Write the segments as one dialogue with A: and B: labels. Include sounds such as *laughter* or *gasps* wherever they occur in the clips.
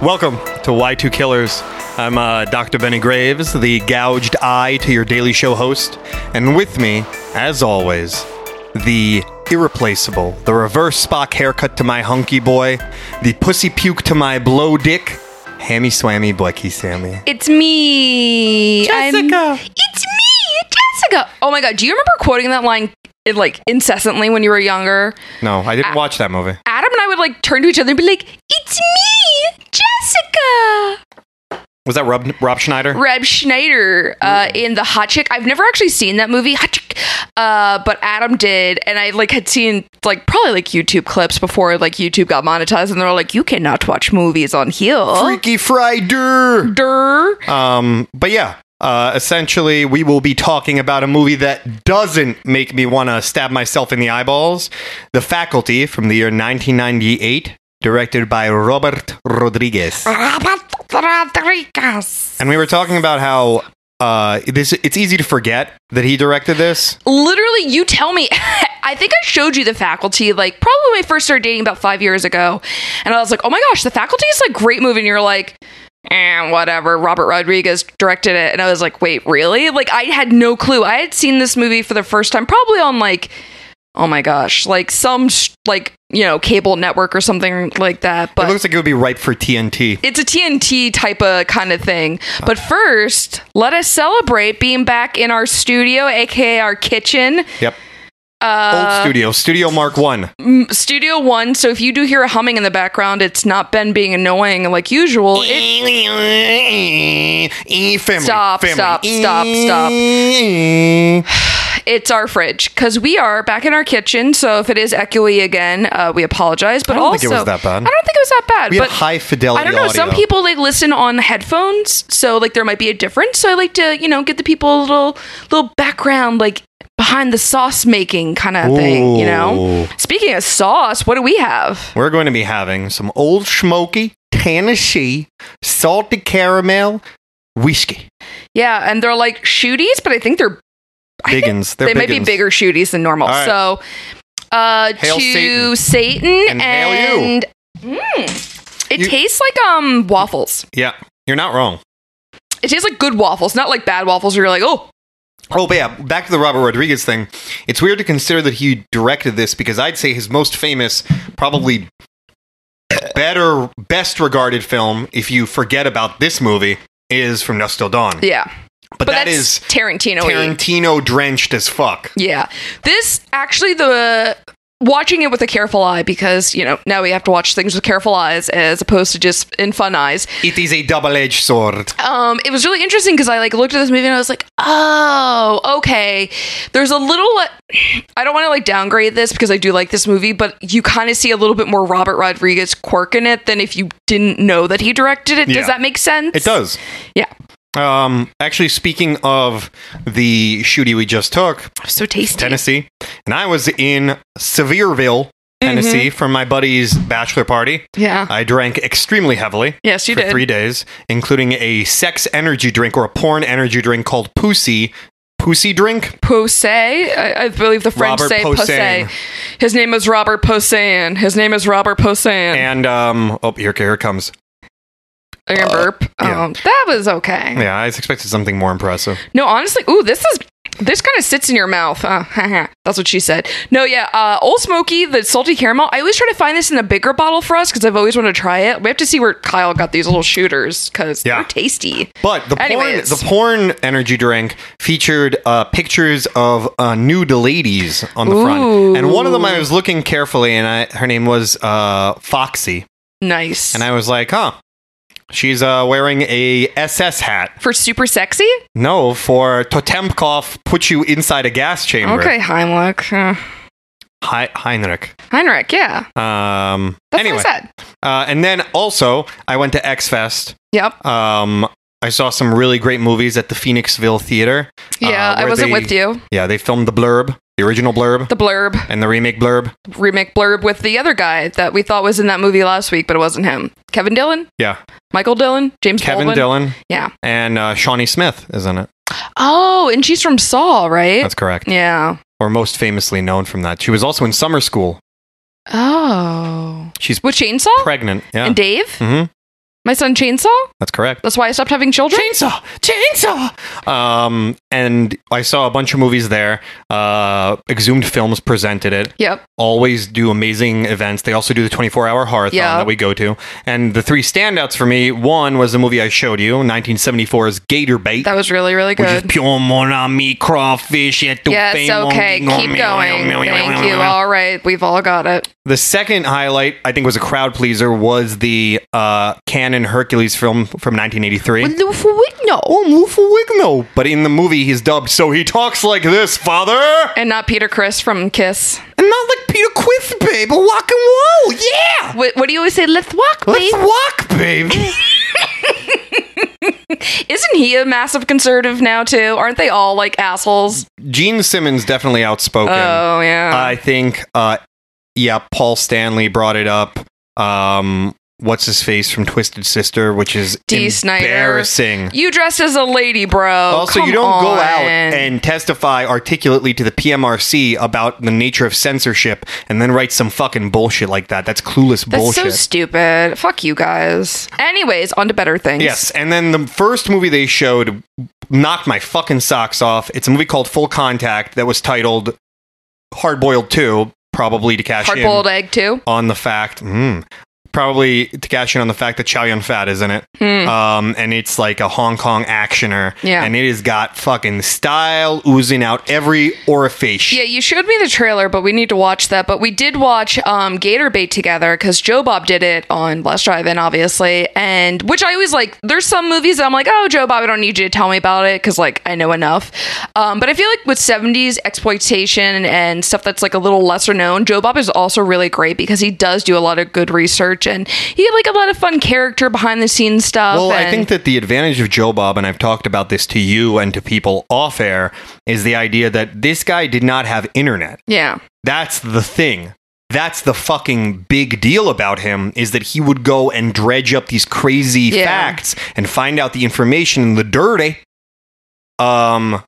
A: Welcome to Y2 Killers. I'm uh, Dr. Benny Graves, the gouged eye to your daily show host. And with me, as always, the irreplaceable, the reverse Spock haircut to my hunky boy, the pussy puke to my blow dick, Hammy Swammy Blecky Sammy.
B: It's me. I'm-
A: Jessica.
B: it's me, Jessica. Oh my god, do you remember quoting that line eh, like incessantly when you were younger?
A: No, I didn't watch that movie.
B: Adam and I would like turn to each other and be like, "It's me, Jessica."
A: Was that Rob, Rob Schneider?
B: Reb Schneider uh, in the Hot Chick. I've never actually seen that movie, Hot Chick, uh, but Adam did, and I like had seen like probably like YouTube clips before like YouTube got monetized, and they're all like, "You cannot watch movies on here."
A: Freaky Frider!
B: Durr.
A: Um, but yeah, uh, essentially, we will be talking about a movie that doesn't make me want to stab myself in the eyeballs. The Faculty from the year 1998, directed by Robert Rodriguez. And we were talking about how uh, this it's easy to forget that he directed this.
B: literally you tell me *laughs* i think i showed you the faculty like probably when i first started dating about five years ago and i was like oh my gosh the faculty is like great movie and you're like and whatever robert rodriguez directed it and i was like wait really like i had no clue i had seen this movie for the first time probably on like oh my gosh like some sh- like you know cable network or something like that but
A: it looks like it would be ripe for TNT.
B: it's a TNT type of kind of thing. But first, let us celebrate being back in our studio, aka our kitchen.
A: Yep.
B: Uh,
A: Old studio, Studio Mark One.
B: Studio One. So if you do hear a humming in the background, it's not Ben being annoying like
A: Eh.
B: usual. It,
A: E family,
B: Stop,
A: family. E.
B: stop, stop, stop. it's our fridge because we are back in our kitchen. So if it is echoey again, uh, we apologize. But
A: I don't
B: also,
A: think it was that bad.
B: I don't think it was that bad.
A: We had
B: but
A: high fidelity
B: I don't know. Some
A: audio.
B: people they listen on headphones, so like there might be a difference. So I like to you know get the people a little little background like behind the sauce making kind of thing. You know.
A: Ooh.
B: Speaking of sauce, what do we have?
A: We're going to be having some old smoky Tennessee salted caramel whiskey.
B: *laughs* Yeah, and they're like shooties, but I think they're
A: Biggins. They're
B: they might be
A: biggins.
B: bigger shooties than normal.
A: All right.
B: So uh
A: Hail
B: to
A: Satan.
B: Satan,
A: And hail
B: and,
A: you.
B: Mm. it
A: You-
B: tastes like um waffles.
A: Yeah, you're not wrong.
B: It tastes like good waffles, not like bad waffles where you're like, oh,
A: Oh, but yeah, back to the Robert Rodriguez thing. It's weird to consider that he directed this because I'd say his most famous, probably better, best regarded film, if you forget about this movie, is From Dusk Till Dawn.
B: yeah.
A: but,
B: But
A: that
B: that's
A: is
B: Tarantino.
A: Tarantino drenched as fuck.
B: Yeah. This actually the watching it with a careful eye because, you know, now we have to watch things with careful eyes as opposed to just in fun eyes.
A: It is a double edged sword.
B: um, it was really interesting because I like looked at this movie and I was like, oh, okay. There's a little. uh, I don't want to like downgrade this because I do like this movie, but you kind of see a little bit more Robert Rodriguez quirk in it than if you didn't know that he directed it.
A: Yeah.
B: Does that make sense?
A: It does.
B: Yeah.
A: Um, actually, speaking of the shooty we just took,
B: So tasty.
A: Tennessee, and I was in Sevierville,
B: Mm-hmm.
A: Tennessee, for my buddy's bachelor party.
B: Yeah.
A: I drank extremely heavily
B: Yes, you
A: for
B: did.
A: three days, including a sex energy drink or a porn energy drink called Pussy. Pussy drink?
B: Posse. I, I believe the French
A: Robert
B: say
A: Poussin.
B: Posse. His name is Robert Poussin. His name is Robert Poussin.
A: And, um, oh, here, here it comes.
B: You're gonna burp.
A: yeah.
B: Um, that was okay.
A: Yeah, I expected something more impressive.
B: No, honestly, ooh, this is this kind of sits in your mouth. Uh, *laughs* that's what she said. No, yeah, uh, Old Smoky, the salty caramel. I always try to find this in a bigger bottle for us because I've always wanted to try it. We have to see where Kyle got these little shooters because
A: Yeah.
B: they're tasty.
A: But the porn,
B: Anyways.
A: the porn energy drink featured uh, pictures of uh, nude ladies on the front, and one of them I was looking carefully, and I, her name was uh, Foxy,
B: Nice.
A: and I was like, huh. She's uh, wearing a SS hat.
B: for super sexy.
A: No, for Totemkov put you inside a gas chamber.
B: Okay, Heimlich. Uh,
A: Hei- Heinrich.
B: Heinrich, yeah.
A: Um,
B: That's
A: anyway,
B: what I said.
A: uh, and then also I went to X Fest.
B: Yep.
A: Um, I saw some really great movies at the Phoenixville Theater.
B: Yeah,
A: Uh,
B: I
A: where
B: wasn't
A: they-
B: with you.
A: Yeah, they filmed the blurb, the original blurb,
B: The blurb,
A: and the remake blurb.
B: remake blurb with the other guy that we thought was in that movie last week, but it wasn't him. Kevin Dillon?
A: Yeah,
B: Michael Dillon? James
A: Kevin
B: Baldwin?
A: Dillon
B: Yeah.
A: and uh, Shawnee Smith, isn't it?
B: Oh, and she's from Saw, right?
A: That's correct.
B: yeah.
A: Or most famously known from that. She was also in Summer School.
B: Oh.
A: She's
B: With Chainsaw?
A: pregnant. Yeah,
B: And Dave?
A: hmm
B: My son Chainsaw?
A: that's correct.
B: That's why I stopped having children?
A: Chainsaw, chainsaw. Um, and I saw a bunch of movies there. Uh, Exhumed Films presented it.
B: Yep.
A: always do amazing events. They also do the 24 hour horathon
B: Yeah.
A: that we go to. And the three standouts for me one was the movie I showed you, 1974's Gator Bait.
B: That was really, really
A: which is
B: good.
A: pure monami crawfish at the
B: Yes,
A: fame
B: okay.
A: on-
B: Keep going. Thank you. All right. We've all got it.
A: The second highlight, I think, was a crowd pleaser, was the uh, Canon Hercules film from 1983.
B: No.
A: Oh, Mufawigno! But in the movie, he's dubbed, so he talks like this, father!
B: And not Peter Chris from Kiss.
A: And not like Peter Quiff, babe, a walk and roll, yeah!
B: What, what do you always say? Let's walk, babe.
A: walk, babe.
B: *laughs* Isn't he a massive conservative now, too? Aren't they all like assholes?
A: Gene Simmons definitely outspoken.
B: Oh, yeah.
A: I think, uh, yeah, Paul Stanley brought it up. Um, what's his face from Twisted Sister, which is
B: Dee Snider.
A: embarrassing.
B: you dressed as a lady, bro.
A: also,
B: Come
A: you don't go out
B: on.
A: and testify articulately to the PMRC about the nature of censorship and then write some fucking bullshit like that. That's clueless
B: That's
A: bullshit.
B: so stupid. Fuck you guys. Anyways, on to better things.
A: Yes, and then the first movie they showed knocked my fucking socks off. It's a movie called Full Contact that was titled Hard Boiled Two, probably to cash
B: Hard
A: in
B: boiled egg too.
A: on the fact, mm, probably to cash in on the fact that Chow Yun Fat is in it, um, and it's like a Hong Kong actioner,
B: Hmm. Yeah.
A: and it has got fucking style oozing out every orifice.
B: Yeah, you showed me the trailer, but we need to watch that. But we did watch um, Gator Bait together because Joe Bob did it on Last Drive-In, obviously, and which I always like. There's some movies that I'm like, oh, Joe Bob, I don't need you to tell me about it because like I know enough. Um, but I feel like with 70s exploitation and stuff that's like a little lesser known, Joe Bob is also really great because he does do a lot of good research and he had like a lot of fun character behind the scenes stuff.
A: Well, I
B: and-
A: think that the advantage of Joe Bob, and I've talked about this to you and to people off air, is the idea that this guy did not have internet.
B: yeah.
A: That's the thing. That's the fucking big deal about him is that he would go and dredge up these crazy
B: Yeah.
A: facts and find out the information in the dirty um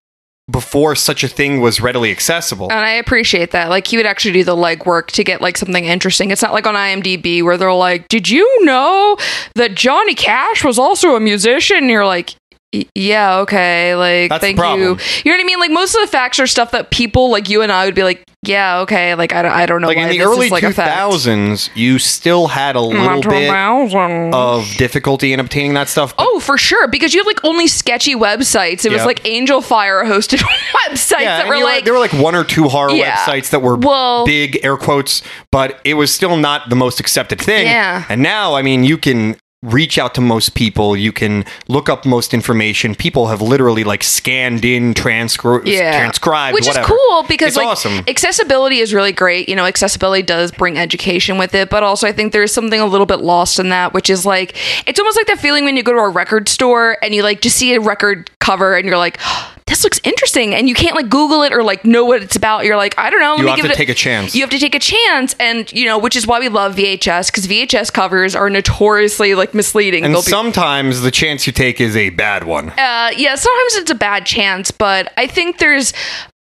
A: before such a thing was readily accessible.
B: And I appreciate that. Like, he would actually do the legwork to get like something interesting. It's not like on IMDb where they're like, "Did you know that Johnny Cash was also a musician?" And you're like, "Y- "Yeah, okay." Like,
A: That's the
B: thank you. You know
A: problem.
B: what I mean? Like, most of the facts are stuff that people like you and I would be like, "Yeah, okay." Like, I don't, I don't know.
A: like in
B: why
A: the
B: this
A: early
B: is, like, a fact.
A: 2000s, you still had a little bit
B: 2000.
A: of difficulty in obtaining that stuff. but-
B: Oh, for sure, because you have like only sketchy websites. It was
A: Yep.
B: like Angel Fire hosted *laughs* websites
A: yeah,
B: that
A: and
B: were
A: you
B: like
A: there were like one or two horror
B: Yeah.
A: websites that were
B: Well-
A: big air quotes, but it was still not the most accepted thing.
B: Yeah.
A: And now, I mean, you can reach out to most people. You can look up most information. People have literally like scanned in, transcri- transcribed,
B: which
A: whatever.
B: is cool because
A: It's
B: like
A: awesome.
B: accessibility is really great. You know, accessibility does bring education with it, but also I think there is something a little bit lost in that, which is like it's almost like that feeling when you go to a record store and you like just see a record cover and you're like. *gasps* This looks interesting, and you can't like Google it or like know what it's about. You're like, I don't know. Let
A: You
B: me
A: have
B: give
A: to
B: it
A: take a chance.
B: You have to take a chance, and you know, which is why we love VHS because VHS covers are notoriously like misleading.
A: And
B: They'll be-
A: sometimes the chance you take is a bad one.
B: uh, yeah, sometimes it's a bad chance, but I think there's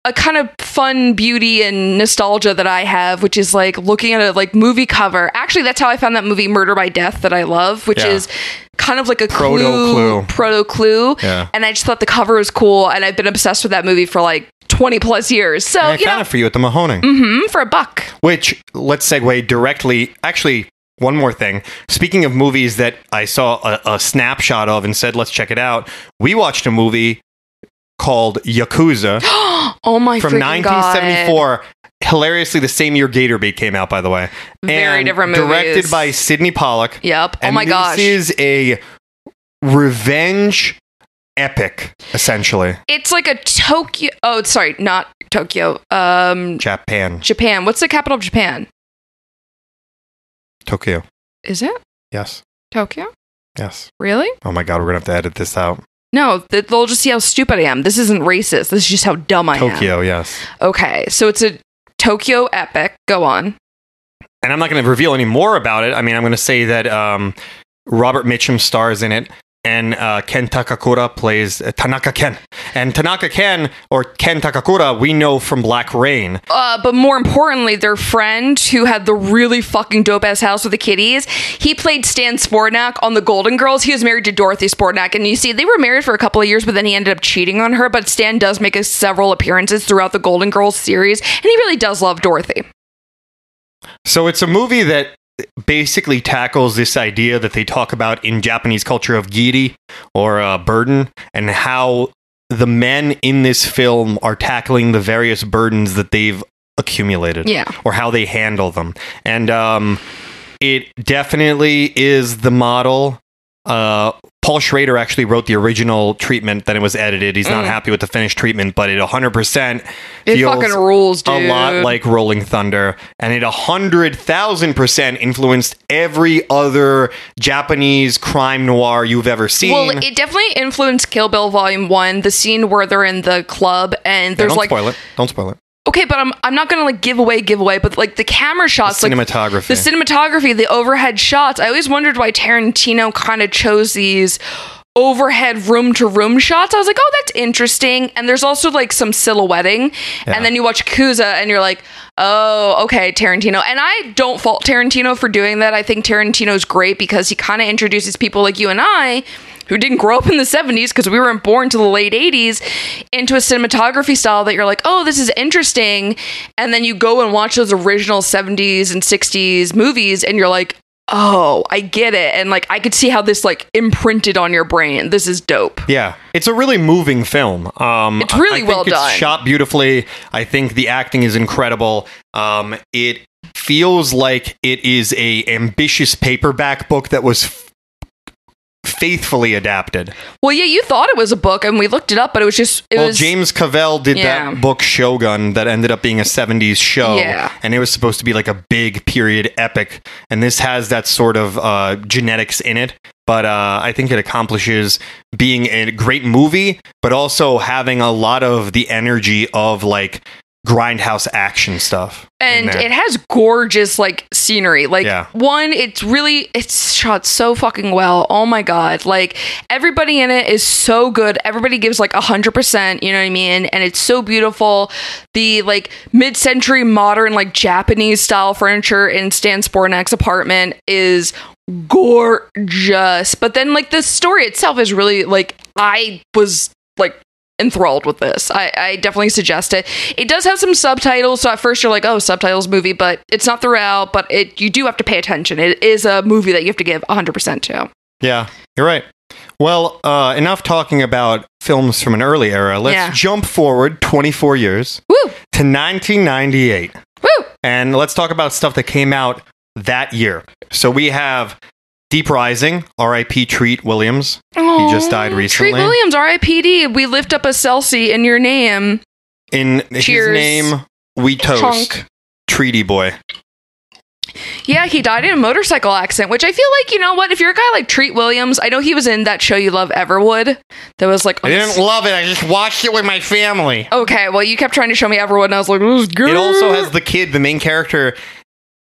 B: a kind of fun beauty and nostalgia that I have, which is like looking at a like movie cover. Actually, that's how I found that movie Murder by Death that I love, which
A: Yeah.
B: is kind of like a
A: Proto
B: clue,
A: Clue.
B: proto clue.
A: Yeah.
B: And I just thought the cover was cool, and I've been obsessed with that movie for like twenty plus years. So
A: And I
B: you
A: found
B: know,
A: it for you at the Mahoning.
B: mm, for a buck,
A: Which let's segue directly. Actually, one more thing. Speaking of movies that I saw a, a snapshot of and said, "Let's check it out." We watched a movie called
B: *gasps*
A: Yakuza
B: oh my
A: from
B: freaking
A: 1974. Hilariously, the same year Gatorbait came out, by the way.
B: Very
A: And
B: different
A: Directed
B: movies.
A: by Sidney Pollock.
B: God. Yep. Oh
A: And
B: my gosh.
A: This is a revenge epic, essentially.
B: it's like a Tokyo. Oh, sorry, not Tokyo. Um,
A: Japan,
B: Japan. What's the capital of Japan?
A: Tokyo.
B: Is it
A: Yes,
B: Tokyo?
A: yes.
B: Really?
A: Oh my god, we're gonna have to edit this out.
B: No, th- they'll just see how stupid I am. This isn't racist. This is just how dumb I am.
A: Tokyo, yes.
B: Okay, so it's a Tokyo epic. Go on.
A: and I'm not going to reveal any more about it. I mean, I'm going to say that um, Robert Mitchum stars in it, and uh, Ken Takakura plays uh, Tanaka Ken. And Tanaka Ken, or Ken Takakura, we know from Black Rain.
B: Uh, but more importantly, their friend who had the really fucking dope ass house with the kitties, he played Stan Spornak on The Golden Girls. He was married to Dorothy Spornak, and you see, they were married for a couple of years, but then he ended up cheating on her. But Stan does make a, several appearances throughout the Golden Girls series, and he really does love Dorothy.
A: So it's a movie that basically tackles this idea that they talk about in Japanese culture of giri or uh, burden, and how the men in this film are tackling the various burdens that they've accumulated.
B: Yeah.
A: or how they handle them. And um, it definitely is the model. Uh, Paul Schrader actually wrote the original treatment, then it was edited. He's not
B: Mm.
A: happy with the finished treatment, but it 100%
B: It
A: feels
B: fucking rules, dude.
A: a lot like Rolling Thunder. And it 100,000% influenced every other Japanese crime noir you've ever seen.
B: Well, it definitely influenced Kill Bill Volume One, the scene where they're in the club and
A: Yeah,
B: there's
A: don't
B: like
A: spoil it. Don't spoil it.
B: okay, but I'm I'm not gonna like give away give away, but like the camera shots, like
A: Cinematography.
B: the cinematography, the overhead shots. I always wondered why Tarantino kind of chose these overhead room to room shots. I was like, oh, that's interesting. And there's also like some silhouetting,
A: Yeah.
B: and then you watch Yakuza and you're like. Oh, okay, Tarantino. And I don't fault Tarantino for doing that. I think Tarantino's great because he kind of introduces people like you and I who didn't grow up in the 70s because we weren't born to the late 80s into a cinematography style that you're like, oh, this is interesting. And then you go and watch those original 70s and 60s movies and you're like, oh, I get it. And like, I could see how this like imprinted on your brain. This is dope.
A: Yeah, it's a really moving film. Um,
B: It's really
A: I think
B: well
A: it's
B: done.
A: Shot beautifully. I think the acting is incredible. Um, it feels like it is a ambitious paperback book that was f- faithfully adapted.
B: Well, yeah, you thought it was a book and we looked it up, but it was just, it
A: well,
B: was.
A: James Cavell did
B: Yeah.
A: that book Shogun that ended up being a '70s show,
B: Yeah.
A: and it was supposed to be like a big period epic. And this has that sort of uh, genetics in it, but uh, I think it accomplishes being a great movie, but also having a lot of the energy of like grindhouse action stuff. in
B: and
A: there.
B: it has gorgeous like scenery like
A: Yeah.
B: one it's really it's shot so fucking well oh my god like everybody in it is so good everybody gives like 100% you know what i mean and it's so beautiful the like mid-century modern like japanese style furniture in stan spornak's apartment is gorgeous but then like the story itself is really like i was like enthralled with this. I, I definitely suggest it. It does have some subtitles, so at first you're like, "Oh, subtitles movie," but it's not throughout. But it you do have to pay attention. It is a movie that you have to give 100 percent to.
A: Yeah, you're right. Well, uh, enough talking about films from an early era. Let's
B: Yeah.
A: jump forward 24 years
B: Woo,
A: to 1998.
B: woo.
A: And let's talk about stuff that came out that year. So we have Deep Rising, R.I.P. Treat Williams.
B: He
A: just died recently.
B: Treat Williams, R.I.P.D. We lift up a Celsi in your name.
A: In his
B: Cheers.
A: name, we toast
B: Chunk.
A: Treaty Boy.
B: Yeah, he died in a motorcycle accident, which I feel like you know what. If you're a guy like Treat Williams, I know he was in that show you love, Everwood. That was like
A: I didn't love it. I just watched it with my family.
B: okay. Well, you kept trying to show me Everwood, and I was like, "This is good." *laughs*
A: It also has the kid, the main character,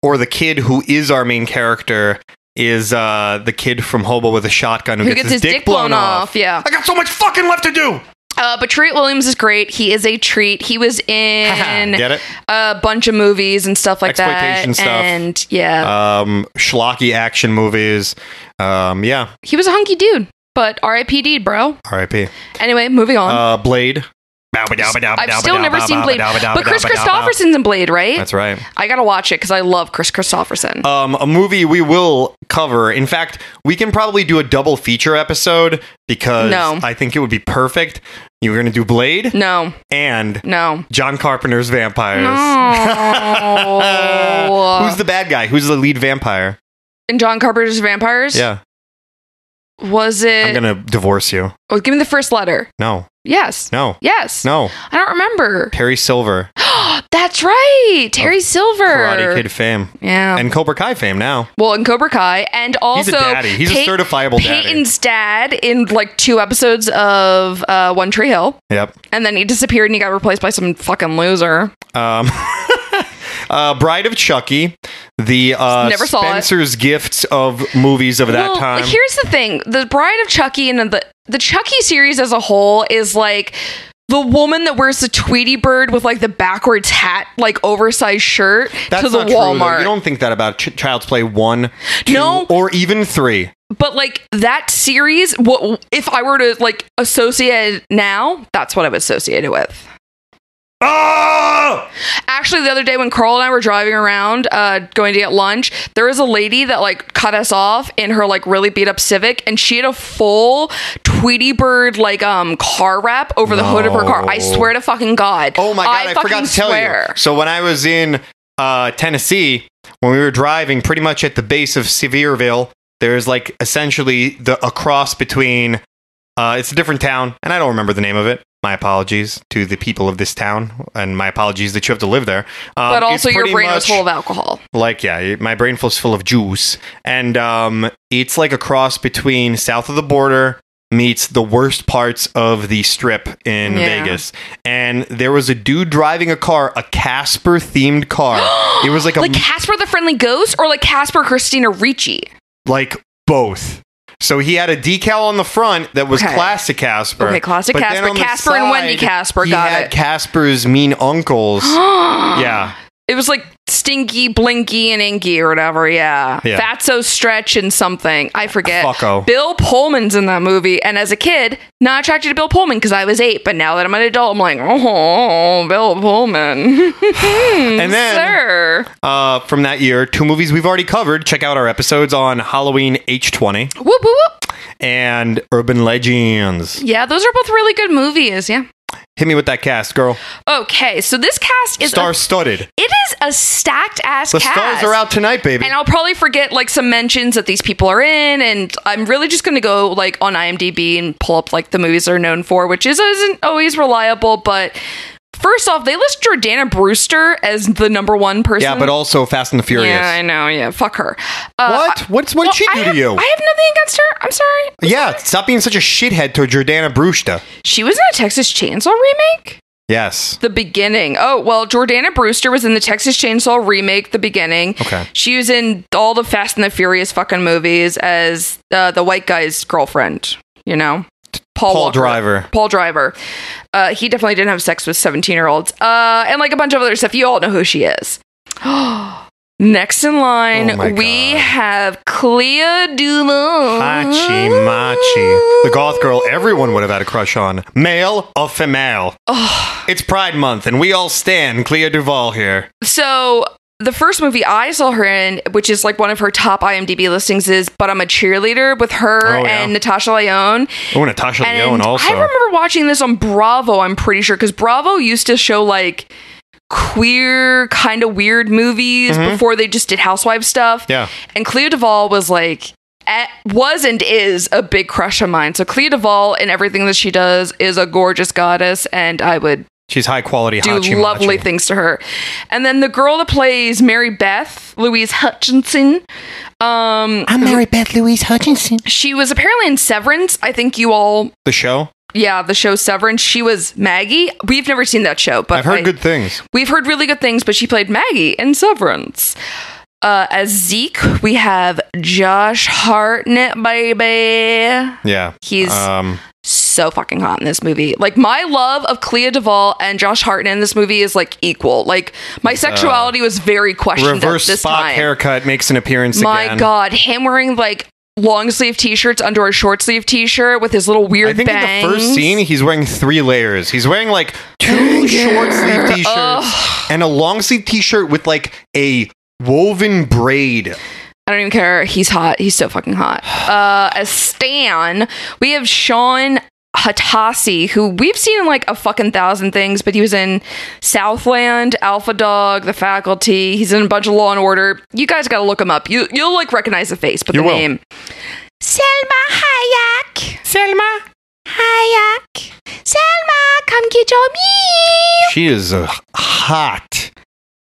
A: or the kid who is our main character, is uh, the kid from Hobo with a Shotgun who,
B: who gets his dick blown off. Yeah.
A: I got so much fucking left to do. *laughs*
B: Uh, but Treat Williams is great. He is a treat. He was in
A: Get it?
B: a bunch of movies and stuff like
A: Exploitation
B: that.
A: stuff.
B: And yeah,
A: Um, schlocky action movies. Um, yeah,
B: he was a hunky dude. But R.I.P.D. bro.
A: R.I.P.
B: Anyway, moving on.
A: Uh, Blade. I've
B: I've still never seen Blade, but Chris Christopherson's in Blade, right?
A: That's right.
B: I gotta watch it because I love Chris Christopherson.
A: Um, a movie we will cover. In fact, we can probably do a double feature episode because
B: No.
A: I think it would be perfect. You were going to do Blade
B: no,
A: and
B: no,
A: John Carpenter's vampires. *laughs*
B: No.
A: Who's the bad guy? Who's the lead vampire?
B: and John Carpenter's Vampires.
A: Yeah,
B: was it?
A: I'm gonna divorce you.
B: oh, give me the first letter.
A: No,
B: Yes,
A: no,
B: yes.
A: no.
B: I don't remember.
A: Terry Silver,
B: That's right, Terry Silver.
A: Oh, Karate Kid fame,
B: Yeah.
A: and Cobra Kai fame. Now
B: well, and Cobra Kai, and also
A: he's a daddy. He's
B: Pey-
A: a certifiable daddy.
B: Peyton's dad in like two episodes of uh, One Tree Hill,
A: Yep.
B: and then he disappeared and he got replaced by some fucking loser.
A: Um, *laughs* uh, Bride of Chucky, the uh,
B: Never saw it.
A: Spencer's gifts of movies of that
B: well,
A: time.
B: Here's the thing: the Bride of Chucky and the the Chucky series as a whole is like the woman that wears the Tweety bird with like the backwards hat, like oversized shirt
A: That's
B: to the
A: not true. though.
B: Walmart.
A: You don't think that about Ch- Child's Play one, two,
B: No.
A: or even three.
B: but like that series, what if I were to like associate it now? That's what I would associate it with.
A: Oh!
B: Actually, the other day when Carl and I were driving around, uh, going to get lunch, there was a lady that like cut us off in her like really beat up Civic, and she had a full Tweety Bird like um car wrap over the hood of her car. I
A: No.
B: swear to fucking God.
A: Oh my god, I, forgot
B: fucking
A: to tell
B: swear.
A: you. So when I was in uh, Tennessee, when we were driving pretty much at the base of Sevierville, there's like essentially the a cross between uh, it's a different town, and I don't remember the name of it. My apologies to the people of this town, and my apologies that you have to live there. Um,
B: But
A: it's
B: also, your
A: pretty
B: brain was
A: much-
B: full of alcohol.
A: like yeah it- my brain feels full of juice and um it's like a cross between south of the border meets the worst parts of the strip in
B: Yeah.
A: vegas and there was a dude driving a car a casper themed
B: *gasps*
A: car it was like a
B: Like Casper the Friendly Ghost or like Casper Christina Ricci?
A: like both so he had a decal on the front that was
B: Okay.
A: classic casper
B: Okay, classic
A: but then
B: Casper.
A: on the
B: Casper and Wendy
A: side,
B: Casper,
A: he
B: got
A: had
B: it.
A: casper's mean
B: *gasps*
A: uncles yeah
B: It was like Stinky, Blinky, and Inky or whatever. Yeah.
A: Yeah.
B: Fatso Stretch and something. I forget.
A: Fucko.
B: Bill Pullman's in that movie. And as a kid, not attracted to Bill Pullman because I was eight. But now that I'm an adult, I'm like, oh, Bill Pullman. *laughs* and
A: then-
B: Sir.
A: uh, from that year two movies we've already covered check out our episodes on halloween h20
B: Whoop, whoop, whoop.
A: and Urban Legends.
B: Yeah, those are both really good movies. Yeah.
A: Hit me with that cast, girl.
B: Okay. So this cast is. a-
A: Star studded.
B: it is a stacked ass
A: The
B: cast.
A: stars are out tonight, baby.
B: and I'll probably forget like some mentions that these people are in, and I'm really just gonna go like on IMDb and pull up like the movies they're known for, which is isn't always reliable. But first off, they list Jordana Brewster as the number one person.
A: yeah, but also Fast and the Furious.
B: yeah, I know. Yeah, fuck her. Uh,
A: what? What's what did she
B: I
A: do
B: have,
A: to you?
B: I have nothing against her. I'm sorry.
A: yeah, stop being such a shithead to Jordana Brewster.
B: She was in a Texas Chainsaw remake.
A: Yes.
B: The beginning. Oh well, Jordana Brewster was in the Texas Chainsaw remake. The beginning.
A: Okay.
B: She was in all the Fast and the Furious fucking movies as uh, the white guy's girlfriend, you know? Paul,
A: Paul
B: Walker.
A: Driver.
B: Paul Driver. Uh, he definitely didn't have sex with 17 year olds. Uh, and like a bunch of other stuff. You all know who she is. *gasps* Next in
A: Oh
B: line,
A: my
B: we
A: God.
B: have Clea Dula.
A: Hachi Machi. The goth girl everyone would have had a crush on. Male or female. It's Pride Month, and we all stand Clea Duvall here.
B: So the first movie I saw her in, which is like one of her top IMDb listings, is But I'm a Cheerleader with her
A: Oh, yeah.
B: and Natasha Lyonne.
A: Oh, Natasha Leone
B: And
A: also.
B: I remember watching this on Bravo, I'm pretty sure, because Bravo used to show like queer, kind of weird movies before they just did housewife stuff.
A: Mm-hmm. yeah.
B: And Clea Duvall was like, at, was and is a big crush of mine. So Clea Duvall and everything that she does is a gorgeous goddess, and I would
A: She's high quality
B: do
A: Hachi
B: lovely
A: Machi.
B: things to her. And then the girl that plays Mary Beth, Louise Hutchinson, um,
A: I'm Mary Beth Louise Hutchinson.
B: she was apparently in Severance. I think you all
A: The show?
B: yeah, the show Severance. She was Maggie. We've never seen that show, but
A: I've heard
B: I-
A: good things.
B: We've heard really good things, but she played Maggie in Severance. Uh, as Zeke, we have Josh Hartnett, baby.
A: Yeah.
B: He's
A: um,
B: so fucking hot in this movie. Like my love of Clea Duvall and Josh Hartnett in this movie is like equal. Like my sexuality was very questioned
A: uh, Reverse
B: at this
A: Spock
B: time.
A: haircut makes an appearance
B: my
A: again.
B: god, him wearing like long sleeve t-shirts under a short sleeve t-shirt with his little weird
A: I think
B: bangs.
A: in the first scene, he's wearing three layers. He's wearing like two short sleeve t shirts and a long sleeve t shirt with like a woven braid.
B: I don't even care. He's hot. He's so fucking
A: *sighs*
B: hot. Uh, as Stan, we have Sean Hatasi, who we've seen in like a fucking thousand things, but he was in Southland, Alpha Dog, The Faculty. He's in a bunch of Law and Order. You guys got to look him up. You you'll like recognize the face, but
A: You
B: the
A: will.
B: name Selma Hayak.
A: Selma.
B: Hayak. Selma, come get your me.
A: She is a hot,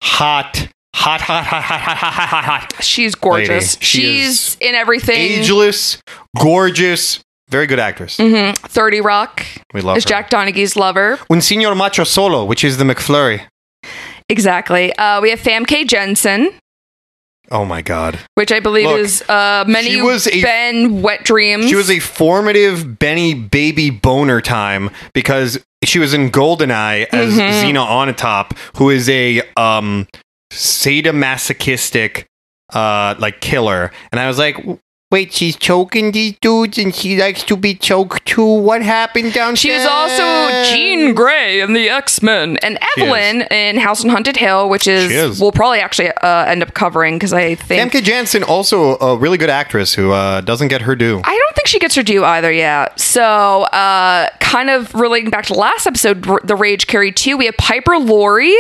A: hot, hot, hot, hot, hot, hot, hot, hot, hot, hot.
B: She's gorgeous.
A: Lady. She
B: She's
A: is
B: in everything.
A: Ageless, gorgeous, very good actress.
B: Mhm. Thirty Rock
A: We love
B: is
A: her.
B: Jack Donaghy's lover.
A: Un Signor Macho Solo, which is the McFlurry.
B: Exactly. Uh, we have Famke Jensen,
A: Oh my God.
B: which I believe
A: Look,
B: is uh, many
A: she was a-
B: Ben Wet Dreams.
A: She was a formative Benny Baby Boner time because she was in Goldeneye as
B: Mhm.
A: Xena on top, who is a um sadomasochistic uh like killer. And I was like, wait, she's choking these dudes and she likes to be choked too. What happened downstairs?
B: She is also Jean Grey in the X Men and
A: She is.
B: Evelyn in House on Haunted Hill, which is,
A: She is.
B: we'll probably actually uh, end up covering because I think
A: Famke Janssen, also a really good actress who uh, doesn't get her due.
B: I don't think she gets her due either yet. So, uh, kind of relating back to last episode, R- The Rage Carry 2, we have Piper Laurie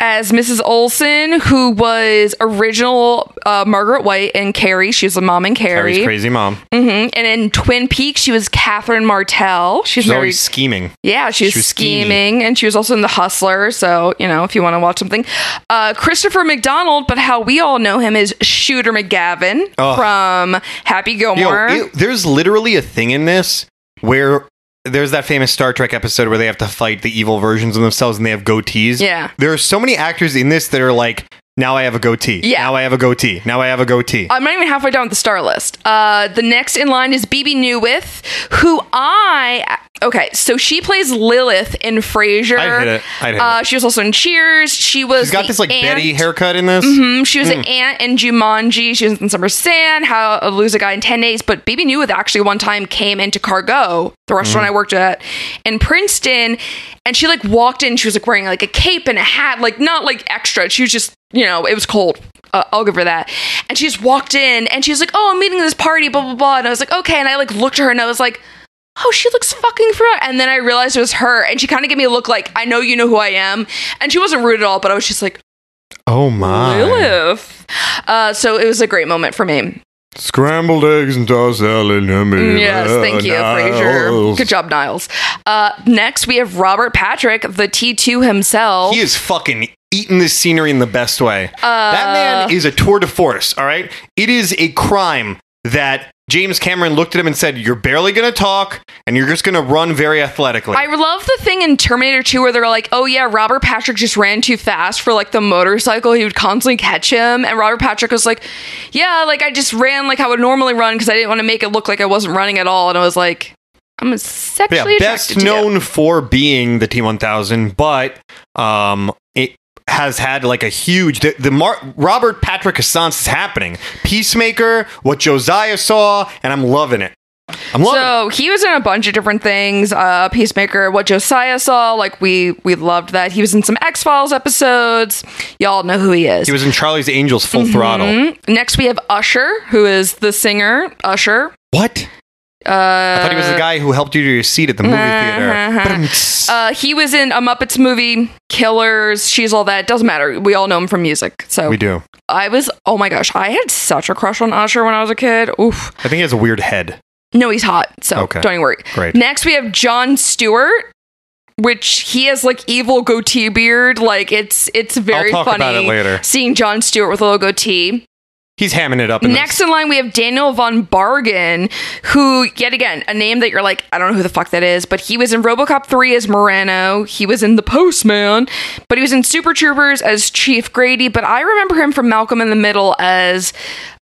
B: as Mrs. Olson, who was original uh, Margaret White in Carrie. She was the mom in Carrie.
A: Harry's crazy mom.
B: hmm And in Twin Peaks, she was Catherine Martell. She's
A: She's
B: very
A: always scheming.
B: yeah, she was,
A: she was scheming.
B: scheming, and she was also in The Hustler. So you know, if you want to watch something, uh, Christopher McDonald, but how we all know him is Shooter McGavin
A: Ugh.
B: from Happy
A: Yo,
B: Gilmore.
A: it- there's literally a thing in this where there's that famous Star Trek episode where they have to fight the evil versions of themselves and they have goatees.
B: yeah,
A: There are so many actors in this that are like, now I have a goatee.
B: Yeah.
A: Now I have a goatee. Now I have a goatee.
B: I'm not even halfway down with the star list. Uh, the next in line is BB Newith, who I okay, so she plays Lilith in Frasier.
A: I'd hit it. I'd hit
B: Uh,
A: it.
B: she was also in Cheers. She was
A: She's got
B: the
A: this like Betty
B: aunt-
A: haircut in this.
B: Mhm. She was an aunt in Jumanji. She was in Summer Sand, How to Lose a Guy in 10 Days. But Baby Newith actually one time came into Cargo, the restaurant I worked at in Princeton. And she like walked in. She was like wearing like a cape and a hat, like not like extra. She was just, you know, it was cold. Uh, I'll give her that. And she just walked in and she was like, oh, I'm meeting this party, blah, blah, blah. And I was like, okay. And I like looked at her and I was like, oh, she looks fucking familiar. And then I realized it was her. And she kind of gave me a look like, I know you know who I am. And she wasn't rude at all, but I was just like,
A: Oh my.
B: Lilith. Uh, so it was a great moment for me.
A: Scrambled eggs and tossed salad. yummy.
B: Mm, yes, thank you,
A: Uh,
B: Frasier.
A: Niles.
B: Good job, Niles. Uh, next, we have Robert Patrick, the T2 himself.
A: He is fucking eating this scenery in the best way. that
B: Uh.
A: man is a tour de force, all right? It is a crime that James Cameron looked at him and said, You're barely going to talk and you're just going to run very athletically.
B: I love the thing in Terminator 2 where they're like, oh yeah, Robert Patrick just ran too fast for like the motorcycle. He would constantly catch him. And Robert Patrick was like, yeah, like I just ran like I would normally run because I didn't want to make it look like I wasn't running at all. And I was like, I'm
A: yeah,
B: sexually attracted
A: best
B: to you.
A: known for being the T1000, but um, it has had like a huge. The, the Mar- Robert Patrick Assance is happening. Peacemaker, what Josiah saw, and I'm loving it. I'm loving it.
B: So he was in a bunch of different things. Uh, Peacemaker, what Josiah saw, like we we loved that. He was in some X Files episodes. Y'all know who he is.
A: He was in Charlie's Angels full throttle.
B: Mhm. Next, we have Usher, who is the singer. Usher.
A: What?
B: Uh, uh-huh,
A: I thought he was the guy who helped you to your seat at the movie theater. Ba-dum-ts.
B: Uh, he was in a Muppets movie, Killers. She's all that. Doesn't matter. We all know him from music. So
A: we do.
B: I was. Oh my gosh, I had such a crush on Usher when I was a kid. Oof.
A: I think he has a weird head.
B: No, he's hot. So
A: Okay.
B: don't even worry.
A: Great.
B: Next, we have John Stewart, which he has like evil goatee beard. Like it's it's very
A: talk
B: funny
A: about it later.
B: seeing John Stewart with a little goatee.
A: He's hamming it up. In
B: Next in line, we have Daniel von Bargen, who yet again a name that you're like I don't know who the fuck that is, but he was in RoboCop three as Morano. He was in The Postman, but he was in Super Troopers as Chief Grady. But I remember him from Malcolm in the Middle as.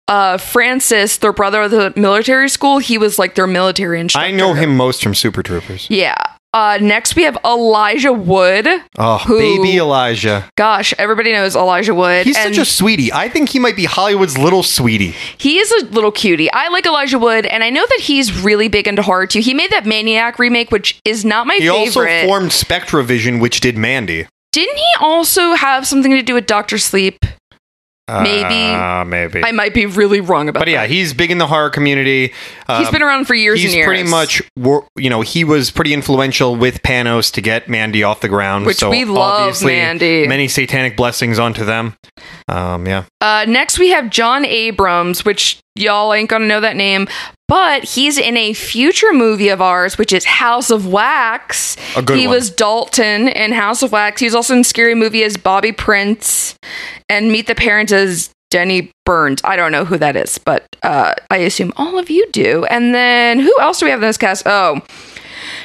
B: uh, Francis, their brother of the military school, he was like their military instructor.
A: I know him most from Super Troopers.
B: Yeah. Uh, next, we have Elijah Wood.
A: Oh,
B: Who-
A: baby Elijah.
B: Gosh, everybody knows Elijah Wood.
A: He's
B: and
A: such a sweetie. I think he might be Hollywood's little sweetie.
B: he is a little cutie. I like Elijah Wood, and I know that he's really big into horror too. He made that Maniac remake, which is not my
A: He
B: favorite.
A: also formed Spectrovision, which did Mandy.
B: Didn't he also have something to do with Doctor Sleep? Maybe.
A: Uh, maybe.
B: I might be really wrong about
A: but yeah,
B: that.
A: he's big in the horror community. Uh,
B: he's been around for years
A: he's
B: and years.
A: pretty much, wor- you know, he was pretty influential with Panos to get Mandy off the ground.
B: Which
A: so
B: we love
A: obviously,
B: Mandy.
A: Many satanic blessings onto them. Um, yeah.
B: Uh, next, we have John Abrams, which y'all ain't gonna know that name, but he's in a future movie of ours, which is House of Wax.
A: A good
B: he
A: one.
B: was Dalton in House of Wax. He was also in Scary Movie as Bobby Prince and Meet the Parents as Denny Burns. I don't know who that is, but uh, I assume all of you do. And then who else do we have in this cast? Oh.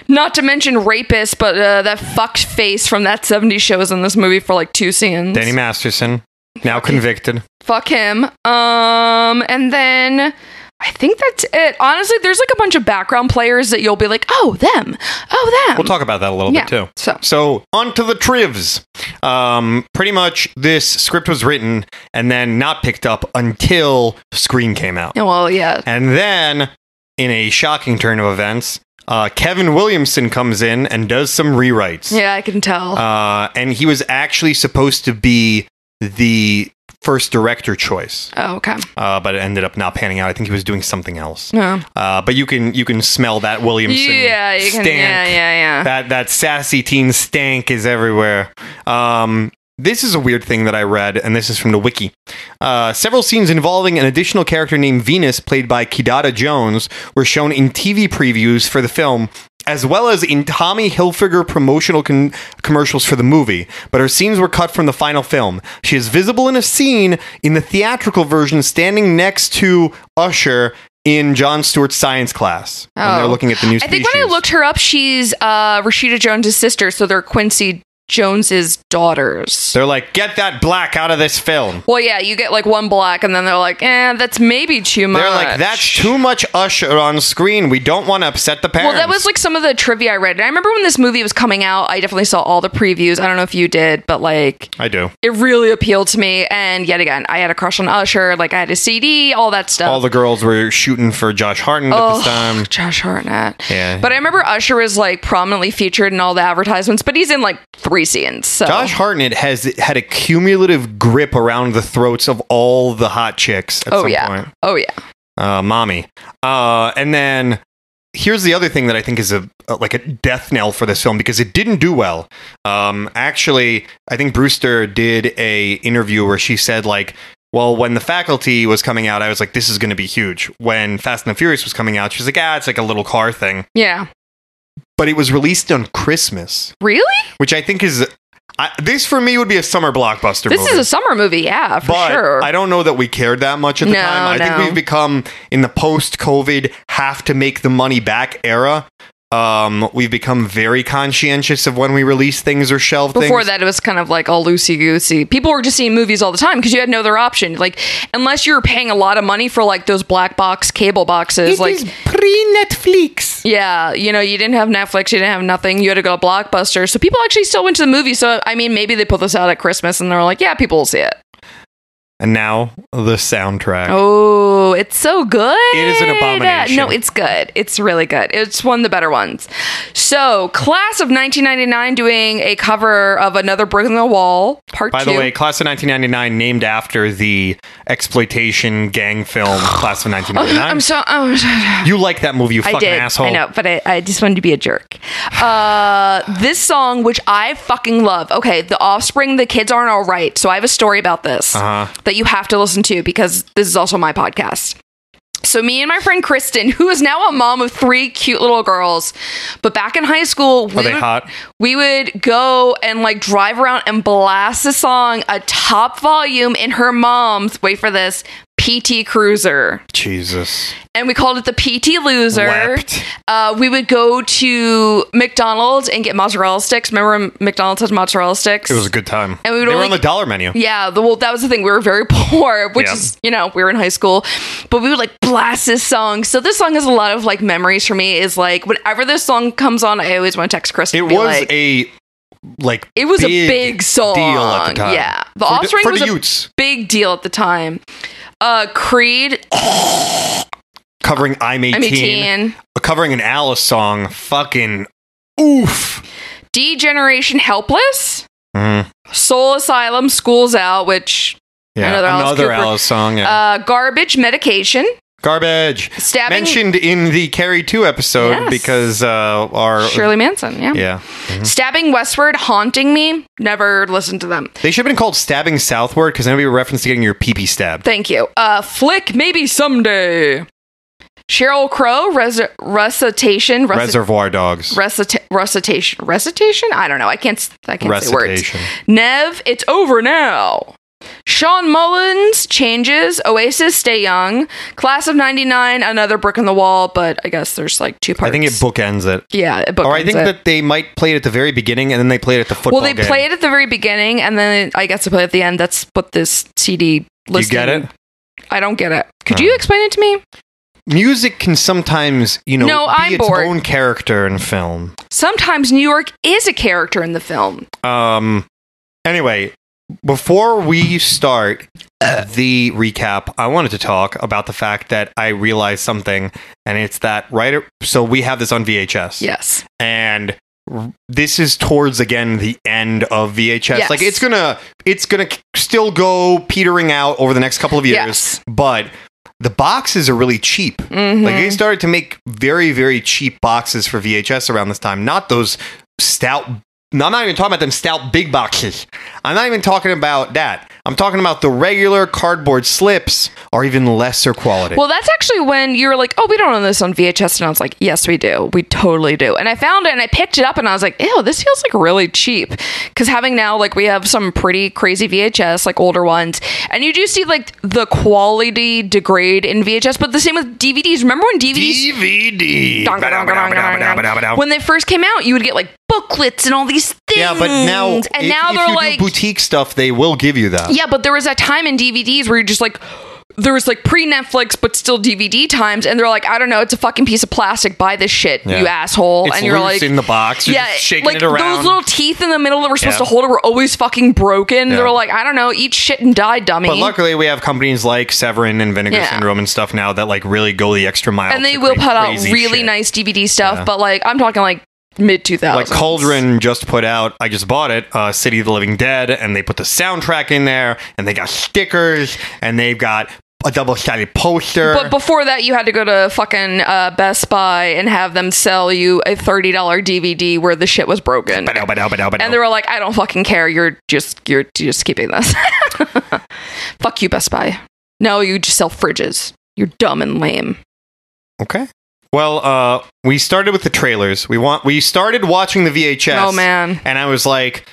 B: Not to mention rapist, but uh, that fucked face from that 70s show is in this movie for like two scenes
A: Danny Masterson, now convicted.
B: fuck him um and then i think that's it honestly there's like a bunch of background players that you'll be like oh them oh them
A: We'll talk about that a little
B: yeah
A: bit too.
B: so
A: So on to the trivs. Um, pretty much, this script was written and then not picked up until Screen came out,
B: yeah, Oh, well yeah
A: and then in a shocking turn of events, uh, Kevin Williamson comes in and does some rewrites.
B: yeah i can tell
A: Uh, and he was actually supposed to be the first director choice,
B: oh okay
A: uh, but it ended up not panning out. I think he was doing something else.
B: no
A: Uh, but you can you can smell that Williamson
B: yeah you can
A: stank
B: yeah yeah yeah
A: that that sassy teen stank is everywhere. Um, this is a weird thing that I read, and this is from the wiki. Uh, several scenes involving an additional character named Venus, played by Kidada Jones, were shown in TV previews for the film, as well as in Tommy Hilfiger promotional con- commercials for the movie. But her scenes were cut from the final film. She is visible in a scene in the theatrical version, standing next to Usher in John Stewart's science class, when they're
B: Oh.
A: looking at the new
B: i
A: species.
B: think when i looked her up she's uh rashida jones's sister so they're quincy jones's daughters
A: They're like, get that black out of this film.
B: well yeah you get like one black and then they're like eh that's maybe too much
A: They're like, that's too much Usher on screen. We don't want to upset the parents.
B: Well, that was like some of the trivia I read. And I remember when this movie was coming out, I definitely saw all the previews. I don't know if you did, but like
A: I do.
B: it really appealed to me. And yet again, I had a crush on Usher. Like I had a CD, all that stuff.
A: All the girls were shooting for Josh Hartnett at
B: Oh,
A: this time.
B: Josh Hartnett.
A: Yeah.
B: But I remember Usher was like prominently featured in all the advertisements, but he's in like three scenes. So
A: Josh Hartnett has had a cumulative grip around the throats of all the hot chicks at
B: oh
A: some
B: yeah,
A: point.
B: oh yeah.
A: Uh, mommy. Uh, and then here's the other thing that I think is a, a- like a death knell for this film because it didn't do well. Um, actually, I think Brewster did a interview where she said like, well, when the faculty was coming out, I was like, this is going to be huge. When Fast and the Furious was coming out, she was like, ah, it's like a little car thing.
B: Yeah.
A: But it was released on Christmas,
B: Really?
A: which I think is I, this for me would be a summer blockbuster.
B: This
A: movie
B: is a summer movie, yeah, for
A: but
B: sure.
A: I don't know that we cared that much at the
B: No,
A: time. I
B: no.
A: think we've become in the post-COVID have to make the money back era. Um, we've become very conscientious of when we release things or shelve
B: Before
A: things.
B: that, it was kind of like all loosey goosey. People were just seeing movies all the time because you had no other option. Like, unless you were paying a lot of money for like those black box cable boxes, like.
A: pre-Netflix.
B: yeah, you know, you didn't have Netflix, you didn't have nothing. You had to go to Blockbuster. So people actually still went to the movie. So, I mean, maybe they put this out at Christmas and they're like, yeah, people will see it.
A: And now the soundtrack.
B: Oh, it's so good.
A: It is an abomination.
B: No, it's good. It's really good. It's one of the better ones. So, Class of 1999 doing a cover of Another Brick in the Wall, part
A: By
B: two.
A: the way, Class of 1999 named after the exploitation gang
B: *gasps*
A: film Class of 1999.
B: Oh, I'm so. Oh,
A: you like that movie, you
B: I
A: fucking
B: did.
A: asshole.
B: I know, but I, I just wanted to be a jerk. Uh, *laughs* this song, which I fucking love. Okay, the offspring, the kids aren't all right. So I have a story about this
A: Uh-huh.
B: that you have to listen to because this is also my podcast. So me and my friend Kristen, who is now a mom of three cute little girls, but back in high school, we
A: Are they
B: would-
A: hot?
B: we would go and like drive around and blast the song a top volume in her mom's wait for this PT Cruiser.
A: Jesus.
B: And we called it the PT Loser.
A: Wept.
B: Uh, we would go to McDonald's and get mozzarella sticks. Remember when McDonald's had mozzarella sticks?
A: It was a good time.
B: And
A: they
B: we would
A: were
B: only-
A: on the dollar menu.
B: Yeah, the, well, that was the thing. We were very *laughs* poor, which
A: Yeah.
B: is, you know, we were in high school, but we would like blast this song. So this song has a lot of like memories for me. Is like whenever this song comes on, I always want to text Chris.
A: It
B: and
A: was
B: be like,
A: a like
B: it was a big song.
A: deal at the time.
B: Yeah,
A: for,
B: the
A: the-
B: offspring
A: for
B: was
A: the
B: a
A: Utes
B: big deal at the time. Uh, Creed,
A: covering I'm 18,
B: I'm 18.
A: covering an Alice song. Fucking oof.
B: D Generation, Helpless,
A: Mm,
B: Soul Asylum, Schools Out, which
A: yeah,
B: Another Alice
A: another
B: Cooper.
A: Alice song. Yeah.
B: uh, Garbage, Medication,
A: Garbage.
B: Stabbing,
A: mentioned in the Carrie 2 episode
B: Yes.
A: because uh, our
B: Shirley Manson. Yeah.
A: yeah
B: Stabbing Westward, Haunting Me. Never listened to them.
A: they should have been called stabbing southward because then it'd be a reference to getting your pee pee stabbed.
B: Thank you. Uh, Flick, maybe someday. Cheryl Crow, res- recitation, reci-
A: Reservoir Dogs
B: recita- recitation, recitation. I don't know. I can't. s- I can't say words.
A: recitation.
B: Nev, it's over now. Sean Mullins changes. Oasis, stay young. Class of '99, another brick in the wall. But I guess there's like two parts.
A: I think it bookends it.
B: Yeah, it bookends
A: Or I think
B: it.
A: that they might play it at the very beginning and then they play it at the football
B: well, they
A: game.
B: play it at the very beginning, and then I guess they play it at the end. That's what this CD.
A: Do you
B: Listing.
A: get it?
B: I don't get it. Could
A: Oh.
B: you explain it to me?
A: Music can sometimes, you know,
B: No,
A: be
B: I'm
A: its
B: bored.
A: own character in film.
B: Sometimes New York is a character in the film.
A: Um. Anyway, before we start the recap, I wanted to talk about the fact that I realized something, and it's that right. So we have this on VHS.
B: Yes.
A: and r- this is towards again the end of VHS.
B: Yes.
A: Like it's gonna it's gonna k- still go petering out over the next couple of years,
B: Yes.
A: but the boxes are really cheap.
B: Mhm.
A: Like they started to make very very cheap boxes for VHS around this time. Not those stout. No, I'm not even talking about them stout big boxes. I'm not even talking about that. I'm talking about the regular cardboard slips are even lesser quality.
B: well, that's actually when you were like, "Oh, we don't own this on VHS," and I was like, "Yes, we do. We totally do." And I found it, and I picked it up, and I was like, "Ew, this feels like really cheap." Because having now, like, we have some pretty crazy VHS, like older ones, and you do see like the quality degrade in VHS. But the same with DVDs. Remember when DVDs
A: DVD.
B: when they first came out, you would get like booklets and all these things.
A: Yeah, but now
B: and
A: if,
B: now
A: if
B: they're
A: you
B: like
A: do boutique stuff, they will give you that.
B: Yeah, but there was a time in DVDs where you're just like, there was like pre Netflix, but still DVD times, and they're like, I don't know, it's a fucking piece of plastic. Buy this shit,
A: Yeah.
B: you asshole.
A: It's
B: and you're
A: loose
B: like,
A: in the box. You're
B: yeah,
A: just shaking
B: like
A: it around.
B: those little teeth in the middle that were supposed
A: Yeah.
B: to hold it were always fucking broken.
A: Yeah.
B: They're like, I don't know, eat shit and die, dummy.
A: but luckily, we have companies like Severin and Vinegar
B: Yeah.
A: Syndrome and stuff now that like really go the extra mile.
B: and they
A: to
B: will
A: create
B: put out
A: crazy
B: really
A: shit.
B: nice DVD stuff,
A: Yeah.
B: but like, I'm talking like mid 2000s.
A: Like Cauldron just put out, I just bought it, uh, City of the Living Dead, and they put the soundtrack in there, and they got stickers, and they've got a double sided poster.
B: But before that, you had to go to fucking uh, Best Buy and have them sell you a $30 DVD where the shit was broken.
A: Ba-dow, ba-dow, ba-dow, ba-dow.
B: and they were like, "I don't fucking care. You're just you're just keeping this. *laughs* Fuck you, Best Buy. No, you just sell fridges. You're dumb and lame.
A: okay. Well, uh, we started with the trailers. We want we started watching the VHS.
B: Oh man,
A: and I was like,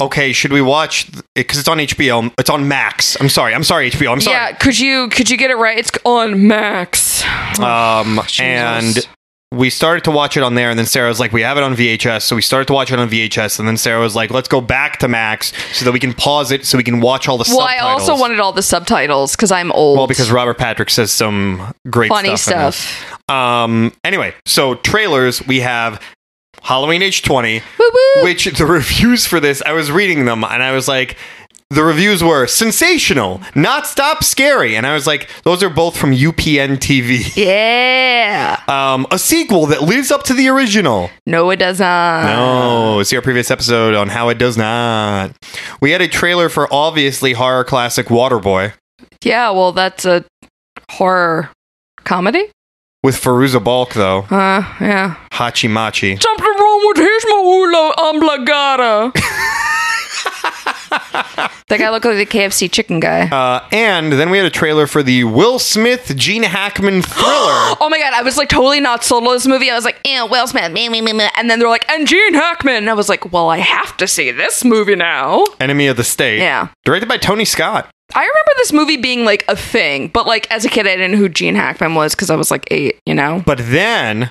A: okay, should we watch? Because it's on HBO. It's on Max. I'm sorry. I'm sorry, HBO. I'm sorry.
B: yeah. Could you could you get it right? It's on Max.
A: um, and we started to watch it on there, and then Sarah was like, we have it on VHS. So we started to watch it on VHS, and then Sarah was like, let's go back to Max so that we can pause it so we can watch all the
B: well, I
A: subtitles.
B: also wanted all the subtitles because I'm old.
A: Well, because Robert Patrick says some great
B: funny
A: stuff. in
B: stuff.
A: this. Um. Anyway, so trailers we have Halloween H twenty,
B: Woo woo.
A: which the *laughs* reviews for this I was reading them and I was like the reviews were sensational, not stop scary, and I was like those are both from UPN *laughs* TV.
B: yeah.
A: Um, a sequel that lives up to the original.
B: No, it does not.
A: No, see our previous episode on how it does not. We had a trailer for obviously horror classic Waterboy
B: Yeah. Well, that's a horror comedy.
A: with Feruza Balk though.
B: Uh, yeah.
A: Hachimachi.
B: Something wrong with his maula umblagata. *laughs* that guy looked like the KFC chicken guy.
A: Uh, and then we had a trailer for the Will Smith Gene Hackman
B: *gasps*
A: thriller.
B: Oh my god, I was like totally not sold on this movie. I was like, eh, Will Smith, meh, meh, meh, meh. and then they're like, and Gene Hackman. And I was like, well, I have to see this movie now.
A: Enemy of the State.
B: Yeah.
A: Directed by Tony Scott.
B: I remember this movie being like a thing, but like as a kid, I didn't know who Gene Hackman was because I was like eight, you know?
A: But then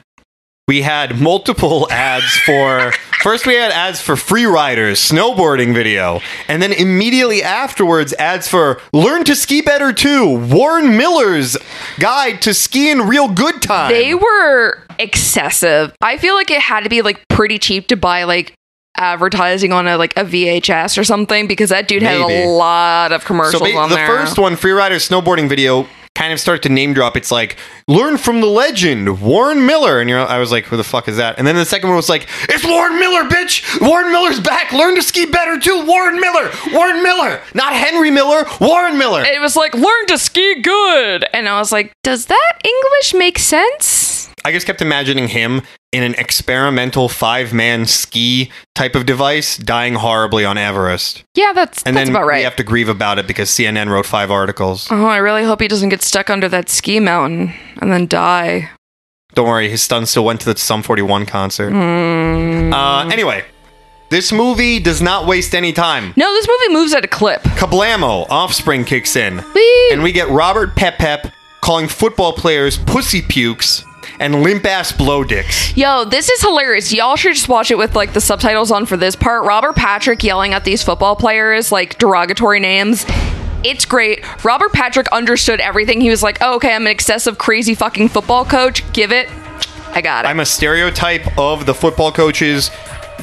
A: we had multiple ads for. First, we had ads for free riders, snowboarding video, and then immediately afterwards, ads for Learn to Ski Better Too, Warren Miller's Guide to Skiing Real Good Time.
B: They were excessive. I feel like it had to be like pretty cheap to buy like advertising on a like a VHS or something because that dude had
A: Maybe.
B: a lot of
A: so
B: commercials
A: ba-
B: on
A: the
B: there.
A: first one, free rider snowboarding video, kind of start to name drop. It's like Learn from the Legend, Warren Miller, and you're. I was like, who the fuck is that? And then the second one was like, it's Warren Miller, bitch. Warren Miller's back. Learn to ski better too. Warren Miller. Warren Miller, not Henry Miller. Warren Miller.
B: it was like learn to ski good, and I was like, does that English make sense?
A: I just kept imagining him in an experimental five man ski type of device dying horribly on Everest.
B: Yeah, that's
A: And
B: that's
A: then
B: about
A: we
B: right.
A: have to grieve about it because CNN wrote five articles.
B: oh, I really hope he doesn't get stuck under that ski mountain and then die.
A: Don't worry, his son still went to the Sum 41 concert.
B: Mm.
A: Uh, anyway, this movie does not waste any time.
B: no, this movie moves at a clip.
A: Kablamo, Offspring kicks in.
B: Whee!
A: And we get Robert Pep Pep calling football players pussy pukes and limp ass blow dicks.
B: Yo, this is hilarious. Y'all should just watch it with like the subtitles on for this part. Robert Patrick yelling at these football players like derogatory names. It's great. Robert Patrick understood everything. He was like, oh, okay, I'm an excessive, crazy fucking football coach. Give it. I got it.
A: I'm a stereotype of the football coaches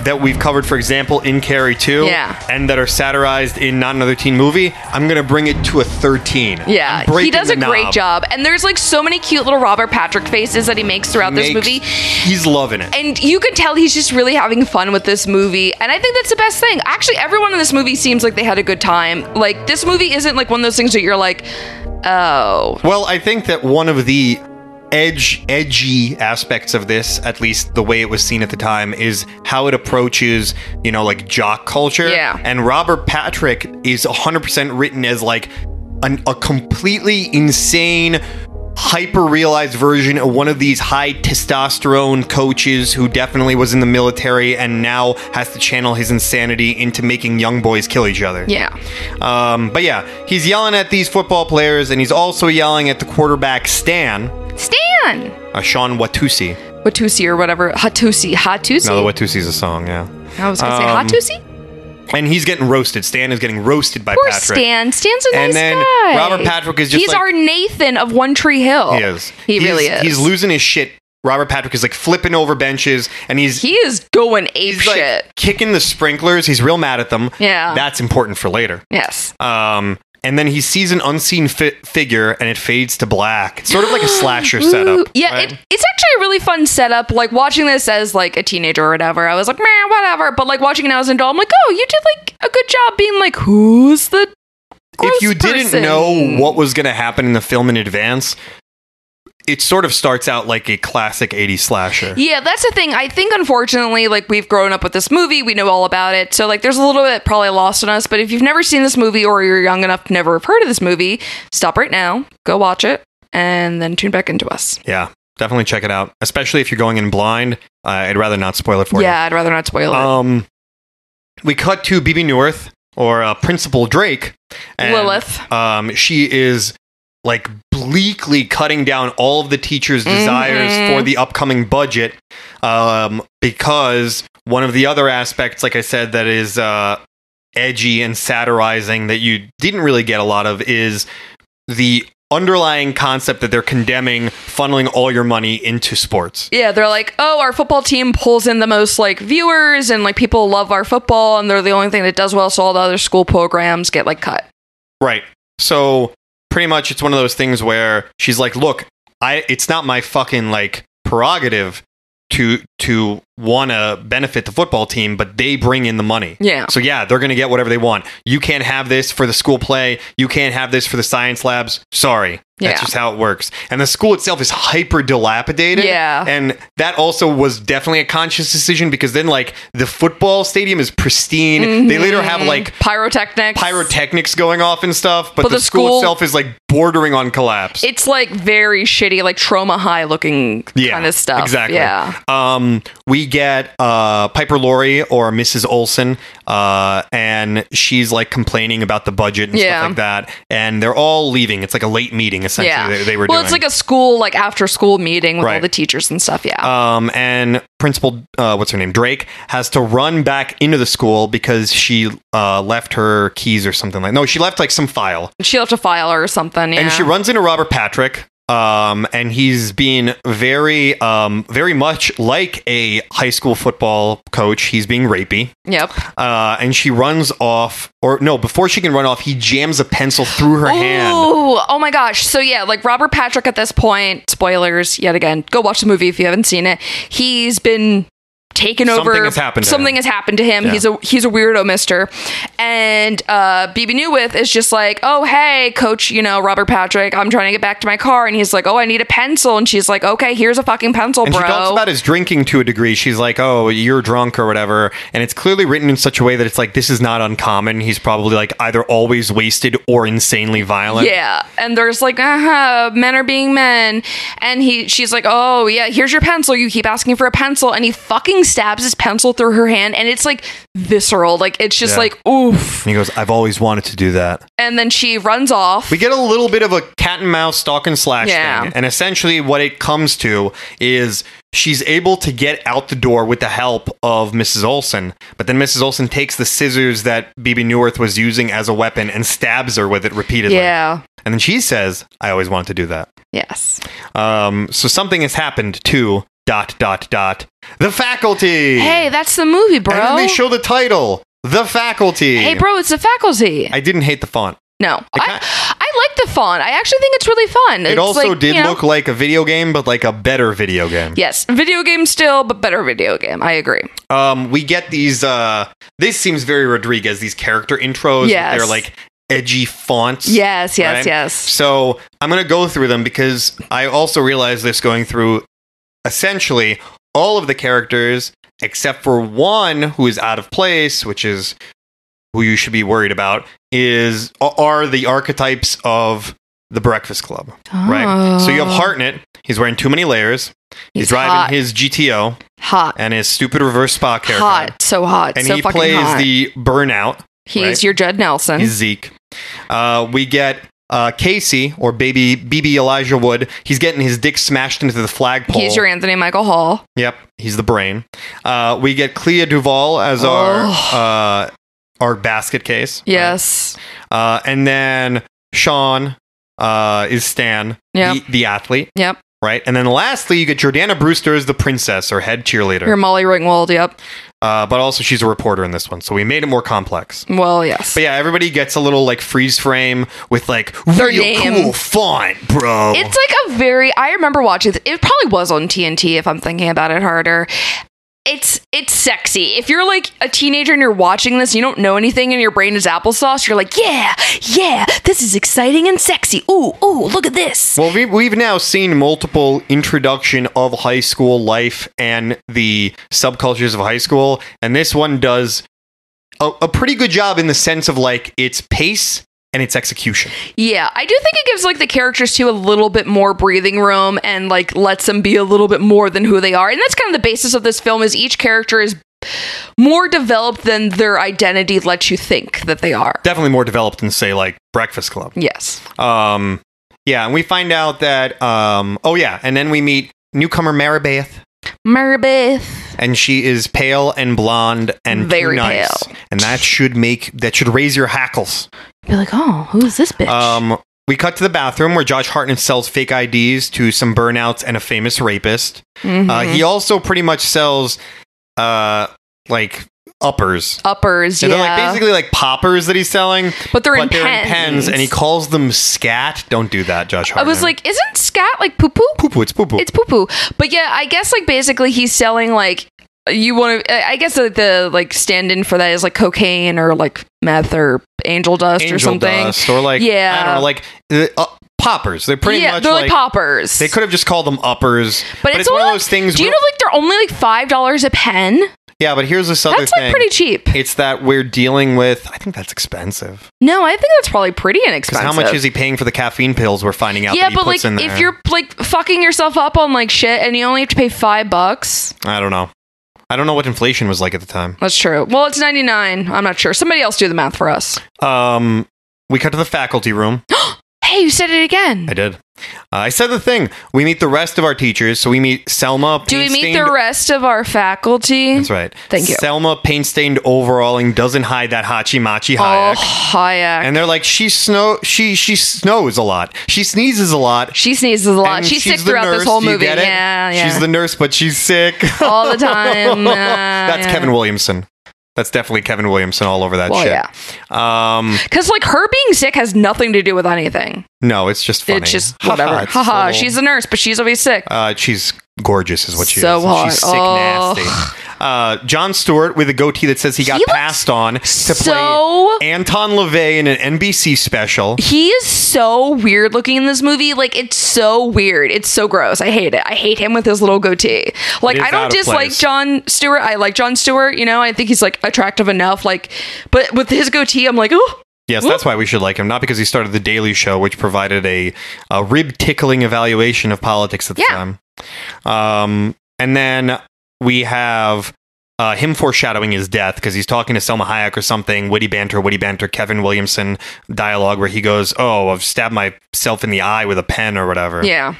A: that we've covered, for example, in Carrie 2,
B: Yeah.
A: and that are satirized in Not Another Teen Movie. I'm going to bring it to a 13.
B: yeah,
A: I'm breaking
B: he does
A: the
B: a great
A: knob.
B: job. And there's like so many cute little Robert Patrick faces that he makes throughout this
A: Makes-
B: movie.
A: He's loving it.
B: and you can tell he's just really having fun with this movie and i think that's the best thing actually everyone in this movie seems like they had a good time like this movie isn't like one of those things that you're like oh
A: Well, I think that one of the edge edgy aspects of this, at least the way it was seen at the time, is how it approaches, you know, like jock culture.
B: Yeah.
A: And Robert Patrick is 100% written as like an, a completely insane hyper realized version of one of these high testosterone coaches who definitely was in the military and now has to channel his insanity into making young boys kill each other.
B: yeah
A: Um, but yeah, he's yelling at these football players, and he's also yelling at the quarterback Stan,
B: stan
A: uh, Sean Watusi.
B: watusi or whatever hatusi hatusi
A: No, the Watusi's a song, yeah.
B: i was gonna
A: um,
B: say hatusi
A: And he's getting roasted. Stan is getting roasted by
B: or
A: Patrick.
B: stan stan's a
A: And
B: nice
A: then
B: guy
A: Robert Patrick is just
B: he's
A: like-
B: our nathan of one tree hill
A: He is.
B: he
A: He's-
B: really is
A: He's losing his shit. Robert Patrick is like flipping over benches, and he's
B: he is going ape
A: he's like
B: shit
A: kicking the sprinklers. He's real mad at them.
B: Yeah.
A: that's important for later.
B: yes
A: Um, and then he sees an unseen fi- figure, and it fades to black. It's sort of like a slasher
B: Ooh,
A: setup.
B: Yeah,
A: right?
B: it, it's actually a really fun setup. Like watching this as like a teenager or whatever, I was like, man, whatever. But like watching it now as an adult, I'm like, oh, you did like a good job being like, who's the gross
A: if you didn't
B: person?
A: know what was going to happen in the film in advance, it sort of starts out like a classic 80s slasher.
B: Yeah, that's the thing. I think unfortunately, like we've grown up with this movie, we know all about it. So like, there's a little bit probably lost on us. But if you've never seen this movie or you're young enough to never have heard of this movie, stop right now, go watch it, and then tune back into us.
A: Yeah, definitely check it out, especially if you're going in blind. Uh, I'd rather not spoil it for
B: yeah, I'd rather not spoil
A: you.
B: it.
A: Um, we cut to BB Newirth or uh, Principal Drake. and,
B: Lilith.
A: Um, she is like bleakly cutting down all of the teachers' desires
B: Mhm.
A: for the upcoming budget um, because one of the other aspects, like I said, that is uh, edgy and satirizing that you didn't really get a lot of is the underlying concept that they're condemning funneling all your money into sports.
B: Yeah, they're like, oh, our football team pulls in the most like viewers and like people love our football and they're the only thing that does well, so all the other school programs get like cut.
A: Right. So pretty much it's one of those things where she's like, "Look, I it's not my fucking like prerogative to to want to benefit the football team, but they bring in the money."
B: Yeah.
A: So yeah, they're going to get whatever they want. You can't have this for the school play. You can't have this for the science labs. Sorry. That's
B: Yeah.
A: just how it works. And the school itself is hyper dilapidated.
B: Yeah.
A: And that also was definitely a conscious decision because then, like, the football stadium is pristine. They later have,
B: Mm-hmm.
A: like,
B: Pyrotechnics.
A: pyrotechnics going off and stuff, but,
B: But
A: the,
B: the
A: school,
B: school-
A: itself is, like, bordering on collapse.
B: It's like very shitty, like trauma high looking kind of stuff.
A: Exactly.
B: Yeah.
A: Um, we get uh, Piper Laurie or Mrs. Olson, uh, and she's like complaining about the budget and
B: Yeah.
A: stuff like that. And they're all leaving. It's like a late meeting essentially.
B: Yeah.
A: They, they were
B: well,
A: doing.
B: it's like a school, like after school meeting with all
A: Right.
B: the teachers and stuff. Yeah.
A: um, and principal, uh, what's her name, Drake, has to run back into the school because she uh, left her keys or something like. No, she left like some file,
B: she left a file or something. Yeah.
A: and she runs into Robert Patrick. Um, and he's being very, um, very much like a high school football coach. He's being rapey.
B: Yep.
A: uh, and she runs off, or no, before she can run off, he jams a pencil through her hand.
B: Ooh, oh my gosh. So yeah, like Robert Patrick at this point, spoilers yet again. Go watch the movie if you haven't seen it. He's been taken
A: Something
B: over.
A: has happened to
B: Something
A: him.
B: has happened to him.
A: Yeah.
B: He's a he's a weirdo mister. And uh BB Newith is just like, "Oh, hey, coach, you know, Robert Patrick, I'm trying to get back to my car." And he's like, "Oh, I need a pencil." And she's like, "Okay, here's a fucking pencil,
A: And
B: bro."
A: she talks about his drinking to a degree. She's like, "Oh, you're drunk or whatever," and it's clearly written in such a way that it's like this is not uncommon. He's probably like either always wasted or insanely violent.
B: Yeah, and there's like, uh huh, men are being men, and he, she's like, oh yeah, here's your pencil. You keep asking for a pencil, and he fucking stabs his pencil through her hand, and it's like visceral, like it's just
A: Yeah.
B: like oof.
A: And he goes, "I've always wanted to do that."
B: And then she runs off.
A: We get a little bit of a cat and mouse stalk and slash
B: Yeah.
A: thing. And essentially, what it comes to is she's able to get out the door with the help of Mrs. Olson. But then Mrs. Olson takes the scissors that BB Newirth was using as a weapon and stabs her with it repeatedly.
B: yeah.
A: And then she says, I always wanted to do that.
B: Yes.
A: Um, so something has happened to dot, dot, dot. The faculty.
B: Hey, that's the movie,
A: And then
B: bro.
A: they show the title The Faculty.
B: hey, bro, it's the faculty.
A: I didn't hate the font.
B: no,
A: I-
B: I, I like the font. I actually think it's really fun.
A: It
B: It's
A: also
B: like,
A: did
B: you know-
A: look like a video game, but like a better video game.
B: Yes, video game still, but better video game. I agree.
A: Um, we get these. Uh, this seems very Rodriguez. These character intros.
B: Yes.
A: They're like edgy fonts.
B: Yes, yes,
A: Right?
B: yes.
A: So I'm gonna go through them because I also realized this going through essentially all of the characters except for one who is out of place, which is who you should be worried about. Is are the archetypes of the Breakfast Club, right? So you have
B: Oh.
A: Hartnett. He's wearing too many layers. He's,
B: He's
A: driving
B: hot.
A: his GTO
B: hot.
A: and his stupid reverse Spock haircut.
B: hot, so hot,
A: and
B: so
A: he
B: fucking
A: plays
B: hot.
A: the burnout.
B: He's
A: right?
B: your Judd Nelson.
A: He's Zeke. Uh, we get uh, Casey or baby BB Elijah Wood. He's getting his dick smashed into the flagpole.
B: He's your Anthony Michael Hall.
A: yep. He's the brain. Uh, we get Clea Duvall as
B: Oh.
A: our uh, our basket case.
B: Yes.
A: Uh, and then Sean uh, is Stan,
B: Yep.
A: the, the athlete.
B: Yep.
A: Right. And then lastly, you get Jordana Brewster as the princess or head
B: Your
A: cheerleader.
B: Molly Ringwald. Yep.
A: Uh, but also, she's a reporter in this one. So we made it more complex.
B: Well, yes.
A: But yeah, everybody gets a little like freeze frame with like
B: Their
A: real
B: name.
A: cool font, bro.
B: It's like a very. I remember watching. This. It probably was on TNT if I'm thinking about it harder. It's it's sexy. If you're like a teenager and you're watching this, you don't know anything, and your brain is applesauce. You're like, yeah, yeah, this is exciting and sexy. Ooh, ooh, look at this.
A: well, we've, we've now seen multiple introduction of high school life and the subcultures of high school, and this one does a, a pretty good job in the sense of like its pace and its execution.
B: Yeah, I do think it gives like the characters too a little bit more breathing room and like lets them be a little bit more than who they are. And that's kind of the basis of this film is each character is more developed than their identity lets you think that they are.
A: Definitely more developed than say like Breakfast Club.
B: Yes.
A: Um, yeah, and we find out that um, oh yeah, and then we meet newcomer Maribeth.
B: Meredith.
A: and she is pale and blonde and too
B: Very
A: nice.
B: pale.
A: and that should make that should raise your hackles.
B: Be like, oh, who's this bitch?
A: Um, we cut to the bathroom where Josh Hartnett sells fake IDs to some burnouts and a famous rapist.
B: Mhm.
A: Uh, he also pretty much sells uh, like uppers.
B: Uppers,
A: And
B: yeah.
A: they're like basically like poppers that he's selling,
B: but they're, in,
A: but they're
B: pens.
A: in pens, and he calls them scat. Don't do that, Josh
B: I
A: Hartnett.
B: was like, isn't scat like poo poo?
A: poo poo. It's poo poo.
B: It's poo poo. But yeah, I guess like basically he's selling like you want to. I I guess like the like stand in for that is like cocaine or like meth or angel dust or
A: angel
B: something.
A: dust or like
B: Yeah.
A: I don't know, like uh, uh, poppers. They're pretty
B: yeah,
A: much
B: they're like,
A: like,
B: poppers.
A: They could have just called them uppers.
B: but, it's, one only
A: of those
B: like-
A: things.
B: Do you
A: where-
B: know like they're only like five dollars a pen?
A: yeah, but here's this other
B: That's
A: thing.
B: like pretty cheap.
A: it's that we're dealing with. I think that's expensive.
B: No, I think that's probably pretty
A: 'Cause
B: inexpensive.
A: How much is he paying for the caffeine pills we're finding out?
B: yeah,
A: that he
B: but
A: puts
B: like
A: in there?
B: if you're like fucking yourself up on like shit and you only have to pay five bucks.
A: I don't know. I don't know what inflation was like at the time.
B: That's true. Well, it's 99. I'm not sure. Somebody else do the math for us.
A: Um, we cut to the faculty
B: *gasps*
A: room.
B: Hey, you said it again.
A: I did. Uh, I said the thing. We meet the rest of our teachers. So we meet Selma.
B: Do we meet the
A: paint-stained-
B: rest of our faculty?
A: That's right.
B: Thank you.
A: Selma paint stained overalling doesn't hide that Hachimachi
B: Oh,
A: Hayek.
B: Hayek.
A: And they're like, she snow, she she snows a lot. She sneezes a lot.
B: she sneezes a lot.
A: And
B: She's, sick
A: the
B: throughout
A: nurse,
B: this whole
A: do you
B: movie.
A: get it?
B: Yeah, yeah. *laughs*
A: She's the nurse, but she's sick *laughs*
B: All the time. Uh,
A: That's
B: yeah.
A: Kevin Williamson. That's definitely Kevin Williamson all over that
B: Well,
A: shit.
B: yeah.
A: Um,
B: Because, like, her being sick has nothing to do with anything.
A: no, it's just funny. *laughs*
B: It's just
A: Ha ha,
B: whatever.
A: it's
B: Haha.
A: little-
B: She's a nurse, but she's always sick.
A: Uh, she's gorgeous, is what she
B: So
A: is.
B: hot.
A: She's sick,
B: Oh.
A: nasty. Uh, John Stewart with a goatee that says he got
B: He looks
A: passed on to
B: so.
A: play Anton LaVey in an NBC special.
B: He is so weird looking in this movie. Like it's so weird. It's so gross. I hate it. I hate him with his little goatee.
A: It
B: Like
A: is
B: I
A: out
B: don't
A: of
B: dislike
A: place.
B: John Stewart. I like John Stewart, you know. I think he's like attractive enough like but with his goatee I'm like, "Oh,
A: Yes, that's why we should like him, not because he started the Daily Show, which provided a, a rib tickling evaluation of politics at the
B: Yeah.
A: time. Um, and then we have uh, him foreshadowing his death because he's talking to Selma Hayek or something. Witty banter, witty banter. Kevin Williamson dialogue where he goes, "Oh, I've stabbed myself in the eye with a pen or whatever."
B: yeah."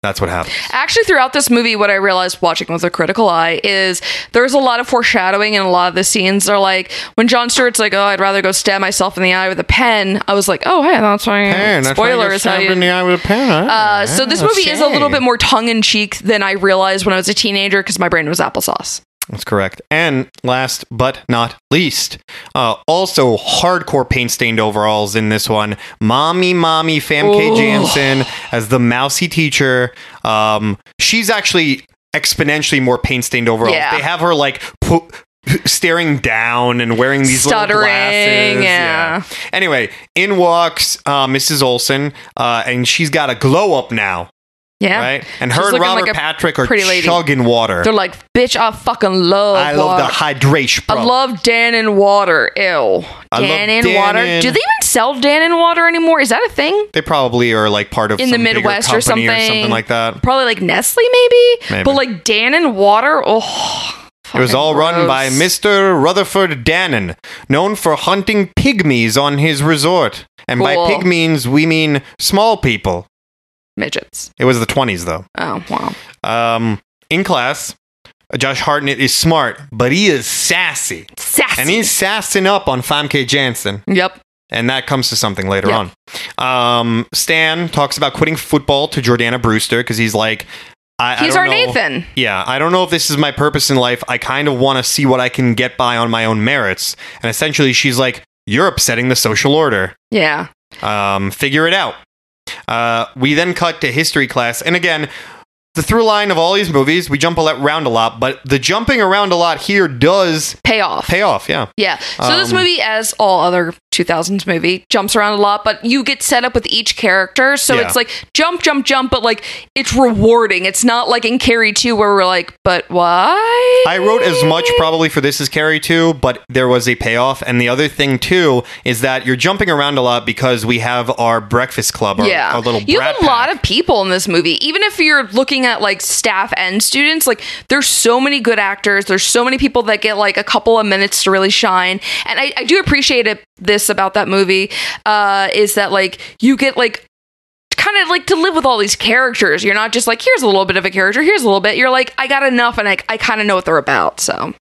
A: that's what happened.
B: Actually, throughout this movie, what I realized watching with a critical eye is there's a lot of foreshadowing, and a lot of the scenes are like when John Stewart's like, "Oh, I'd rather go stab myself in the eye with a pen." I was like, "Oh, hey, that's why." spoilers, how you-
A: eye with a pen.
B: Uh, so
A: Oh,
B: this movie is a little bit more tongue in cheek than I realized when I was a teenager because my brain was applesauce.
A: That's correct. And last but not least, uh, also hardcore paint stained overalls in this one. Mommy, mommy, Famke
B: Oh.
A: Jansen as the mousy teacher. Um, she's actually exponentially more paint stained overalls.
B: Yeah.
A: They have her like pu- staring down and wearing these little
B: Stuttering,
A: glasses.
B: yeah.
A: Anyway, in walks uh, Mrs. Olsen, uh, and she's got a glow up now,
B: Yeah,
A: right? And
B: She's
A: her and
B: looking
A: Robert
B: like a
A: Patrick are
B: pretty lady.
A: chugging water.
B: they're like, "Bitch, I fucking love."
A: I love
B: water.
A: the hydration.
B: I
A: bro.
B: love Dan and water. Ew,
A: I love
B: Dan and
A: Dan
B: water.
A: and-
B: Do they even sell Dan and water anymore? Is that a thing?
A: They probably are like part of
B: In the
A: some bigger
B: Midwest or
A: company
B: something.
A: like that.
B: Probably like Nestle, maybe.
A: Maybe.
B: But like Dan and water. Oh,
A: It was
B: fucking
A: all run
B: gross.
A: by Mr. Rutherford Dannon, known for hunting pygmies on his resort. And by
B: Cool.
A: pygmies, we mean small people.
B: midgets.
A: It was the 20s, though.
B: Oh wow.
A: Um, in class, Josh Hartnett is smart, but he is sassy.
B: Sassy.
A: And he's sassing up on Famke Janssen.
B: yep.
A: And that comes to something later
B: Yeah.
A: on. Um, Stan talks about quitting football to Jordana Brewster because he's like, I, I
B: He's
A: don't
B: our
A: know.
B: Nathan.
A: Yeah, I don't know if this is my purpose in life. I kind of want to see what I can get by on my own merits. And essentially, she's like, You're upsetting the social order.
B: Yeah.
A: Um, figure it out. Uh, we then cut to history class. And again, the through line of all these movies, we jump around a lot, but the jumping around a lot here does
B: Pay off.
A: pay off. Yeah.
B: Yeah. So this
A: Um,
B: movie, as all other 2000s movie, jumps around a lot, but you get set up with each character. So
A: Yeah.
B: it's like jump, jump, jump, but like it's rewarding. It's not like in Carrie 2 where we're like, but why?
A: I wrote as much probably for this as Carrie 2, but there was a payoff. And the other thing, too, is that you're jumping around a lot because we have our breakfast club, our,
B: yeah.
A: our little
B: you
A: brat
B: have a lot
A: pack.
B: of people in this movie. Even if you're looking at like staff and students, like there's so many good actors. There's so many people that get like a couple of minutes to really shine. And I, I do appreciate it, this about that movie uh, is that like you get like kind of like to live with all these characters. You're not just like, here's a little bit of a character, here's a little bit. You're like, I got enough and I, I kind of know what they're about. So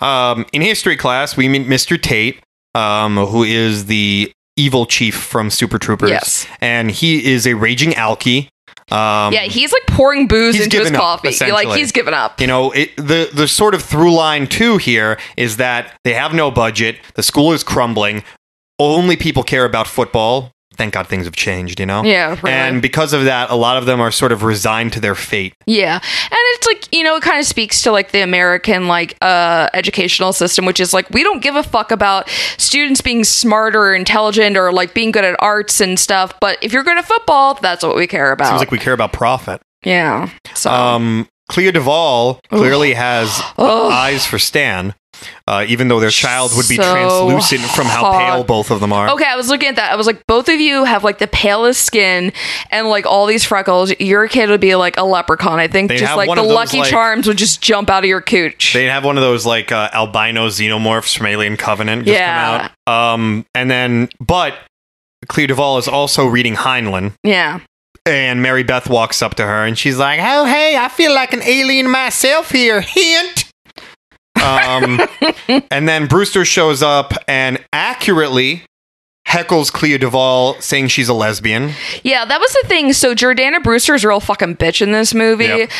A: Um, in history class, we meet Mr. Tate, um, who is the evil chief from Super Troopers.
B: Yes.
A: And he is a raging alky. Um,
B: yeah, he's like pouring booze
A: he's
B: into his
A: given up,
B: coffee. like
A: essentially.
B: he's given up.
A: you know, it, the the sort of through line too here is that they have no budget. The school is crumbling. Only people care about football. thank God things have changed, you know?
B: Yeah, really.
A: And because of that, a lot of them are sort of resigned to their fate.
B: Yeah. And it's like, you know, it kind of speaks to like the American like uh educational system which is like we don't give a fuck about students being smart or intelligent or like being good at arts and stuff, but if you're good at football, that's what we care about.
A: Seems like we care about profit.
B: yeah. So
A: Um, Clea Duvall clearly has
B: oh.
A: eyes for Stan, uh, even though their child would be
B: So
A: translucent from how
B: hot. Oh,
A: pale both of them are.
B: Okay, I was looking at that. I was like, both of you have like the palest skin and like all these freckles. Your kid would be like a leprechaun, I think.
A: They'd
B: just
A: have
B: like
A: one
B: the
A: of those,
B: lucky
A: like-
B: charms would just jump out of your cooch.
A: They have one of those like uh, albino xenomorphs from Alien Covenant just
B: Yeah.
A: come out. Um, and then, but Clea Duvall is also reading Heinlein,
B: yeah.
A: and Mary Beth walks up to her and she's like, "Oh, hey, I feel like an alien myself here." Hint.
B: *laughs*
A: Um, and then Brewster shows up and accurately heckles Clea Duvall, saying she's a lesbian.
B: Yeah, that was the thing. So Jordana Brewster's a real fucking bitch in this movie.
A: Yep.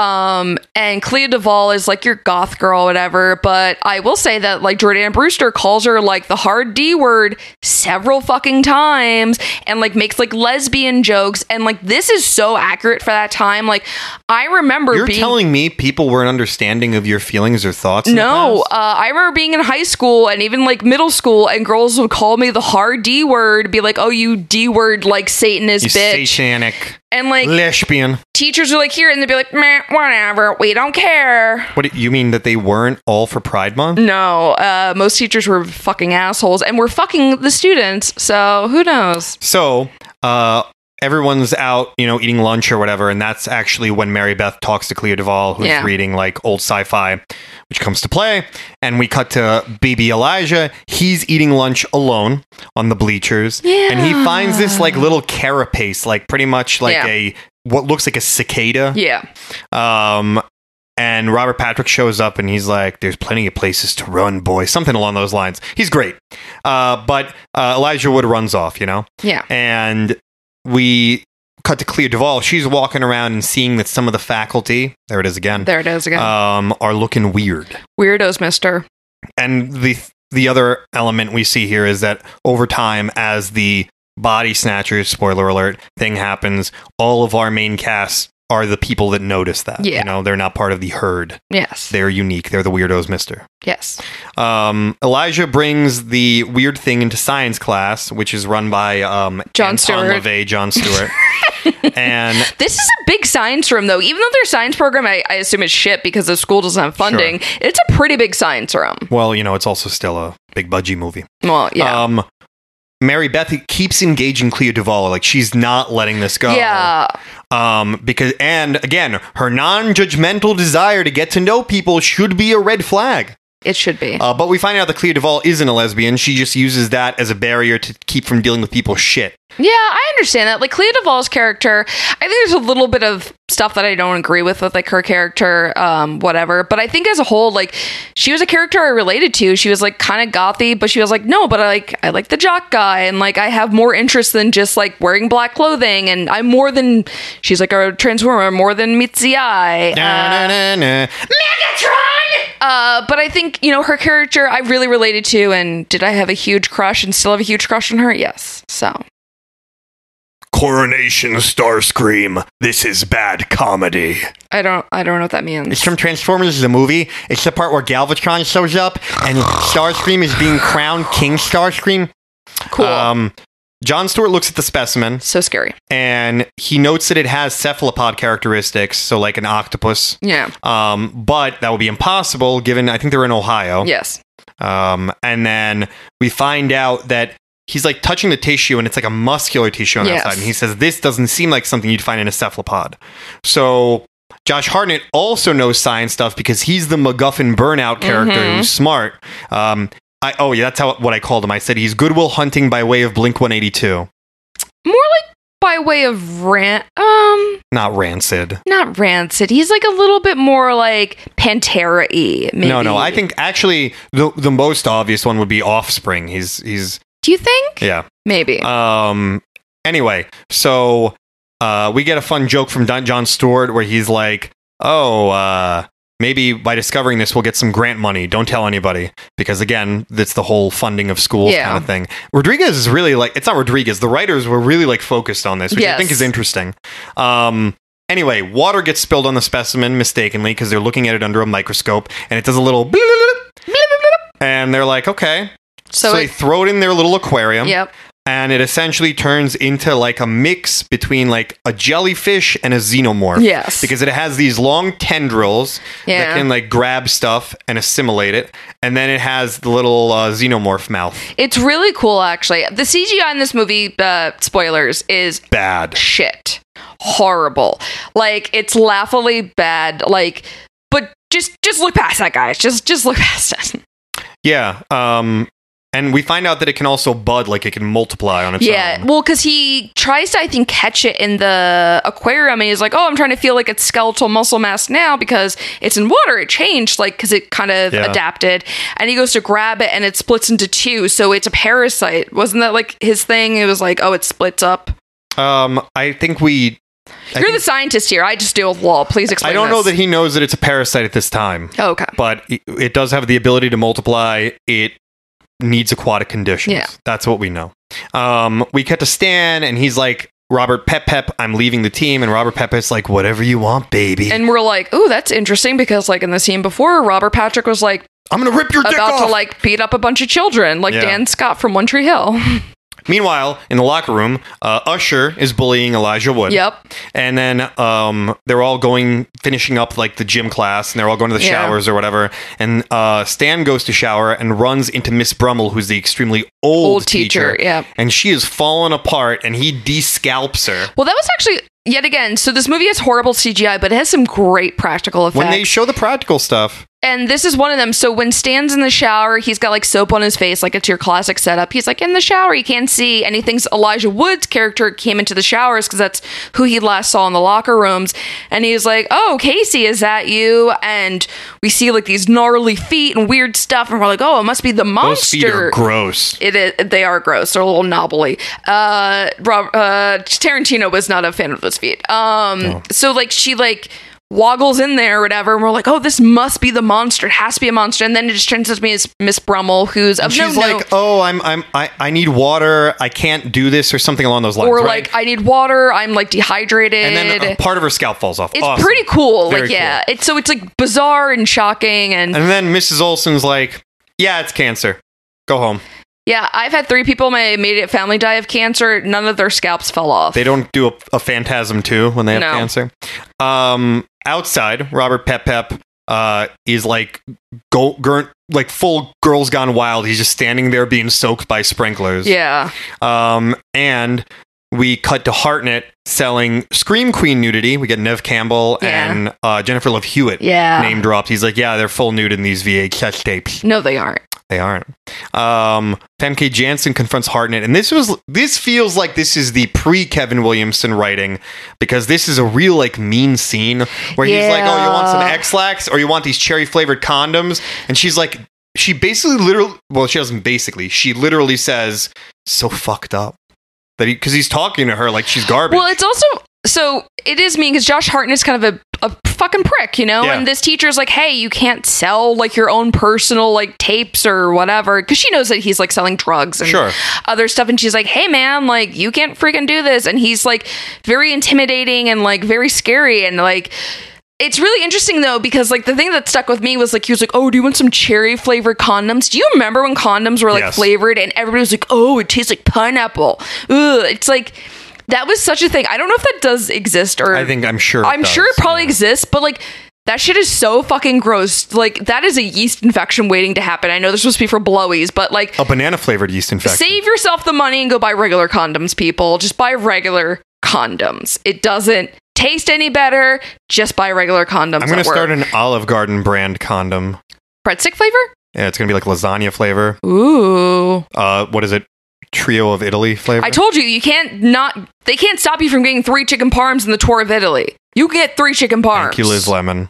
B: Um, and Clea Duvall is like your goth girl, whatever. But I will say that like Jordana Brewster calls her like the hard D word several fucking times and like makes like lesbian jokes. And like this is so accurate for that time. Like I remember
A: You're
B: being
A: telling me people weren't understanding of your feelings or thoughts? in the
B: no,
A: past?
B: uh, I remember being in high school and even like middle school, and girls would call me the hard D word, be like, "Oh, you D word like Satanist
A: you
B: bitch,"
A: satanic
B: and like
A: lesbian.
B: teachers are like here and they'd be like Meh, whatever we don't care
A: What do you mean that they weren't all for Pride Month?
B: no uh, most teachers were fucking assholes and we're fucking the students so who knows
A: So, uh, everyone's out, you know, eating lunch or whatever, and that's actually when Mary Beth talks to Clea Duvall, who's
B: Yeah.
A: reading like old sci-fi, which comes to play. And we cut to baby Elijah. He's eating lunch alone on the bleachers, and he finds this like little carapace, like pretty much like
B: Yeah.
A: a what looks like a cicada.
B: yeah
A: Um, and Robert Patrick shows up and he's like, "There's plenty of places to run, boy." Something along those lines. He's great, uh, but uh, Elijah Wood runs off, you know.
B: yeah
A: And we cut to Clea Duvall. She's walking around and seeing that some of the faculty, there it is again,
B: there it is again
A: um, are looking weird.
B: weirdos mister
A: And the the other element we see here is that over time, as the body snatchers spoiler alert thing happens, all of our main cast are the people that notice that.
B: Yeah.
A: You know, they're not part of the herd.
B: yes
A: They're unique. They're the weirdos, Mister.
B: yes
A: Um, Elijah brings the weird thing into science class, which is run by um,
B: Jon
A: Anton
B: Stewart.
A: LaVey, John
B: *laughs*
A: Stewart, and
B: this is a big science room though even though their science program i, I assume is shit because the school doesn't have funding it's a pretty big science room
A: well, you know, it's also still a big budgie movie.
B: well yeah
A: Um, Mary Beth keeps engaging Clea Duvall, like she's not letting this go.
B: yeah
A: Um, because and again, her non-judgmental desire to get to know people should be a red flag.
B: it should be
A: Uh, but we find out that Clea Duvall isn't a lesbian. She just uses that as a barrier to keep from dealing with people's shit.
B: Yeah, I understand that. Like Clea Duvall's character, I think there's a little bit of stuff that I don't agree with with like her character, um, whatever. But I think as a whole, like she was a character I related to. She was like kind of gothy, but she was like, no, but I like I like the jock guy, and like I have more interest than just like wearing black clothing, and I'm more than she's like a transformer, more than meets the eye. Uh,
A: Na-na-na-na.
B: Megatron. Uh, but I think you know her character I really related to, and did I have a huge crush and still have a huge crush on her? Yes. So
C: Coronation Starscream. This is bad comedy.
B: I don't I don't know what that means.
A: It's from Transformers the movie. It's the part where Galvatron shows up and Starscream is being crowned King Starscream.
B: Cool.
A: Um, John Stewart looks at the specimen
B: so scary.
A: and he notes that it has cephalopod characteristics, so like an octopus.
B: Yeah.
A: Um, but that would be impossible given I think they're in Ohio.
B: Yes.
A: Um, and then we find out that he's like touching the tissue and it's like a muscular tissue on the
B: Yes.
A: outside. And he says, This doesn't seem like something you'd find in a cephalopod. So Josh Hartnett also knows science stuff because he's the MacGuffin burnout character
B: Mhm.
A: who's smart. Um, I, oh, yeah, that's how what I called him. I said he's Goodwill Hunting by way of Blink 182,
B: More like by way of rant. Um,
A: not Rancid.
B: not rancid. He's like a little bit more like Pantera y.
A: No, no, I think actually the the most obvious one would be Offspring. He's he's
B: Do you think?
A: yeah.
B: Maybe.
A: Um. Anyway, so uh, we get a fun joke from Don- John Stewart where he's like, "Oh, uh, Maybe by discovering this, we'll get some grant money. Don't tell anybody. Because again, that's the whole funding of schools
B: Yeah.
A: kind of thing. Rodriguez is really like, it's not Rodriguez. The writers were really like focused on this, which I think
B: Yes.
A: is interesting. Um, anyway, water gets spilled on the specimen mistakenly because they're looking at it under a microscope and it does a little. And they're like, okay. So,
B: So,
A: they
B: it,
A: throw it in their little aquarium
B: yep.
A: and it essentially turns into like a mix between like a jellyfish and a xenomorph.
B: Yes.
A: Because it has these long tendrils
B: Yeah.
A: that can like grab stuff and assimilate it, and then it has the little uh, xenomorph mouth.
B: It's really cool, actually. The CGI in this movie, uh, spoilers, is
A: Bad.
B: shit. Horrible. Like it's laughably bad. Like, but just just look past that, guys. Just just look past it.
A: Yeah. Um, and we find out that it can also bud, like it can multiply on its
B: Yeah.
A: own.
B: Well, because he tries to, I think, catch it in the aquarium, and he's like, "Oh, I'm trying to feel like its skeletal muscle mass now because it's in water. It changed, like, because it kind of
A: Yeah.
B: adapted." And he goes to grab it, and it splits into two. So it's a parasite. Wasn't that like his thing? It was like, "Oh, it splits up."
A: Um, I think we. I,
B: You're
A: think-
B: the scientist here. I just deal with law. Please explain.
A: I don't know that
B: this.
A: he knows that it's a parasite at this time,
B: Oh, okay.
A: but it- it does have the ability to multiply. It needs aquatic conditions.
B: Yeah.
A: That's what we know. Um, we cut to Stan, and he's like, Robert Pep Pep, I'm leaving the team. And Robert Pep Pep's like, whatever you want, baby.
B: And we're like, "Oh, that's interesting," because like in the scene before, Robert Patrick was like
A: I'm going to rip your dick
B: about
A: off.
B: to like beat up a bunch of children, like
A: Yeah.
B: Dan Scott from One Tree Hill.
A: Meanwhile, in the locker room, uh, Usher is bullying Elijah Wood.
B: *laughs* yep.
A: And then um, they're all going, finishing up like the gym class, and they're all going to the
B: Yeah.
A: showers or whatever. And uh, Stan goes to shower and runs into Miss Brummel, who's the extremely old,
B: Old teacher, yeah.
A: And she is falling apart, and he descalps her.
B: Well, that was actually yet again. So this movie has horrible CGI, but it has some great practical effects.
A: When they show the practical stuff,
B: and this is one of them. So when Stan's in the shower, he's got like soap on his face, like it's your classic setup. He's like in the shower, he can't see, and he thinks Elijah Wood's character came into the showers because that's who he last saw in the locker rooms. And he's like, "Oh, Casey, is that you?" And we see like these gnarly feet and weird stuff, and we're like, "Oh, it must be the
A: those feet are
B: monster."
A: gross.
B: It is. They are gross. They're a little knobbly. Uh, Rob, uh, Tarantino was not a fan of those feet. Um, so like she like woggles in there or whatever, and we're like, oh, this must be the monster. It has to be a monster. And then it just turns out to be Miss- Miss Brummel, who's of no
A: She's
B: note.
A: like, "Oh, I'm, I'm, I, I need water. I can't do this," or something along those lines.
B: or
A: right?
B: like, I need water. I'm like dehydrated.
A: and then a part of her scalp falls off.
B: it's
A: Awesome.
B: pretty cool.
A: Very
B: like yeah, it's so it's like bizarre and shocking and
A: And then Mrs. Olson's like, "Yeah, it's cancer. Go home."
B: yeah. I've had three people in my immediate family die of cancer. None of their scalps fell off.
A: They don't do a, a phantasm too when they have
B: No.
A: cancer. Um, outside, Robert Pep Pep uh, is like go, gir- like full girls gone wild. He's just standing there being soaked by sprinklers.
B: yeah.
A: Um, and we cut to Hartnett selling Scream Queen nudity. We get Nev Campbell
B: Yeah.
A: and uh, Jennifer Love Hewitt
B: Yeah.
A: name dropped. He's like, yeah, they're full nude in these VHS tapes.
B: No, they aren't.
A: They aren't. Um, Famke Janssen confronts Hartnett, and this was this feels like this is the pre Kevin Williamson writing because this is a real like mean scene where he's like, "Oh, you want some
B: Yeah.
A: X-Lax or you want these cherry flavored condoms?" And she's like, she basically literally, well, she doesn't basically, she literally says, "So fucked up." That because he's talking to her like she's garbage.
B: Well, it's also so it is mean because Josh Hartnett's kind of a, a fucking prick, you know.
A: Yeah.
B: And this teacher's like, "Hey, you can't sell like your own personal like tapes or whatever," because she knows that he's like selling drugs and
A: Sure.
B: other stuff. And she's like, "Hey, man, like you can't freaking do this." And he's like very intimidating and like very scary and like. It's really interesting though because like the thing that stuck with me was like he was like, "Oh, do you want some cherry flavored condoms?" Do you remember when condoms were like
A: Yes.
B: flavored and everybody was like, "Oh, it tastes like pineapple." Ugh, it's like that was such a thing. I don't know if that does exist or
A: I think I'm sure. it
B: I'm sure
A: does.
B: it probably exists, but like that shit is so fucking gross. Like that is a yeast infection waiting to happen. I know this was supposed to be for blowies, but like
A: a banana flavored yeast Oh, infection.
B: save yourself the money and go buy regular condoms, people. Just buy regular condoms. It doesn't taste any better. Just buy regular condoms.
A: I'm gonna
B: at work.
A: start an Olive Garden brand condom.
B: breadstick flavor.
A: Yeah, it's gonna be like lasagna flavor.
B: Ooh.
A: uh, what is it? Trio of Italy flavor.
B: I told you, you can't not. They can't stop you from getting three chicken parms in the tour of Italy. You get three chicken parms.
A: Thank you, Liz Lemon.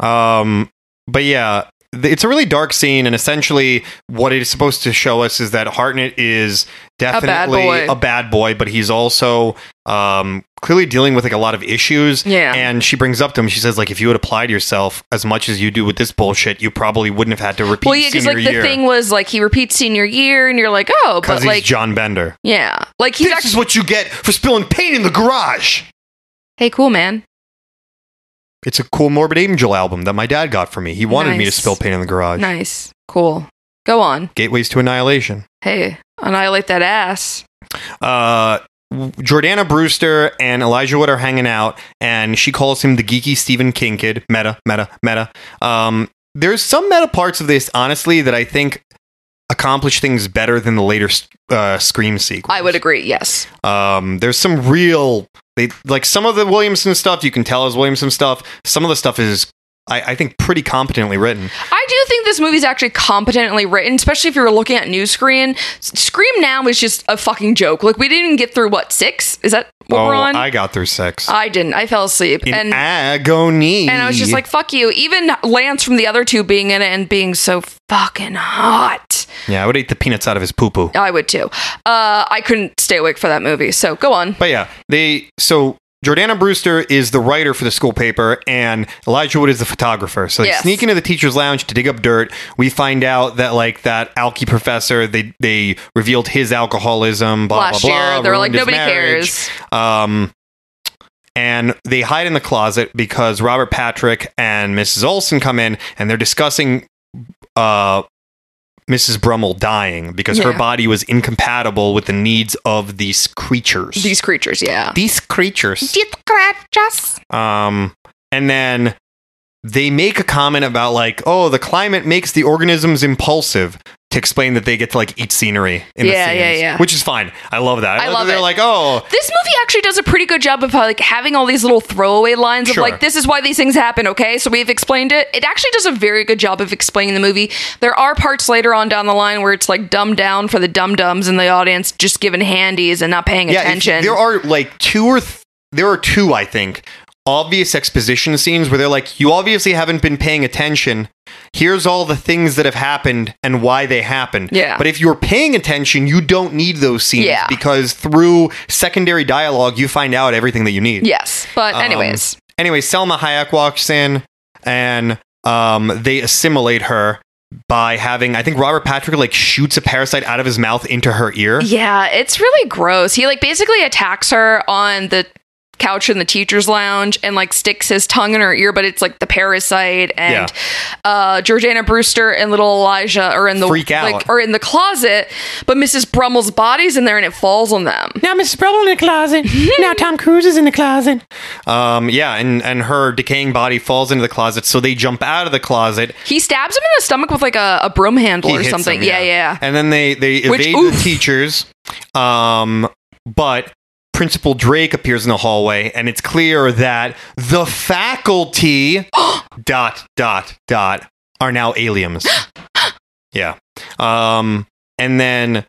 A: Um, but yeah, th- it's a really dark scene, and essentially what it is supposed to show us is that Hartnett is
B: bad
A: definitely
B: boy.
A: a bad boy, but he's also um, clearly dealing with like a lot of issues.
B: Yeah.
A: And she brings up to him, she says like, if you had applied yourself as much as you do with this bullshit, you probably wouldn't have had to repeat
B: Well, yeah, because
A: senior
B: like
A: year
B: the thing was like he repeats senior year, and you're like, oh, but
A: he's
B: like,
A: John Bender.
B: yeah, like he's
A: this
B: actually
A: is what you get for spilling paint in the garage.
B: hey, cool man.
A: It's a cool Morbid Angel album that my dad got for me. He wanted me to
B: Nice.
A: spill paint in the garage.
B: Nice. Cool. Go on.
A: Gateways to Annihilation.
B: Hey, annihilate that ass.
A: Uh, Jordana Brewster and Elijah Wood are hanging out, and she calls him the geeky Stephen King kid. Meta, meta, meta. Um, there's some meta parts of this, honestly, that I think accomplish things better than the later uh, Scream sequel.
B: I would agree. Yes.
A: Um, there's some real they like some of the Williamson stuff you can tell is Williamson stuff. Some of the stuff is I, I think pretty competently written.
B: I do think this movie's actually competently written, especially if you're looking at new screen. S- Scream Now is just a fucking joke. Like we didn't even get through what six? Is that what we're on?
A: Oh, I got through sex
B: I didn't. I fell asleep.
A: in
B: and
A: agony,
B: and I was just like, fuck you. Even Lance from the other two being in it and being so fucking hot.
A: yeah, I would eat the peanuts out of his poo poo.
B: I would too. Uh, I couldn't stay awake for that movie. So go on.
A: But yeah, they so Jordana Brewster is the writer for the school paper, and Elijah Wood is the photographer. So they
B: Yes.
A: sneak into the teacher's lounge to dig up dirt. We find out that like that alky professor, they they revealed his alcoholism. Blah
B: Last
A: blah blah.
B: year, they were like,
A: ruined his
B: nobody
A: marriage.
B: cares.
A: Um, and they hide in the closet because Robert Patrick and Mrs. Olson come in and they're discussing uh, Mrs. Brummel dying because her
B: Yeah.
A: body was incompatible with the needs of these creatures.
B: These creatures, yeah.
A: These creatures.
B: These creatures.
A: Um, and then they make a comment about like, oh, the climate makes the organisms impulsive to explain that they get to like eat scenery. In
B: Yeah,
A: the scenes,
B: yeah, yeah.
A: Which is fine. I love that.
B: I
A: that
B: love
A: They're
B: it.
A: like, oh,
B: This movie actually does a pretty good job of like having all these little throwaway lines
A: Sure.
B: of like this is why these things happen, okay? So we've explained it. It actually does a very good job of explaining the movie. There are parts later on down the line where it's like dumbed down for the dum dums in the audience just giving handies and not paying
A: yeah. if-
B: attention.
A: There are like two or th- there are two, I think, obvious exposition scenes where they're like, you obviously haven't been paying attention. Here's all the things that have happened and why they happened.
B: Yeah.
A: But if you're paying attention, you don't need those scenes
B: Yeah.
A: because through secondary dialogue, you find out everything that you need.
B: yes. But
A: Um,
B: anyways.
A: anyway, Selma Hayek walks in and um, they assimilate her by having I think Robert Patrick like shoots a parasite out of his mouth into her ear.
B: Yeah, it's really gross. He like basically attacks her on the couch in the teacher's lounge and like sticks his tongue in her ear, but it's like the parasite and uh Georgiana Brewster and little Elijah are in the
A: Freak out.
B: like are in the closet, but Mrs. Brummel's body's in there and it falls on them.
D: Now Mrs. Bravo in
B: *laughs*
D: the closet. now Tom Cruise is in the closet.
A: Um, yeah, and and her decaying body falls into the closet, so they jump out of the closet.
B: He stabs him in the stomach with like a, a broom handle
A: He
B: or
A: hits
B: something.
A: them,
B: yeah. yeah,
A: And then they they
B: Which-
A: evade the
B: oof.
A: teachers. Um, but Principal Drake appears in the hallway, and it's clear that the
B: *gasps*
A: faculty dot dot dot are now
B: *gasps*
A: aliens. yeah. Um, and then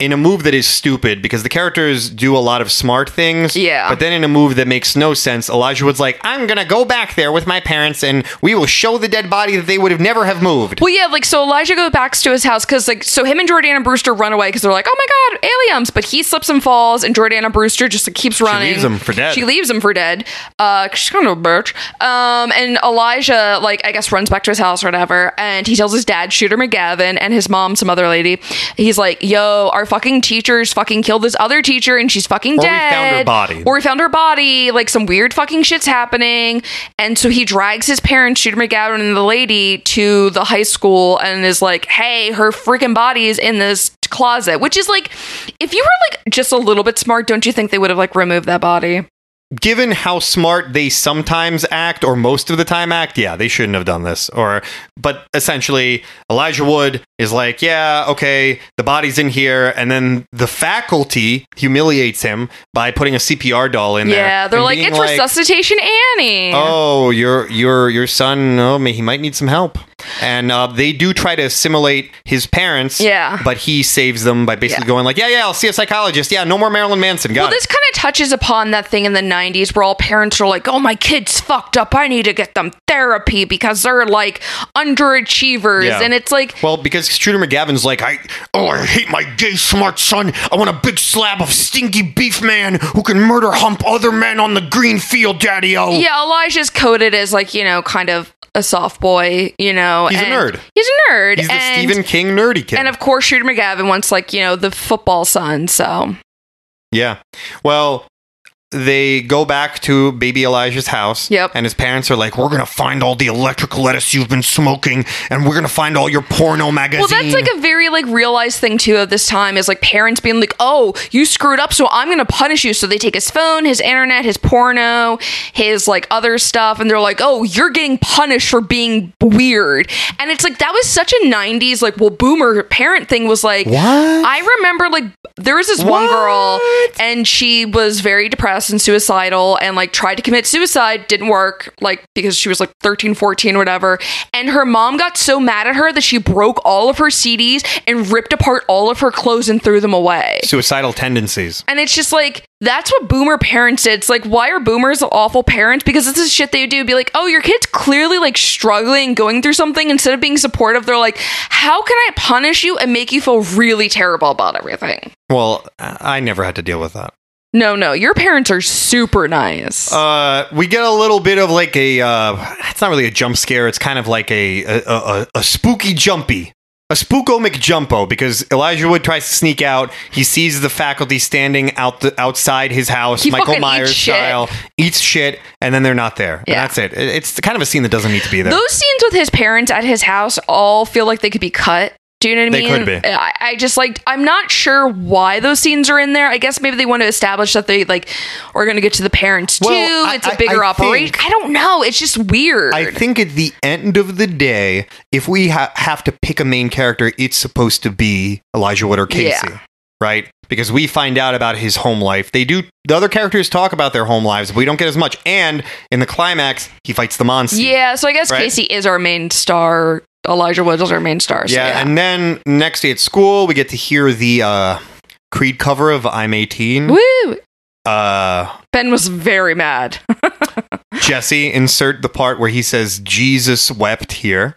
A: in a move that is stupid because the characters do a lot of smart things.
B: Yeah.
A: But then in a move that makes no sense, Elijah Wood's like, "I'm gonna go back there with my parents, and we will show the dead body that they would have never have moved."
B: Well, yeah, like so Elijah goes back to his house because like so him and Jordana Brewster run away because they're like, oh my god, aliens! But he slips and falls, and Jordana Brewster just like keeps running.
A: leaves him for dead.
B: She leaves him for dead. Uh, 'cause she's kind of a bitch. Um, and Elijah like I guess runs back to his house or whatever, and he tells his dad Shooter McGavin and his mom some other lady. He's like, yo, our fucking teachers fucking killed this other teacher, and she's fucking
A: Or we
B: dead.
A: found her body.
B: Or we found her body. Like some weird fucking shit's happening. And so he drags his parents, Shooter McGowan and the lady, to the high school and is like, hey, her freaking body is in this closet. Which is like, if you were like just a little bit smart, don't you think they would have like removed that body?
A: given how smart they sometimes act or most of the time act yeah they shouldn't have done this or but essentially elijah wood is like yeah okay the body's in here and then the faculty humiliates him by putting a cpr doll in
B: Yeah,
A: there
B: they're
A: and
B: like,
A: being
B: it's resuscitation Annie.
A: oh your your your son oh ma- he oh, might need some help and uh, they do try to assimilate his parents.
B: Yeah.
A: but he saves them by basically
B: Yeah.
A: going like, "Yeah, yeah, I'll see a psychologist. Yeah, no more Marilyn Manson. Got
B: Well, this
A: it."
B: kind of touches upon that thing in the 90s where all parents are like, oh, my kid's fucked up. I need to get them therapy because they're like underachievers.
A: Yeah.
B: And it's like,
A: Well, because Shooter McGavin's like, I
C: Oh, I hate my gay smart son. I want a big slab of stinky beef man who can murder hump other men on the green field, Daddy O.
B: yeah, Elijah's coded as like, you know, kind of a soft boy, you know.
A: He's a
B: and-
A: nerd.
B: He's a nerd.
A: he's the
B: and,
A: Stephen King nerdy kid.
B: And of course, Shooter McGavin wants like, you know, the football son. So,
A: yeah. Well, they go back to baby Elijah's house.
B: Yep.
A: And his parents are like, "We're gonna
C: Find all the electric lettuce you've been smoking, and we're gonna find all your porno magazine.
B: well, that's like a very like realized thing too of this time is like parents being like, "Oh, you screwed up, so I'm gonna punish you." So they take his phone, his internet, his porno, his like other stuff, and they're like, "Oh, you're getting punished for being weird." And it's like that was such a '90s like well boomer parent thing was like,
A: What?
B: I remember like there was this one girl
A: What?
B: and she was very depressed and suicidal and like tried to commit suicide didn't work like because she was like 13 14 whatever and her mom got so mad at her that she broke all of her cds and ripped apart all of her clothes and threw them away
A: suicidal tendencies."
B: and it's just like that's what boomer parents did it's like why are boomers awful parents because this is shit they do be like oh your kid's clearly like struggling going through something instead of being supportive they're like how can i punish you and make you feel really terrible about everything
A: Well, I I never had to deal with that.
B: No, no, your parents are super nice.
A: Uh, we get a little bit of like a. Uh, it's not really a jump scare. It's kind of like a a, a, a spooky jumpy, a spooko McJumpo because Elijah Wood tries to sneak out. He sees the faculty standing out the outside his house,
B: He
A: Michael
B: fucking
A: Myers
B: eats shit.
A: style, eats shit, and then they're not there. And
B: Yeah.
A: that's it. It- It's kind of a scene that doesn't need to be there.
B: Those scenes with his parents at his house all feel like they could be cut. Do you know what I
A: They
B: mean?
A: could be.
B: I, I just like I'm not sure why those scenes are in there. I guess maybe they want to establish that they like are going to get to the parents
A: Well,
B: too.
A: I-
B: it's a
A: I-
B: bigger
A: I
B: operation.
A: think-
B: I don't know. It's just weird.
A: I think at the end of the day, if we ha- have to pick a main character, it's supposed to be Elijah Wood or
B: Yeah.
A: Casey, right? Because we find out about his home life. They do. The other characters talk about their home lives, but we don't get as much. And in the climax, he fights the monster.
B: yeah. So I guess
A: Right?
B: Casey is our main star. Elijah Wood is our main star. So
A: Yeah,
B: yeah.
A: and then next day at school, we get to hear the uh, Creed cover of "I'm 18."
B: Woo!
A: Uh,
B: Ben was very mad. *laughs*
A: Jesse, insert the part where he says Jesus wept here.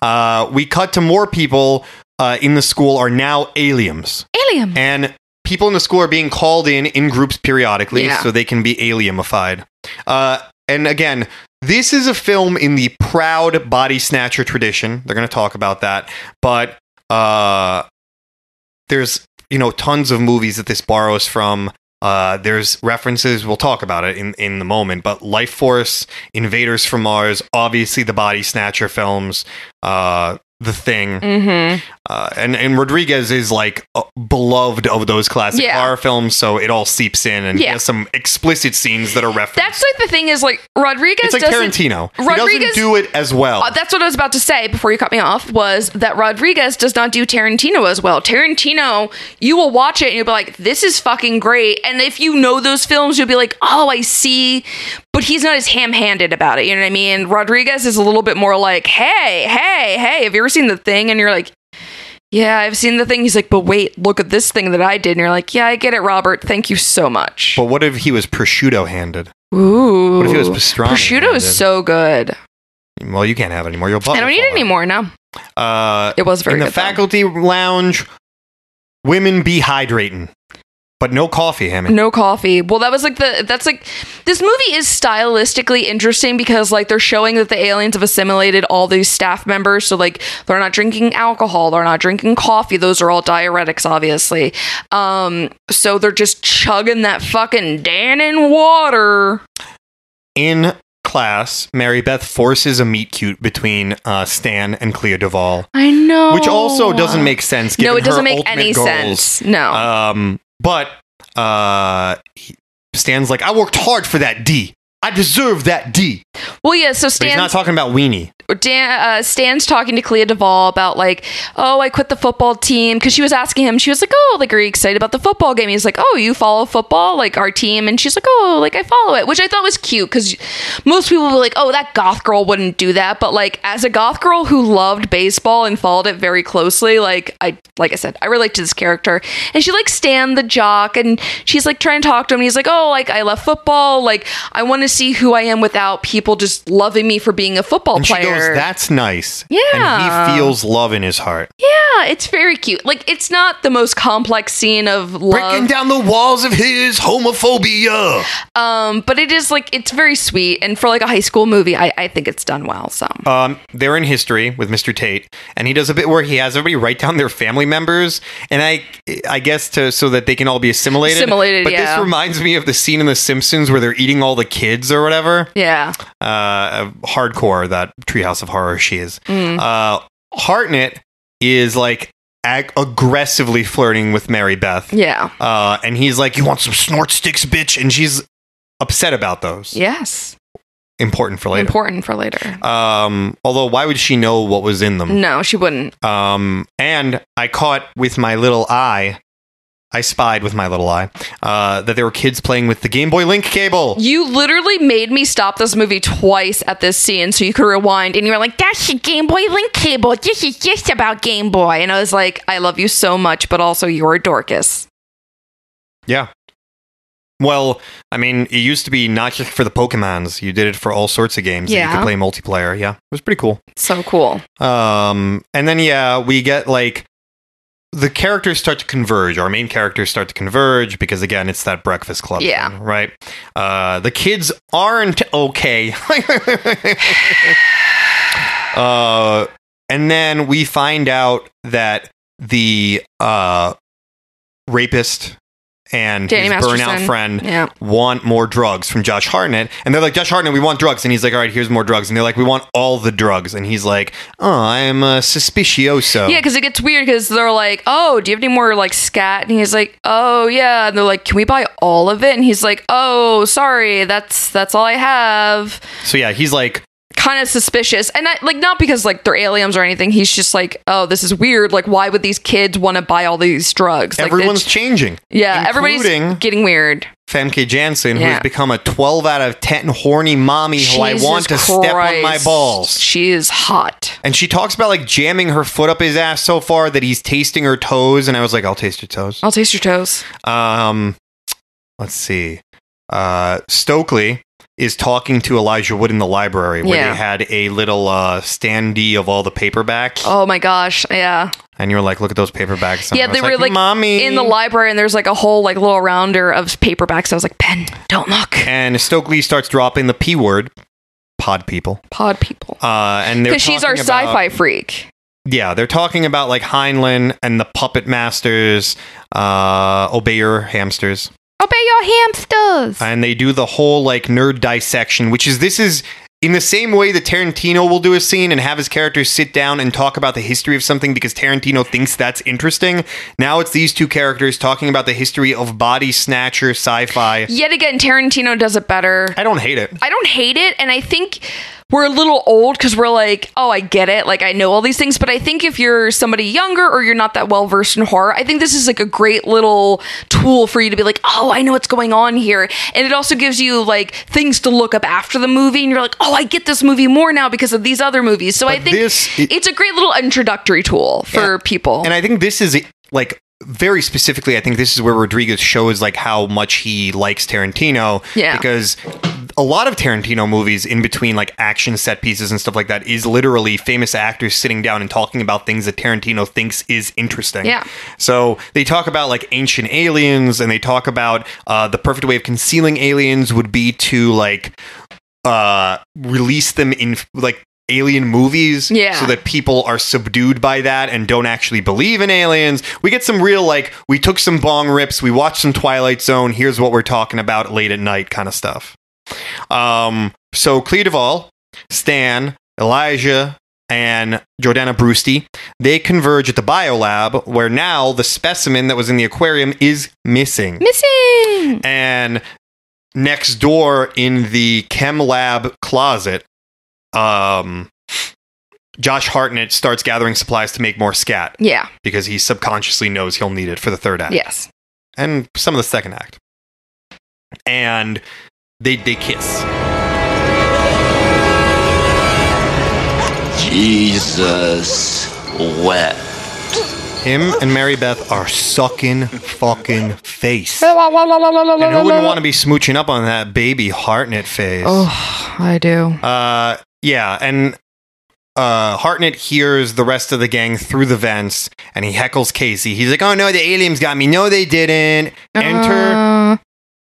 A: Uh, we cut to more people uh, in the school are now aliens,
B: Alien.
A: and people in the school are being called in in groups periodically
B: Yeah.
A: so they can be alienified. Uh, and again, this is a film in the proud body snatcher tradition. They're going to talk about that, but uh, there's you know tons of movies that this borrows from. Uh, there's references. We'll talk about it in in the moment. But Life Force, Invaders from Mars, obviously the Body Snatcher films, uh, The Thing,
B: mm-hmm.
A: uh, and and Rodriguez is like uh, beloved of those classic
B: Yeah.
A: horror films, so it all seeps in, and he
B: Yeah.
A: has some explicit scenes that are referenced.
B: That's like the thing is like Rodriguez
A: it's like
B: doesn't
A: Tarantino. he doesn't
B: Rodriguez-
A: do it as well.
B: Uh, that's what I was about to say before you cut me off was that Rodriguez does not do Tarantino as well. Tarantino, you will watch it and you'll be like, this is fucking great. And if you know those films, you'll be like, oh, I see. But he's not as ham handed about it. You know what I mean? Rodriguez is a little bit more like, hey, hey, hey, have you ever seen The Thing? And you're like, yeah, I've seen The Thing. He's like, but wait, look at this thing that I did. And you're like, yeah, I get it, Robert. Thank you so much.
A: but what if he was prosciutto handed?
B: Ooh.
A: What if it was pastrami
B: Prosciutto
A: handed?
B: is so good.
A: Well, you can't have it anymore. You'll
B: I don't need it anymore. No,
A: Uh,
B: it was very
A: in the
B: good. though.
A: faculty lounge, women be hydrating, but no coffee, Hammond.
B: No coffee. Well, that was like the that's like this movie is stylistically interesting because like they're showing that the aliens have assimilated all these staff members, so like they're not drinking alcohol, they're not drinking coffee. Those are all diuretics, obviously. Um, so they're just chugging that fucking Dannon water.
A: In class, Mary Beth forces a meet cute between uh, Stan and Clea Duvall,
B: I know.
A: which also doesn't make sense. Given
B: Oh. no, it
A: her
B: doesn't make
A: ultimate
B: any
A: goals.
B: sense. No.
A: Um, but uh, he, Stan's like, I worked hard for that D. I deserve that D.
B: Well, yeah. So
A: But he's not
B: Stan's
A: talking about weenie.
B: Dan, uh, Stan's talking to Clea Duvall about like, oh, I quit the football team because she was asking him. She was like, oh, like are you excited about the football game? He's like, oh, you follow football, like our team, and she's like, oh, like I follow it, which I thought was cute because most people were like, oh, that goth girl wouldn't do that, but like as a goth girl who loved baseball and followed it very closely, like I, like I said, I relate to this character, and she like Stan the jock, and she's like trying to talk to him, and he's like, oh, like I love football, like I want to see who I am without people just loving me for being a football
A: And she
B: player.
A: goes, that's nice. And
B: Yeah.
A: he feels love in his heart.
B: Yeah, it's very cute. Like it's not the most complex scene of
C: Breaking
B: love,
C: down the walls of his homophobia.
B: um, but it is like it's very sweet. And for like a high school movie, I, I think it's done well. So
A: Um, they're in history with Mr. Tate, and he does a bit where he has everybody write down their family members, and I, I guess to so that they can all be assimilated.
B: Assimilated,
A: But
B: yeah.
A: this reminds me of the scene in The Simpsons where they're eating all the kids or whatever.
B: yeah,
A: uh, hardcore that Treehouse of Horror she is.
B: Mm. Mm-hmm.
A: Uh, Hartnett is like ag- aggressively flirting with Mary Beth,
B: yeah,
A: uh, and he's like, "You want some snort sticks, bitch?" And she's upset about those.
B: yes,
A: Important for later.
B: important for later.
A: um, although, why would she know what was in them?
B: No, she wouldn't.
A: Um, and I caught with my little eye. I spied with my little eye uh, that there were kids playing with the Game Boy Link cable.
B: You literally made me stop this movie twice at this scene so you could rewind, and you were like, "That's your Game Boy Link cable. This is just about Game Boy." And I was like, "I love you so much, but also you're a Dorcas."
A: Yeah. Well, I mean, it used to be not just for the Pokemons. You did it for all sorts of games. that You
B: Yeah.
A: could play multiplayer. Yeah. It was pretty cool.
B: So cool.
A: Um, and then, yeah, we get like the characters start to converge. Our main characters start to converge because, again, it's that Breakfast Club.
B: Yeah.
A: thing, right? Uh, the kids aren't okay. *laughs* uh, and then we find out that the uh, rapist and
B: Danny
A: his burnout
B: Masterson.
A: friend
B: Yeah.
A: want more drugs from Josh Hartnett. And they're like, Josh Hartnett, we want drugs. And he's like, all right, here's more drugs. And they're like, we want all the drugs. And he's like, oh, I'm a suspicioso.
B: Yeah, because it gets weird because they're like, oh, do you have any more like scat? And he's like, oh yeah. And they're like, can we buy all of it? And he's like, oh, sorry, that's that's all I have.
A: so yeah, he's like,
B: Kind of suspicious, and I like not because like they're aliens or anything. He's just like, oh, this is weird. Like, why would these kids want to buy all these drugs? Like,
A: everyone's
B: it's-
A: changing.
B: yeah, everybody's
A: including-
B: getting weird.
A: Femke Jansen,
B: Yeah.
A: who's become a 12 out of 10 horny mommy who I
B: Jesus
A: want to step on my
B: Christ.
A: balls.
B: She is hot.
A: And she talks about like jamming her foot up his ass so far that he's tasting her toes. And I was like, I'll taste your toes.
B: I'll taste your toes.
A: Um, let's see. Uh, Stokely is talking to Elijah Wood in the library where
B: Yeah.
A: they had a little uh, standee of all the paperbacks,
B: Oh my gosh, yeah.
A: and you were like, "Look at those paperbacks." And
B: Yeah,
A: I was
B: they were, like,
A: "Mommy."
B: In the library, and there's like a whole like little rounder of paperbacks. I was like, Ben, don't look.
A: and Stokely starts dropping the p word, pod people.
B: Pod people.
A: Uh, and they're
B: because she's our
A: talking about-
B: sci-fi freak.
A: Yeah, they're talking about like Heinlein and the Puppet Masters, uh, Obey Your Hamsters.
B: Obey your hamsters.
A: and they do the whole like nerd dissection, which is this is in the same way that Tarantino will do a scene and have his characters sit down and talk about the history of something because Tarantino thinks that's interesting. Now it's these two characters talking about the history of body snatcher sci-fi.
B: Yet again, Tarantino does it better.
A: I don't hate it.
B: I don't hate it, and I think we're a little old because we're like, oh, I get it. Like I know all these things, but I think if you're somebody younger or you're not that well versed in horror, I think this is like a great little tool for you to be like, oh, I know what's going on here, and it also gives you like things to look up after the movie, and you're like, oh, I get this movie more now because of these other movies. So I
A: But
B: think
A: this- it-
B: it's a great little introductory tool for people.
A: And I think this is like very specifically, I think this is where Rodriguez shows like how much he likes Tarantino.
B: Yeah.
A: Because a lot of Tarantino movies, in between like action set pieces and stuff like that, is literally famous actors sitting down and talking about things that Tarantino thinks is interesting.
B: Yeah.
A: So they talk about like ancient aliens, and they talk about uh, the perfect way of concealing aliens would be to like uh release them in like alien movies
B: Yeah.
A: so that people are subdued by that and don't actually believe in aliens we get some real like we took some bong rips we watched some twilight zone here's what we're talking about late at night kind of stuff um so clea duvall stan elijah and Jordana Brewsty, they converge at the biolab where now the specimen that was in the aquarium is missing
B: Missing.
A: and next door in the chem lab closet, um, Josh Hartnett starts gathering supplies to make more scat
B: Yeah.
A: because he subconsciously knows he'll need it for the third act
B: Yes.
A: and some of the second act. And they they kiss.
E: Jesus wept.
A: Him and Mary Beth are sucking fucking face. and who wouldn't want to be smooching up on that baby Hartnett face?
B: Oh, I do.
A: Uh, yeah, and uh, Hartnett hears the rest of the gang through the vents, and he heckles Casey. He's like, "Oh no, the aliens got me. No, they didn't." Enter
B: Uh,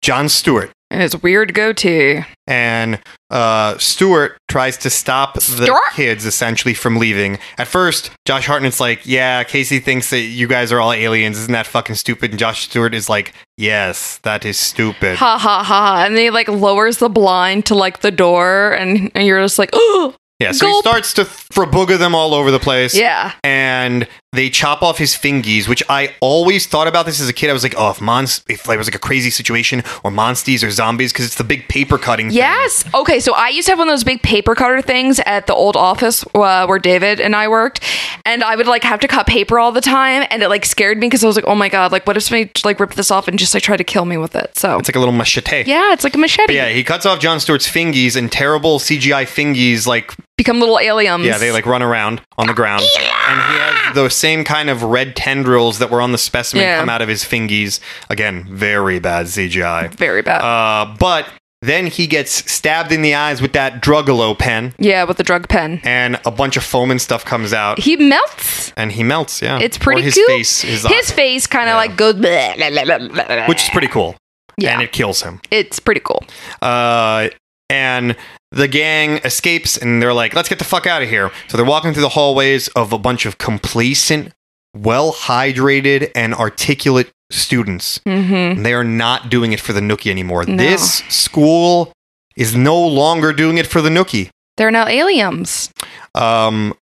A: John Stewart,
B: and his weird goatee.
A: and uh, Stewart tries to stop the
B: Stewart?
A: kids essentially from leaving. At first, Josh Hartnett's like, "Yeah, Casey thinks that you guys are all aliens. Isn't that fucking stupid?" And Josh Stewart is like, "Yes, that is stupid."
B: *laughs* Ha ha ha. And then he like lowers the blind to like the door and, and you're just like, *gasps* oh,
A: Yeah, so he
B: Gulp.
A: starts to frabooga them all over the place.
B: yeah.
A: and they chop off his fingies, which I always thought about this as a kid. I was like, oh, if Monst, if like, it was like a crazy situation or monsties or zombies, because it's the big paper cutting. thing.
B: Yes. Okay. So I used to have one of those big paper cutter things at the old office uh, where David and I worked, and I would like have to cut paper all the time, and it like scared me because I was like, oh my god, like what if somebody like ripped this off and just like tried to kill me with it? So
A: It's like a little machete.
B: yeah, it's like a machete.
A: But yeah, he cuts off John Stewart's fingies and terrible CGI fingies, like,
B: Become little aliens.
A: yeah, they like run around on the ground. And he has those same kind of red tendrils that were on the specimen
B: Yeah.
A: come out of his fingies. Again, very bad CGI.
B: very bad.
A: Uh, but then he gets stabbed in the eyes with that druggalo pen.
B: yeah, with the drug pen,
A: and a bunch of foam and stuff comes out,
B: he melts.
A: and he melts. Yeah,
B: It's
A: Or
B: pretty
A: Uh, his
B: cool.
A: Face, his,
B: his
A: eyes,
B: face kind of
A: Yeah.
B: like goes, *laughs* blah, blah, blah, blah, blah, blah.
A: which is pretty cool,
B: yeah,
A: and it kills him.
B: it's pretty cool.
A: Uh, and the gang escapes, and they're like, "Let's get the fuck out of here." So they're walking through the hallways of a bunch of complacent, well hydrated, and articulate students.
B: Mm-hmm.
A: They are not doing it for the nookie anymore.
B: No.
A: This school is no longer doing it for the nookie.
B: They're now aliens.
A: Um,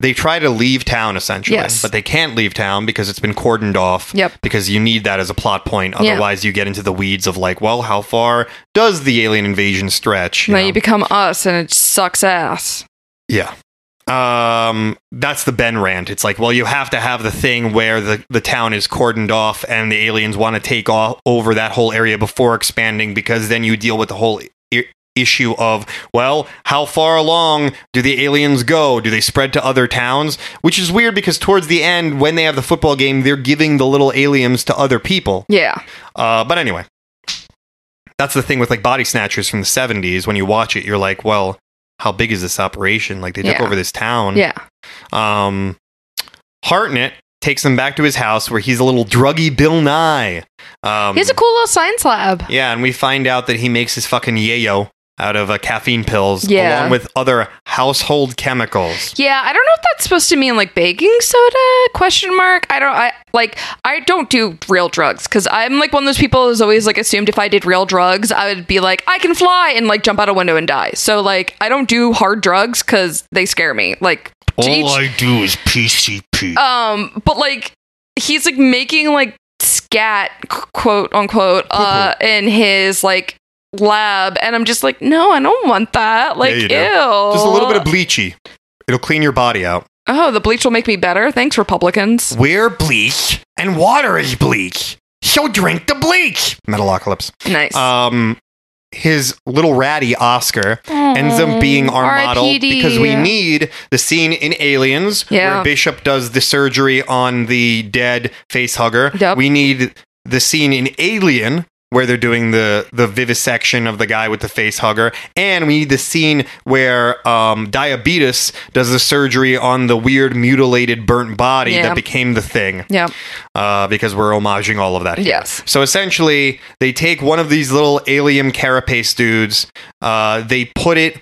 A: they try to leave town essentially,
B: Yes.
A: but they can't leave town because it's been cordoned off.
B: Yep.
A: Because you need that as a plot point.
B: Yeah.
A: Otherwise, you get into the weeds of like, well, how far does the alien invasion stretch? you
B: now
A: know?
B: you become us, and it sucks ass.
A: yeah. Um, that's the Ben rant. It's like, well, you have to have the thing where the, the town is cordoned off and the aliens want to take all, over that whole area before expanding because then you deal with the whole I- issue of, well, how far along do the aliens go? Do they spread to other towns? Which is weird because towards the end, when they have the football game, they're giving the little aliens to other people.
B: Yeah.
A: Uh, but anyway, that's the thing with like body snatchers from the 70s. When you watch it, you're like, well, how big is this operation? Like they took
B: Yeah.
A: over this town.
B: Yeah.
A: Um, Hartnett takes them back to his house where he's a little druggy Bill Nye. Um,
B: He has a cool little science lab.
A: yeah, and we find out that he makes his fucking yayo out of uh, caffeine pills
B: Yeah.
A: along with other household chemicals.
B: Yeah, I don't know if that's supposed to mean like baking soda question mark. I don't I like I don't do real drugs cuz I'm like one of those people who's always like assumed if I did real drugs, I would be like I can fly and like jump out a window and die. So like I don't do hard drugs cuz they scare me. Like to
C: All
B: each-
C: I do is PCP.
B: um but like he's like making like scat qu- quote unquote uh in his like lab and I'm just like no, I don't want that. Like
A: you do.
B: ew.
A: Just a little bit of bleachy. It'll clean your body out.
B: Oh, the bleach will make me better. Thanks, Republicans.
C: We're bleak, and water is bleak. So drink the bleak.
A: Metalocalypse.
B: Nice.
A: Um, his little ratty Oscar ends up being our model
B: RIPD.
A: because we need the scene in Aliens
B: Yeah.
A: where Bishop does the surgery on the dead face hugger.
B: Yep.
A: We need the scene in Alien where they're doing the the vivisection of the guy with the face hugger, and we need the scene where um, Diabetes does the surgery on the weird mutilated burnt body
B: Yeah.
A: that became the thing
B: yeah.
A: uh, because we're homaging all of that. here.
B: Yes.
A: So essentially, they take one of these little alien carapace dudes. Uh, they put it.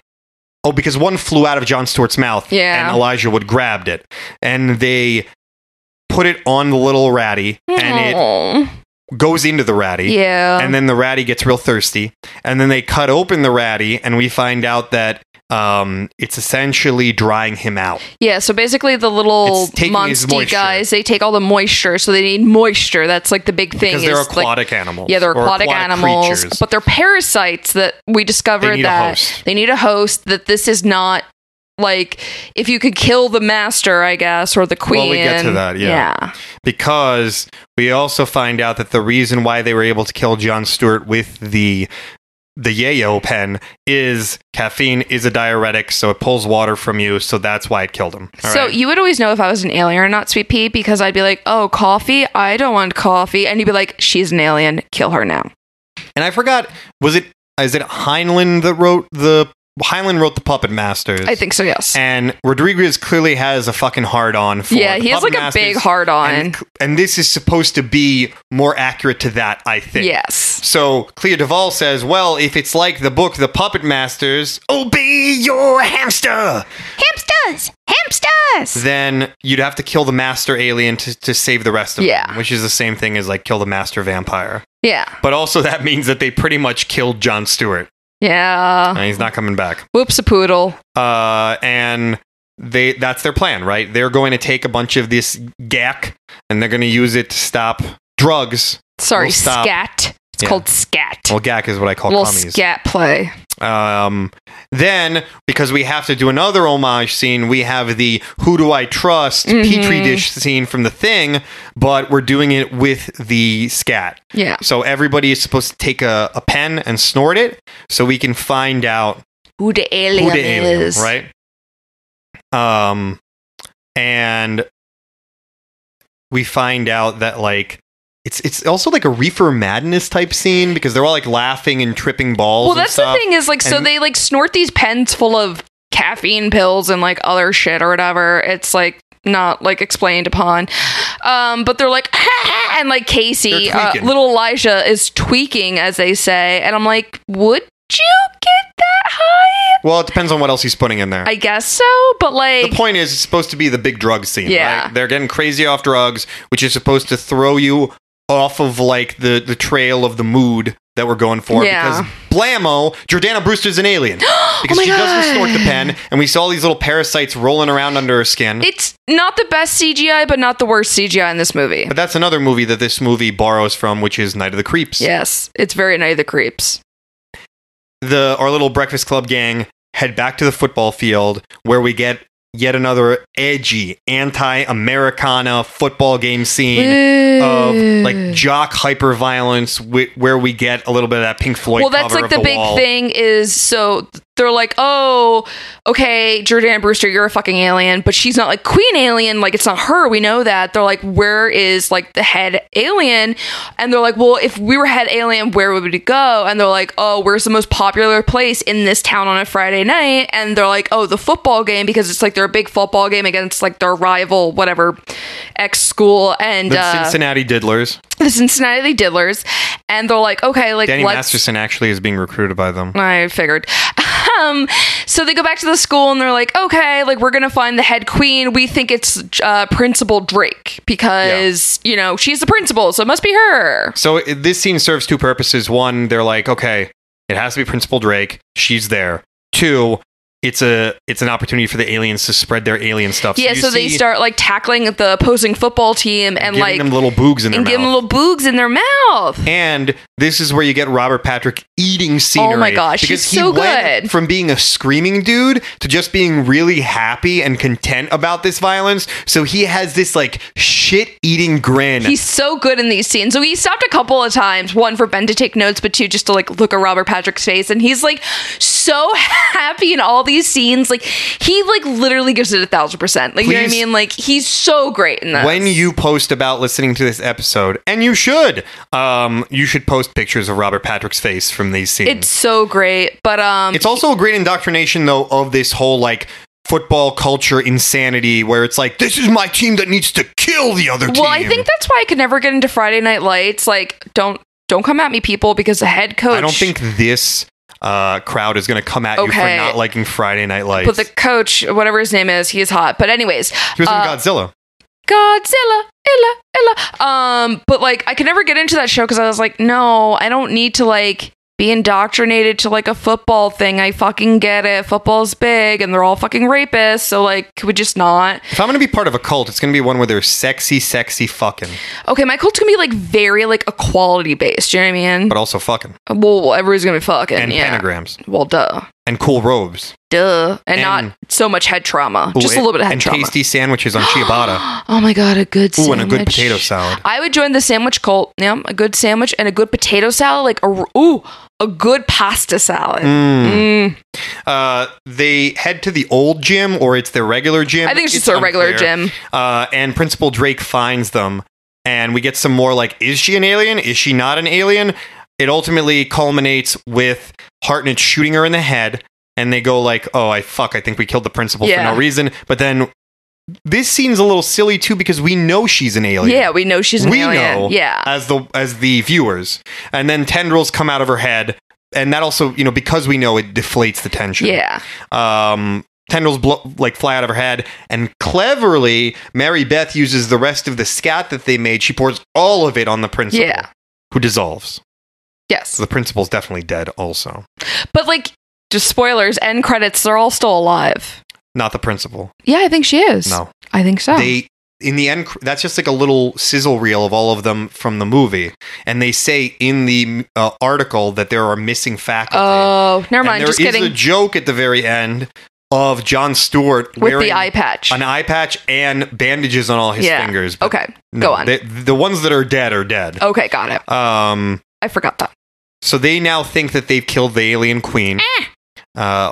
A: Oh, because one flew out of John Stewart's mouth.
B: Yeah.
A: And Elijah Wood grabbed it, and they put it on the little ratty, and
B: Aw.
A: it goes into the ratty.
B: Oh. yeah.
A: And then the ratty gets real thirsty, and then they cut open the ratty, and we find out that um, it's essentially drying him out.
B: Yeah, so basically the little
A: It's taking his
B: monster
A: moisture.
B: guys, they take all the moisture, so they need moisture. That's like the big thing.
A: Because they're
B: is, like-
A: aquatic animals.
B: Yeah, they're
A: or
B: aquatic, animals,
A: creatures.
B: but they're parasites that we discovered
A: They need a
B: that
A: host.
B: they need a host. That this is not like if you could kill the master, I guess, or the queen.
A: Well, we get to that, yeah. because we also find out that the reason why they were able to kill John Stewart with the the yayo pen is caffeine is a diuretic, so it pulls water from you, so that's why it killed him. All
B: so
A: right?
B: you would always know if I was an alien or not, Sweet Pea, because I'd be like, "Oh, coffee? I don't want coffee," and you'd be like, "She's an alien. Kill her now."
A: and I forgot, was it is it Heinlein that wrote the Heinlein wrote the Puppet Masters?
B: I think so. Yes.
A: And Rodriguez clearly has a fucking hard on for
B: yeah,
A: the
B: he has
A: Puppet
B: like a big
A: Masters,
B: hard on.
A: and, and this is supposed to be more accurate to that, I think.
B: Yes.
A: So Clea Duvall says, "Well, if it's like the book, The Puppet Masters,
C: Obey your hamster.
B: Hamsters! Hamsters!
A: then you'd have to kill the master alien to, to save the rest of
B: Yeah.
A: them, which is the same thing as like kill the master vampire.
B: Yeah.
A: But also that means that they pretty much killed John Stewart,
B: Yeah.
A: and he's not coming back.
B: Whoops a poodle.
A: Uh, and they that's their plan, right? They're going to take a bunch of this gack and they're going to use it to stop drugs.
B: Sorry,
A: We'll stop.
B: scat. It's
A: Yeah.
B: called scat.
A: Well, gack is what I call
B: little
A: commies.
B: scat play.
A: Um, then, because we have to do another homage scene, we have the "Who Do I Trust"
B: Mm-hmm.
A: petri dish scene from the thing, but we're doing it with the scat.
B: Yeah.
A: So everybody is supposed to take a, a pen and snort it, so we can find out
B: Who the alien
A: who the alien
B: is.
A: right? Um, and we find out that like. It's, it's also like a reefer madness type scene because they're all like laughing and tripping balls.
B: Well,
A: and
B: that's
A: stuff.
B: the thing is like, so
A: And-
B: they like snort these pens full of caffeine pills and like other shit or whatever. It's like not like explained upon. Um, but they're like, *laughs* and like Casey,
A: They're
B: uh,
A: tweaking.
B: little Elijah is tweaking, as they say. And I'm like, would you get that high?
A: Well, it depends on what else he's putting in there.
B: I guess so, but like,
A: the point is, it's supposed to be the big drug scene.
B: Yeah.
A: right? they're getting crazy off drugs, which is supposed to throw you off of like the the trail of the mood that we're going for.
B: Yeah. Oh
A: Because blammo, Jordana Brewster's an
B: *gasps*
A: alien because
B: my
A: she doesn't snort the pen,
B: God.
A: and we saw all these little parasites rolling around under her skin.
B: it's not the best CGI, but not the worst CGI in this movie.
A: but that's another movie that this movie borrows from, which is Night of the Creeps.
B: Yes, it's very Night of the Creeps.
A: the our little breakfast club gang head back to the football field where we get yet another edgy anti-americana football game scene of like jock hyper violence wi- where we get a little bit of that pink floyd
B: well, that's
A: cover
B: like
A: of
B: the, big
A: wall.
B: thing is so they're like, oh, okay, Jordana Brewster, you're a fucking alien, but she's not like Queen Alien. Like, it's not her. We know that. They're like, where is like the head alien? And they're like, well, if we were head alien, where would we go? And they're like, oh, where's the most popular place in this town on a Friday night? And they're like, oh, the football game because it's like their big football game against like their rival, whatever, ex school. And
A: the
B: uh,
A: cincinnati diddlers
B: the Cincinnati Diddlers, and they're like, okay, like
A: danny
B: let's.
A: masterson actually is being recruited by them
B: I figured. Um, so they go back to the school and they're like, okay, like we're gonna find the head queen. We think it's uh, Principal Drake because you know she's the principal, so it must be her.
A: so i- this scene serves two purposes one they're like okay it has to be principal drake she's there two it's a it's an opportunity for the aliens to spread their alien stuff
B: yeah.
A: you
B: So they
A: see-
B: start like tackling the opposing football team and
A: giving
B: like
A: them little boogs in their
B: and
A: mouth.
B: giving them little boogs in their mouth.
A: and this is where you get Robert Patrick eating scenery.
B: Oh gosh, he's
A: because he
B: so
A: went
B: good.
A: From being a screaming dude to just being really happy and content about this violence, so he has this like shit eating grin.
B: He's so good in these scenes. So he stopped a couple of times, one for Ben to take notes, but two just to like look at Robert Patrick's face. And he's like so *laughs* happy in all these scenes. Like he like literally gives it a thousand percent. Like you know what I
A: Please-
B: mean? Like he's so great in this.
A: when you post about listening to this episode, and you should, um, you should post pictures of Robert Patrick's face from these scenes.
B: it's so great. But um
A: It's also a great indoctrination, though, of this whole like football culture insanity, where it's like this is my team that needs to kill the other team.
B: well, I think that's why I could never get into Friday Night Lights. Like, don't don't come at me, people, because the head coach
A: I don't think this uh, crowd is going to come at you for
B: Okay.
A: not liking Friday Night Lights.
B: but the coach, whatever his name is, he is hot. But anyways,
A: he was in
B: uh,
A: Godzilla.
B: Godzilla, Illa, Illa. Um, but like I could never get into that show because I was like, no, I don't need to like be indoctrinated to like a football thing. I fucking get it. Football's big and they're all fucking rapists. So like, could we just not?
A: If I'm going to be part of a cult, it's going to be one where there's sexy, sexy fucking,
B: Okay, my cult's gonna be like very like equality based. You know what I mean?
A: but also fucking.
B: well, everybody's gonna be fucking
A: And
B: yeah.
A: pentagrams.
B: Well, duh,
A: And cool robes.
B: duh, and,
A: And-
B: not so much head trauma. just a
A: Ooh,
B: little bit of head
A: And
B: trauma.
A: tasty sandwiches
B: *gasps*
A: on ciabatta.
B: Oh my god, a good
A: Ooh,
B: sandwich.
A: and a good potato salad.
B: I would join the sandwich cult. Yeah, a good sandwich and a good potato salad. Like a r- ooh, a good pasta salad. Mm.
A: Uh, they head to the old gym or it's their regular gym.
B: I think it's just their regular gym.
A: Uh, and Principal Drake finds them, and we get some more like, is she an alien? Is she not an alien? It ultimately culminates with Hartnett shooting her in the head, and they go like, oh, I fuck, I think we killed the principal
B: Yeah.
A: for no reason. But then this scene's a little silly too because we know she's an alien.
B: Yeah, we know she's an
A: we
B: alien.
A: know
B: Yeah.
A: as the as the viewers and then tendrils come out of her head and that also you know because we know it deflates the tension
B: yeah.
A: um tendrils blo- like fly out of her head and cleverly mary beth uses the rest of the scat that they made she pours all of it on the principal
B: Yeah.
A: who dissolves
B: Yes.
A: so the principal's definitely dead also
B: But like just spoilers, end credits, they're all still alive.
A: not the principal
B: Yeah, I think she is.
A: no
B: I think so.
A: they in the end cr- that's just like a little sizzle reel of all of them from the movie and they say in the uh, article that there are missing faculty
B: oh, never mind.
A: And
B: Just
A: there is
B: kidding.
A: a joke at the very end of John Stewart
B: With
A: wearing
B: the eye patch.
A: an eye patch and bandages on all his
B: Yeah.
A: fingers. but
B: Okay.
A: no,
B: go on. Oh.
A: they- the ones that are dead are dead.
B: Okay, got it.
A: Um,
B: I forgot that.
A: so they now think that they've killed the alien queen.
B: Eh.
A: Uh,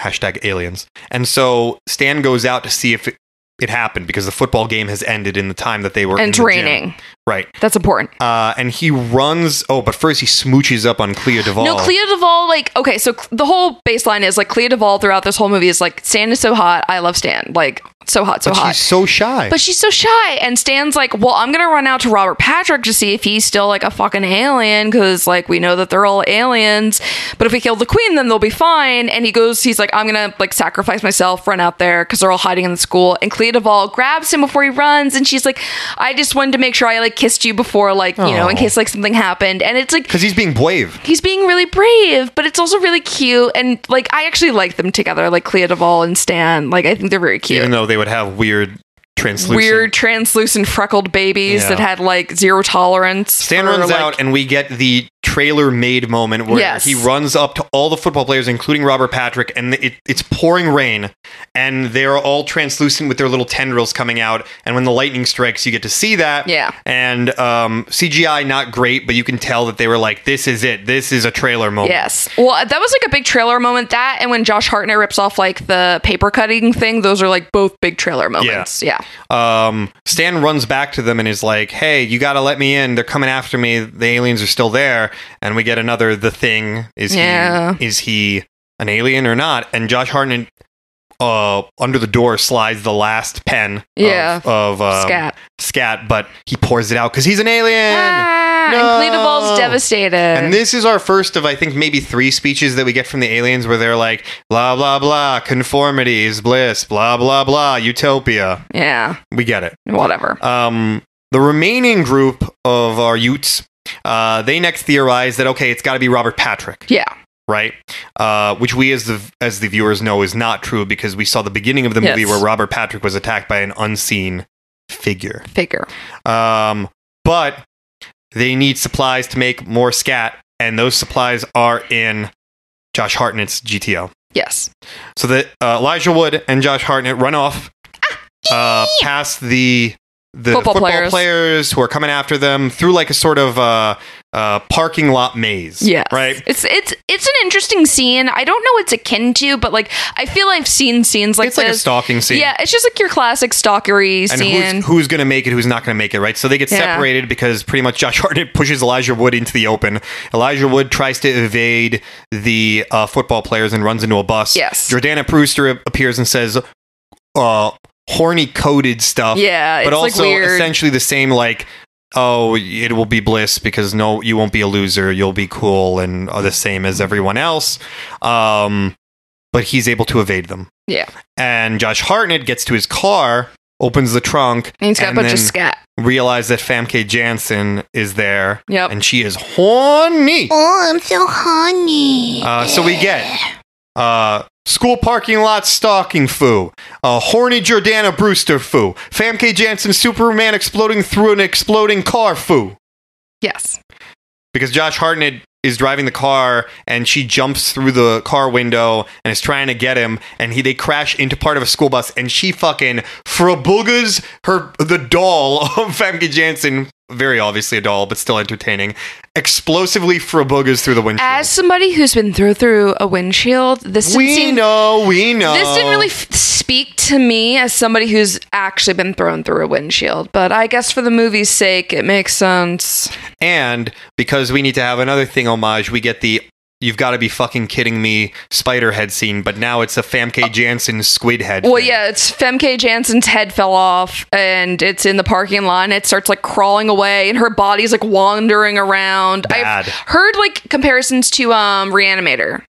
A: hashtag aliens. And so Stan goes out to see if it, it happened because the football game has ended in the time that they were in
B: And
A: the gym.
B: training.
A: Right.
B: That's important.
A: Uh, and he runs. Oh, but first he smooches up on Clea Duvall.
B: No, Clea Duvall, like, okay, so cl- the whole baseline is like Clea Duvall throughout this whole movie is like, Stan is so hot. I love Stan. Like, so hot, so
A: but
B: hot.
A: she's so shy.
B: but she's so shy. And Stan's like, well, I'm going to run out to Robert Patrick to see if he's still like a fucking alien because, like, we know that they're all aliens. But if we kill the queen, then they'll be fine. And he goes, he's like, I'm going to like sacrifice myself, run out there because they're all hiding in the school. And Clea Duvall grabs him before he runs. And she's like, I just wanted to make sure I like kissed you before, like, you know, in
A: Aw.
B: case like something happened. And it's like,
A: because he's being brave.
B: he's being really brave, but it's also really cute. And like, I actually like them together, like Clea Duvall and Stan. Like, I think they're very
A: even
B: cute.
A: though they would have weird translucent
B: Weird, translucent, freckled babies
A: Yeah.
B: that had like zero tolerance.
A: Stan
B: for,
A: runs
B: like-
A: out and we get the trailer made moment where
B: Yes.
A: he runs up to all the football players including Robert Patrick and it, it's pouring rain and they're all translucent with their little tendrils coming out and when the lightning strikes you get to see that
B: Yeah.
A: and um, CGI not great but you can tell that they were like this is it this is a trailer moment
B: Yes. Well, that was like a big trailer moment. That and when Josh Hartnett rips off like the paper cutting thing, those are like both big trailer moments. Yeah.
A: um, Stan runs back to them and is like, "Hey, you got to let me in. They're coming after me. The aliens are still there." And we get another the thing is
B: Yeah.
A: he is he an alien or not? And Josh Hartnett uh under the door slides the last pen
B: Yeah.
A: of, of um,
B: Scat.
A: scat, but he pours it out cuz he's an alien.
B: Ah,
A: No.
B: And Clea Duvall's devastated.
A: And this is our first of, I think, maybe three speeches that we get from the aliens where they're like, blah, blah, blah, conformity is bliss, blah, blah, blah, utopia.
B: yeah.
A: We get it.
B: Whatever.
A: Um, the remaining group of our Utes, uh, they next theorize that okay, it's got to be Robert Patrick,
B: Yeah.
A: right? Uh, which we as the as the viewers know is not true because we saw the beginning of the movie
B: Yes.
A: where Robert Patrick was attacked by an unseen figure.
B: Figure.
A: Um, but they need supplies to make more scat, and those supplies are in Josh Hartnett's GTO.
B: Yes.
A: So that uh, Elijah Wood and Josh Hartnett run off uh, past the the
B: Ah, Football
A: football,
B: players.
A: players. who are coming after them through like a sort of uh, uh, parking lot maze.
B: Yes.
A: right.
B: It's it's it's an interesting scene. I don't know what's akin to, but like I feel I've seen scenes like
A: it's
B: this.
A: like a stalking scene.
B: Yeah, it's just like your classic stalkery
A: And
B: scene.
A: who's, who's going to make it, who's not going to make it, right? So they get
B: Yeah.
A: separated because pretty much Josh Hartnett pushes Elijah Wood into the open. Elijah Wood tries to evade the uh, football players and runs into a bus.
B: Yes.
A: Jordana Brewster a- appears and says, uh, horny coded stuff.
B: yeah,
A: but
B: it's
A: also
B: like weird.
A: essentially the same like oh it will be bliss because no you won't be a loser you'll be cool and are the same as everyone else um but he's able to evade them
B: Yeah.
A: and josh hartnett gets to his car opens the trunk
B: and he's got a bunch of
A: then
B: scat.
A: realize that Famke Jansen is there.
B: Yep.
A: And she is horny.
F: Oh, I'm so horny.
A: Uh, so we get uh, school parking lot stalking foo, uh, horny Jordana Brewster foo, Famke Jansen Superman exploding through an exploding car foo.
B: Yes.
A: Because Josh Hartnett is driving the car and she jumps through the car window and is trying to get him and he they crash into part of a school bus and she fucking fraboogas her the doll *laughs* of Famke Jansen very obviously a doll but still entertaining explosively fraboogas through the windshield
B: As somebody who's been through through a windshield, this didn't
A: we
B: seem
A: know we know
B: this didn't really f- speak to me as somebody who's actually been thrown through a windshield. But I guess for the movie's sake, it makes sense.
A: And because we need to have another thing homage, we get the you've got to be fucking kidding me spider head scene, but now it's a Famke Jansen squid head.
B: Uh, Well,
A: thing.
B: yeah, it's Femke Jansen's head fell off, and it's in the parking lot. And it starts like crawling away, and her body's like wandering around.
A: Bad.
B: I've heard like comparisons to um Reanimator.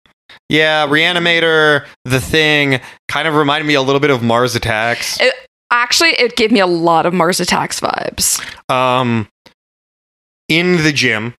A: Yeah, Reanimator, the thing kind of reminded me a little bit of Mars Attacks.
B: It, actually, it gave me a lot of Mars Attacks vibes.
A: Um in the gym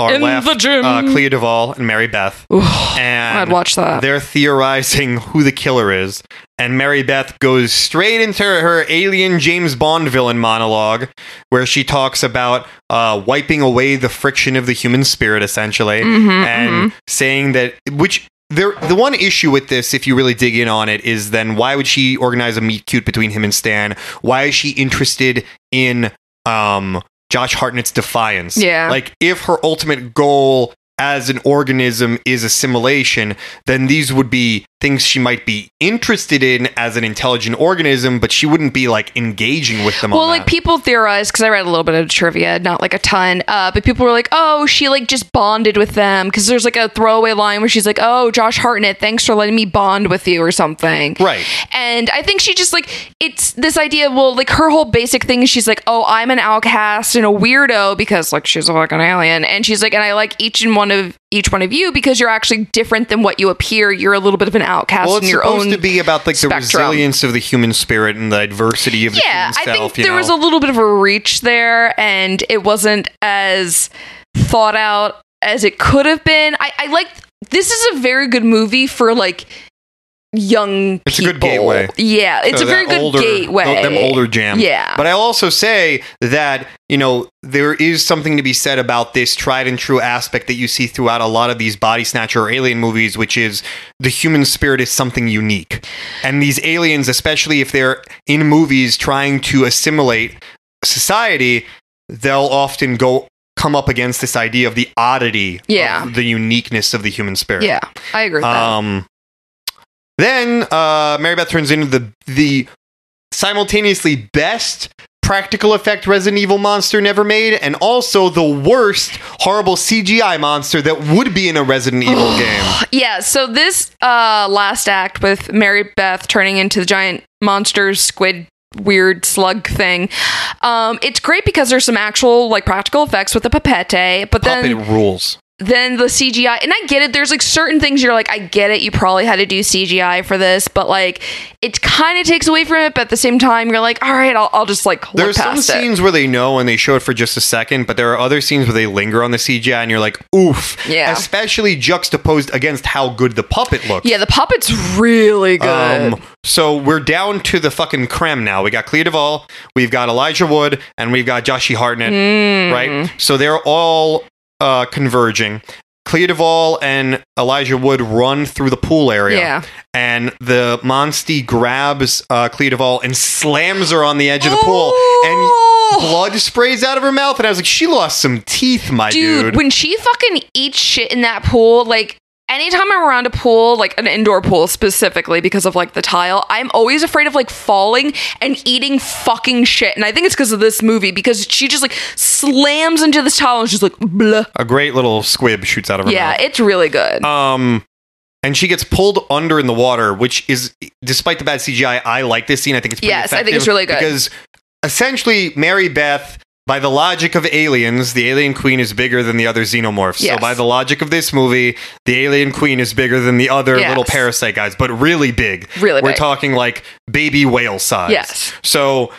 A: our
B: In
A: left,
B: the gym.
A: Uh, Clea Duvall and Mary Beth.
B: Ooh,
A: And
B: I'd watch that.
A: They're theorizing who the killer is, and Mary Beth goes straight into her alien James Bond villain monologue, where she talks about uh, wiping away the friction of the human spirit, essentially,
B: Mm-hmm,
A: and saying that which. There, the one issue with this, if you really dig in on it, is then why would she organize a meet cute between him and Stan? Why is she interested in um, Josh Hartnett's defiance?
B: Yeah.
A: like if her ultimate goal as an organism is assimilation, then these would be things she might be interested in as an intelligent organism, but she wouldn't be like engaging with them.
B: Well,
A: on
B: like
A: that.
B: people theorized because I read a little bit of trivia, not like a ton, uh, but people were like, "Oh, she like just bonded with them," because there's like a throwaway line where she's like, "Oh, Josh Hartnett, thanks for letting me bond with you" or something,
A: Right.
B: And I think she just like it's this idea. Well, like her whole basic thing is she's like, "Oh, I'm an outcast and a weirdo because like she's a fucking alien," and she's like, "And I like each and one of each one of you because you're actually different than what you appear. You're a little bit of an outcast
A: well,
B: in
A: it's
B: your
A: supposed
B: own
A: to be about like the
B: spectrum.
A: resilience of the human spirit and the adversity of the
B: yeah,
A: human self.
B: I think
A: you
B: there
A: know?
B: was a little bit of a reach there, and it wasn't as thought out as it could have been. I, I like this is a very good movie for like young.
A: It's a good
B: people.
A: gateway.
B: Yeah, it's
A: So
B: a very
A: that
B: good
A: older-
B: gateway.
A: th- Them older jam.
B: Yeah.
A: But I'll also say that, you know, there is something to be said about this tried and true aspect that you see throughout a lot of these body snatcher or alien movies, which is the human spirit is something unique. And these aliens, especially if they're in movies trying to assimilate society, they'll often go come up against this idea of the oddity
B: Yeah.
A: of the uniqueness of the human spirit.
B: yeah, I agree with that.
A: Um, then uh, Mary Beth turns into the the simultaneously best practical effect Resident Evil monster never made, and also the worst horrible CGI monster that would be in a Resident Evil game.
B: Yeah, so this uh, last act with Mary Beth turning into the giant monster squid weird slug thing. Um, it's great because there's some actual like practical effects with the papete, but then
A: Puppet rules.
B: then the CGI, and I get it. There's like certain things you're like, I get it. You probably had to do CGI for this, but like, it kind of takes away from it. But at the same time, you're like, all right, I'll, I'll just like look
A: There's some
B: past it.
A: scenes where they know and they show it for just a second, but there are other scenes where they linger on the CGI and you're like, oof.
B: Yeah.
A: Especially juxtaposed against how good the puppet looks.
B: yeah, the puppet's really good.
A: Um, so we're down to the fucking creme now. We got Clea Duvall, we've got Elijah Wood, and we've got Joshie Hartnett,
B: Mm. Mm-hmm.
A: right? So they're all uh, converging. Clea Duvall and Elijah Wood run through the pool area,
B: Yeah.
A: and the monstie grabs uh, Clea Duvall and slams her on the edge of the pool,
B: Ooh.
A: and blood sprays out of her mouth. And I was like, she lost some teeth, my
B: dude,
A: dude.
B: when she fucking eats shit in that pool, like anytime I'm around a pool, like an indoor pool specifically because of like the tile, I'm always afraid of like falling and eating fucking shit. And I think it's because of this movie because she just like slams into this tile and she's like, blah.
A: a great little squib shoots out of her mouth.
B: Yeah, it's really good.
A: Um, and she gets pulled under in the water, which is, despite the bad CGI, I like this scene. I think it's pretty
B: Yes, I think it's
A: effective
B: really good.
A: because essentially Mary Beth. By the logic of aliens, the alien queen is bigger than the other xenomorphs. So,
B: Yes.
A: by the logic of this movie, the alien queen is bigger than the other
B: Yes.
A: little parasite guys, but really big.
B: Really
A: We're
B: big.
A: talking like baby whale size.
B: Yes.
A: So,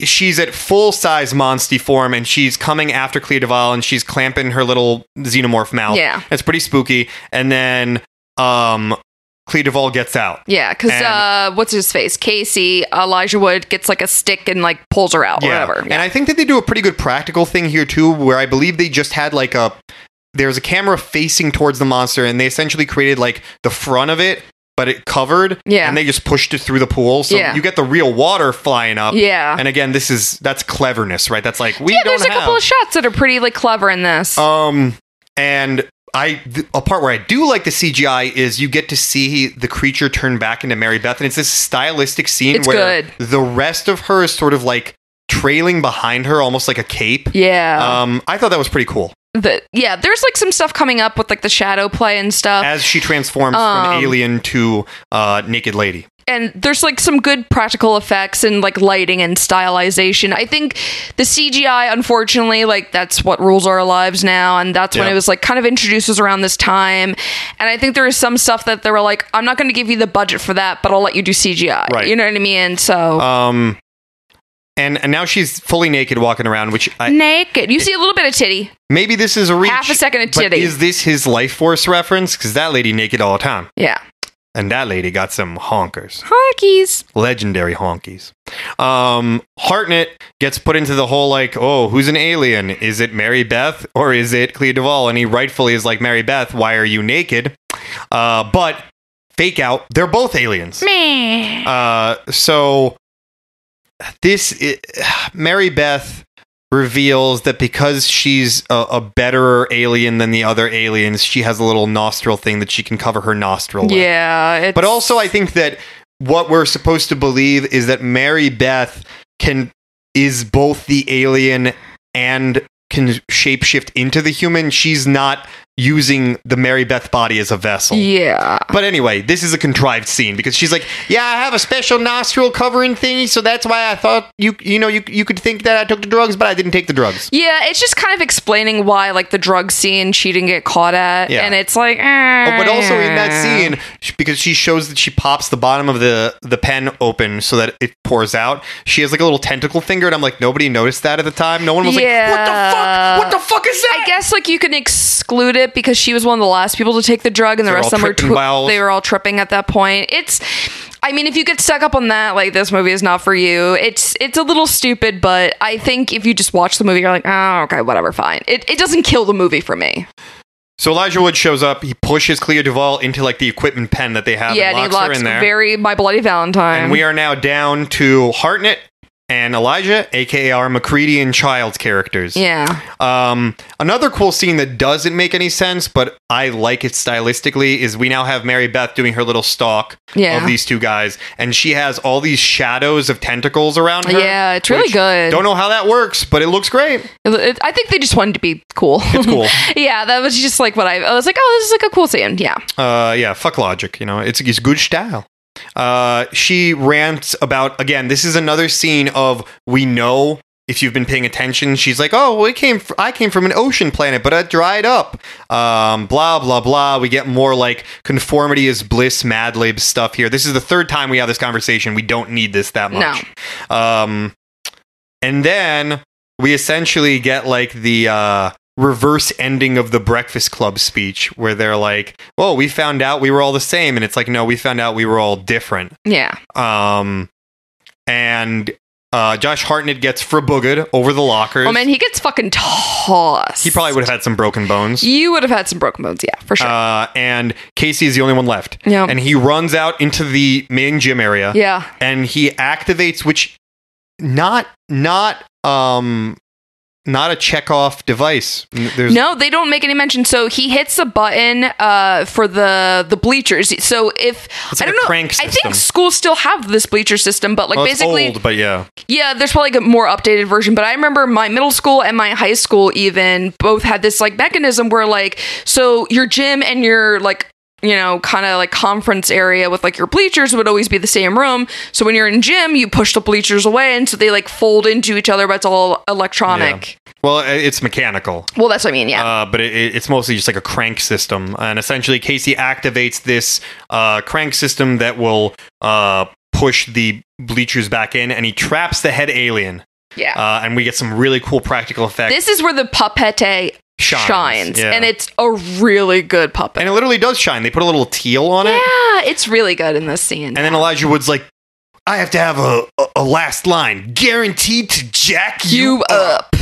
A: she's at full size monsty form and she's coming after Clea Duval and she's clamping her little xenomorph mouth.
B: Yeah.
A: It's pretty spooky. And then um Clea Duval gets out.
B: Yeah, because
A: And-
B: uh, what's his face? Casey Elijah Wood gets like a stick and like pulls her out, or whatever.
A: And I think that they do a pretty good practical thing here too, where I believe they just had like a there's a camera facing towards the monster, and they essentially created like the front of it, but it covered.
B: Yeah.
A: And they just pushed it through the pool, so
B: Yeah.
A: you get the real water flying up.
B: Yeah.
A: And again, this is that's cleverness, right? That's like we
B: Ah. yeah,
A: don't
B: there's a
A: have-
B: couple of shots that are pretty like clever in this.
A: um, and I th- a part where I do like the CGI is you get to see the creature turn back into Mary Beth, and it's this stylistic scene
B: It's
A: where
B: good.
A: the rest of her is sort of like trailing behind her, almost like a cape.
B: yeah,
A: Um, I thought that was pretty cool
B: the, yeah. There's like some stuff coming up with like the shadow play and stuff.
A: as she transforms
B: Uh, um,
A: from alien to uh, naked lady.
B: and there's like some good practical effects and like lighting and stylization. I think the CGI, unfortunately, like that's what rules our lives now, and that's when
A: Yeah.
B: it was like kind of introduces around this time. And I think there is some stuff that they were like, I'm not going to give you the budget for that, but I'll let you do CGI.
A: Right.
B: You know what I mean? So
A: Um, and, and now she's fully naked walking around, which I,
B: naked, you see a little bit of titty.
A: maybe this is a reach.
B: Half a second of
A: but
B: titty.
A: Is this his life force reference? Because that lady naked all the time,
B: Yeah,
A: and that lady got some honkers.
B: honkies.
A: legendary honkies. Um, Hartnett gets put into the whole like, oh, who's an alien? Is it Mary Beth or is it Clea Duvall? And he rightfully is like, Mary Beth, why are you naked? Uh, but fake out, they're both aliens.
F: Meh.
A: Uh, so this i Mary Beth reveals that because she's a, a better alien than the other aliens, she has a little nostril thing that she can cover her nostril with.
B: Yeah, it's,
A: But also, I think that what we're supposed to believe is that Mary Beth can is both the alien and can shapeshift into the human. She's not using the Mary Beth body as a vessel.
B: yeah.
A: But anyway, this is a contrived scene because she's like, "Yeah, I have a special nostril covering thingy, so that's why I thought you you know you you could think that I took the drugs, but I didn't take the drugs."
B: Yeah, it's just kind of explaining why, like, the drug scene she didn't get caught at.
A: Yeah.
B: And it's like,
A: Oh, but also in that
B: eh.
A: scene, sh- because she shows that she pops the bottom of the the pen open so that it pours out, she has like a little tentacle finger, and I'm like, nobody noticed that at the time. No one was
B: Yeah.
A: like, "What the fuck? What the fuck is that?"
B: I guess like you can exclude it because she was one of the last people to take the drug, and the
A: They're
B: rest
A: all
B: of them were
A: tripping
B: twi-
A: balls.
B: they were all tripping at that point. It's, I mean, if you get stuck up on that, like this movie is not for you. It's it's a little stupid, but I think if you just watch the movie, you're like, oh, okay, whatever, fine. It it doesn't kill the movie for me.
A: so Elijah Wood shows up. He pushes Clea Duvall into like the equipment pen that they have.
B: yeah,
A: and
B: and he
A: locks, her
B: locks
A: in there.
B: very My Bloody Valentine.
A: and we are now down to Hartnett and Elijah, aka our Macready and Child characters.
B: yeah,
A: Um, another cool scene that doesn't make any sense, but I like it stylistically, is we now have Mary Beth doing her little stalk
B: Yeah.
A: of these two guys, and she has all these shadows of tentacles around her.
B: yeah, it's really
A: which-
B: good.
A: Don't know how that works, but it looks great.
B: It- it- I think they just wanted to be cool.
A: It's cool.
B: *laughs* yeah, that was just like what I, I was like, oh, this is like a cool scene. Yeah,
A: uh, yeah, fuck logic. You know, it's it's good style. Uh, she rants about again. This is another scene of we know if you've been paying attention. She's like, "Oh, well, it came. Fr- I came from an ocean planet, but it dried up." Um, blah blah blah. We get more like conformity is bliss, Mad Lib stuff here. This is the third time we have this conversation. We don't need this that much. Um, and then we essentially get like the uh, reverse ending of the Breakfast Club speech, where they're like, "Oh, we found out we were all the same," and it's like, "No, we found out we were all different."
B: yeah.
A: Um, and uh, Josh Hartnett gets fraboogered over the lockers.
B: Oh man, he gets fucking tossed.
A: he probably would have had some broken bones.
B: You would have had some broken bones, yeah, for sure.
A: Uh, and Casey is the only one left.
B: Yeah.
A: And he uh, runs out into the main gym area.
B: yeah,
A: and he activates which not not um not a Chekhov device. N- There's
B: no, they don't make any mention. So he hits a button uh, for the the bleachers. So if
A: It's
B: I
A: like
B: don't
A: a
B: know,
A: crank
B: I
A: system.
B: think schools still have this bleacher system, but like
A: well, it's
B: basically,
A: old, but yeah,
B: yeah, there's probably like a more updated version. But I remember my middle school and my high school even both had this like mechanism where like so your gym and your like you know kind of like conference area with like your bleachers would always be the same room so when you're in gym you push the bleachers away and so they like fold into each other but it's all electronic
A: well, i- it's mechanical,
B: Well, that's what I mean. Yeah.
A: uh, but it, it- it's mostly just like a crank system. And essentially, Casey activates this uh, crank system that will uh, push the bleachers back in, and he traps the head alien.
B: Yeah.
A: Uh, and we get some really cool practical effects.
B: This is where the puppete
A: Shines,
B: shines,
A: yeah.
B: and it's a really good puppet.
A: and it literally does shine. They put a little teal on it.
B: yeah, it's really good in this scene.
A: And then Elijah Wood's like, I have to have a, a, a last line guaranteed to jack you, uh,
B: you uh, up.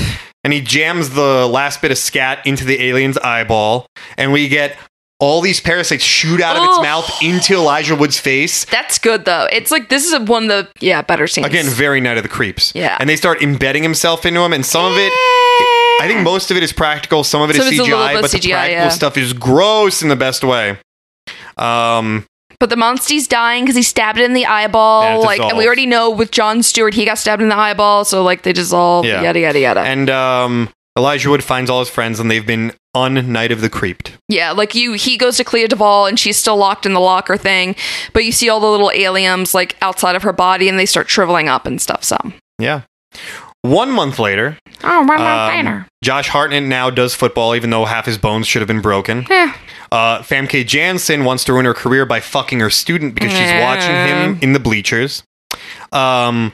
A: And he jams the last bit of scat into the alien's eyeball. And we get all these parasites shoot out of its
B: Oh.
A: mouth into Elijah Wood's face.
B: That's good though. It's like this is one of the yeah better scenes.
A: Again, very Night of the Creeps.
B: Yeah.
A: And they start embedding himself into him. And some of it, I think most of it is practical. Some of it is
B: Some of it's a little
A: CGI.
B: bit
A: But the
B: CGI,
A: practical
B: yeah.
A: stuff is gross in the best way. Um,
B: but the monster's dying because he stabbed it in the eyeball.
A: Yeah, it
B: like, and
A: dissolves.
B: we already know with John Stewart, he got stabbed in the eyeball, so like they dissolve.
A: Yeah.
B: Yada yada yada.
A: And um, Elijah Wood finds all his friends, and they've been on Night of the Creeped.
B: yeah, like you, he goes to Clea Duvall, and she's still locked in the locker thing. But you see all the little aliens like outside of her body, and they start shriveling up and stuff. So
A: Yeah. One month later,
B: oh, one
A: um, Josh Hartnett now does football, even though half his bones should have been broken.
B: Yeah.
A: Uh, Famke Janssen wants to ruin her career by fucking her student because she's
B: Yeah.
A: watching him in the bleachers. Um,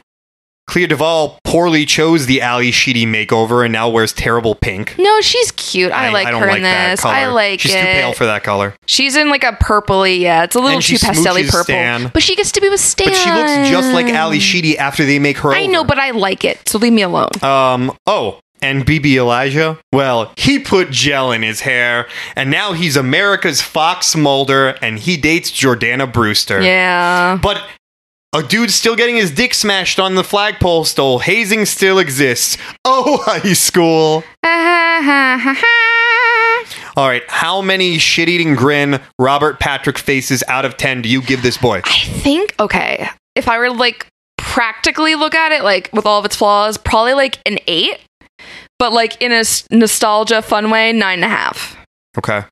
A: Clea Duvall poorly chose the Ali Sheedy makeover and now wears terrible pink.
B: No, she's cute. I, like
A: don't
B: her in
A: that
B: this.
A: color.
B: I like
A: she's
B: it.
A: too pale for that color.
B: She's in like a purpley, yeah. It's a little
A: And she
B: too pastelly
A: smooches
B: purple.
A: Stan.
B: But she gets to be with Stan.
A: But she looks just like Ali Sheedy after they make her
B: I know,
A: over.
B: but I like it. So leave me alone.
A: Um, oh, and BB Elijah? Well, he put gel in his hair, and now he's America's Fox Mulder, and he dates Jordana Brewster.
B: Yeah.
A: But a dude's still getting his dick smashed on the flagpole stole. Hazing still exists. Oh, *laughs* high school. All right, how many shit eating grin Robert Patrick faces out of 10 do you give this boy?
B: I think okay. If I were to, like practically look at it, like with all of its flaws, probably like an eight. But like in a s- nostalgia fun way, nine and a half.
A: Okay.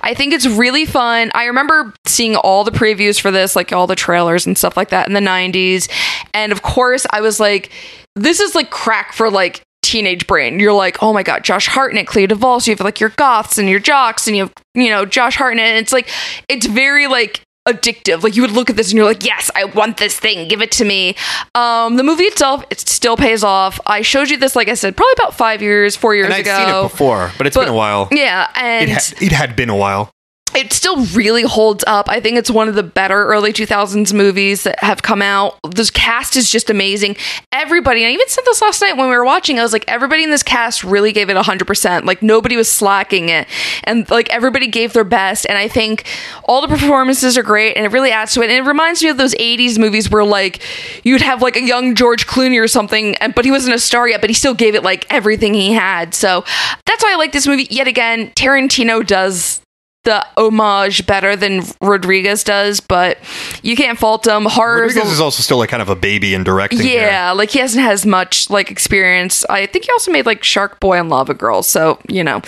B: I think it's really fun. I remember seeing all the previews for this, like all the trailers and stuff like that in the 90s. And of course, I was like, this is like crack for like teenage brain. You're like, oh my God, Josh Hartnett, Clea Duvall. So you have like your goths and your jocks and you have, you know, Josh Hartnett. And it's like, it's very like, addictive like you would look at this and you're like yes i want this thing give it to me um the movie itself it still pays off i showed you this like i said probably about five years four years
A: And I've
B: ago
A: seen it before, but it's
B: But-
A: been a while.
B: yeah and
A: It, ha- it had been a while.
B: it still really holds up. I think it's one of the better early 2000s movies that have come out. This cast is just amazing. Everybody, and I even said this last night when we were watching, I was like, everybody in this cast really gave it 100%. Like, nobody was slacking it. And, like, everybody gave their best. And I think all the performances are great and it really adds to it. And it reminds me of those 80s movies where, like, you'd have, like, a young George Clooney or something, and, but he wasn't a star yet, but he still gave it, like, everything he had. So that's why I like this movie. Yet again, Tarantino does the homage better than Rodriguez does, but you can't fault him. Horror is a-
A: Rodriguez is also still like kind of a baby in directing. here.
B: yeah, like he hasn't had as much like experience. I think he also made like Shark Boy and Lava Girl, so you know.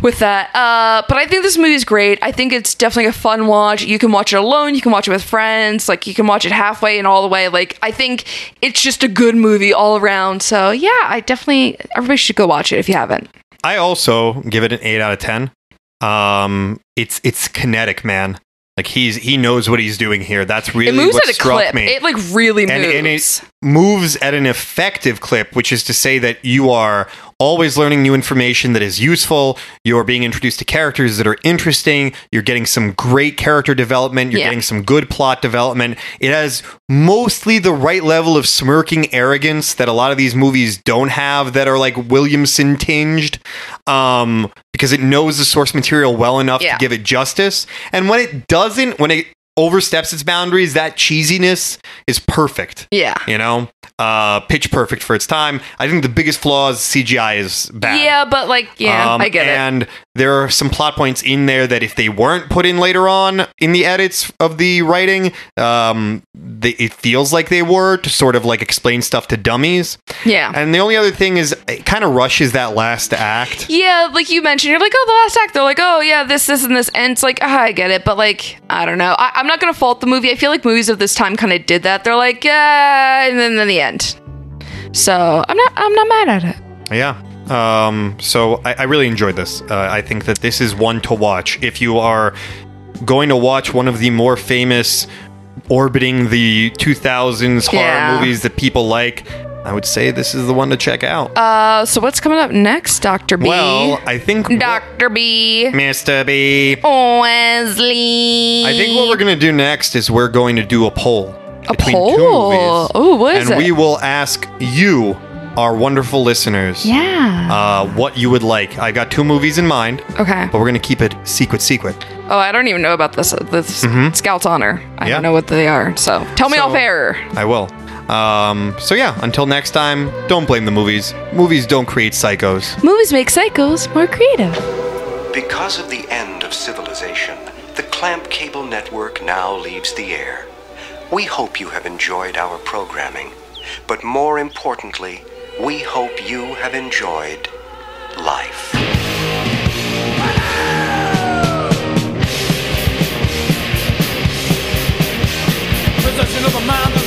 B: With that, uh, but I think this movie is great. I think it's definitely a fun watch. You can watch it alone, you can watch it with friends, like you can watch it halfway and all the way. Like I think it's just a good movie all around. So yeah, I definitely everybody should go watch it if you haven't.
A: I also give it an eight out of ten. Um, it's it's kinetic, man. Like he's he knows what he's doing here. That's really
B: it moves
A: what
B: at a
A: struck
B: clip.
A: me.
B: It like really moves.
A: and, and it moves at an effective clip, which is to say that you are always learning new information that is useful. You're being introduced to characters that are interesting. You're getting some great character development. You're
B: Yeah.
A: getting some good plot development. It has mostly the right level of smirking arrogance that a lot of these movies don't have that are like Williamson tinged. Um, because it knows the source material well enough
B: Yeah.
A: to give it justice. And when it doesn't, when it oversteps its boundaries, that cheesiness is perfect
B: yeah.
A: you know uh pitch perfect for its time i think the biggest flaw is cgi is bad
B: Yeah, but like, yeah,
A: Um,
B: I get it.
A: and there are some plot points in there that if they weren't put in later on in the edits of the writing um they, it feels like they were to sort of like explain stuff to dummies
B: Yeah.
A: and the only other thing is it kind of rushes that last act
B: Yeah, like you mentioned, you're like, oh, the last act. They're like, oh, yeah, this, this, and this. And it's like, ah, I get it. But like, I don't know. I, I'm not going to fault the movie. I feel like movies of this time kind of did that. They're like, yeah, and then, then the end. So I'm not, I'm not mad at it.
A: yeah um so i, I really enjoyed this uh, i think that this is one to watch if you are going to watch one of the more famous orbiting the 2000s horror
B: Yeah.
A: movies that people like I would say this is the one to check out.
B: Uh, so what's coming up next, Doctor B?
A: well, I think
B: Doctor B.
A: Mr. B.
B: Wesley.
A: I think what we're going to do next is we're going to do a poll.
B: A
A: between
B: poll?
A: two movies.
B: Ooh, what is
A: and
B: it?
A: we will ask you, our wonderful listeners,
B: Yeah.
A: uh, what you would like. I got two movies in mind,
B: okay.
A: but we're going to keep it secret, secret.
B: Oh, I don't even know about this. uh, This Scouts Honor. I
A: Mm-hmm. Yeah.
B: don't know what they are. So tell me
A: So-
B: off air.
A: I will. Um, so yeah, until next time, don't blame the movies. Movies don't create psychos.
B: Movies make psychos more creative.
G: Because of the end of civilization, the Clamp Cable Network now leaves the air. We hope you have enjoyed our programming, but more importantly, we hope you have enjoyed life.
H: Possession of a mind that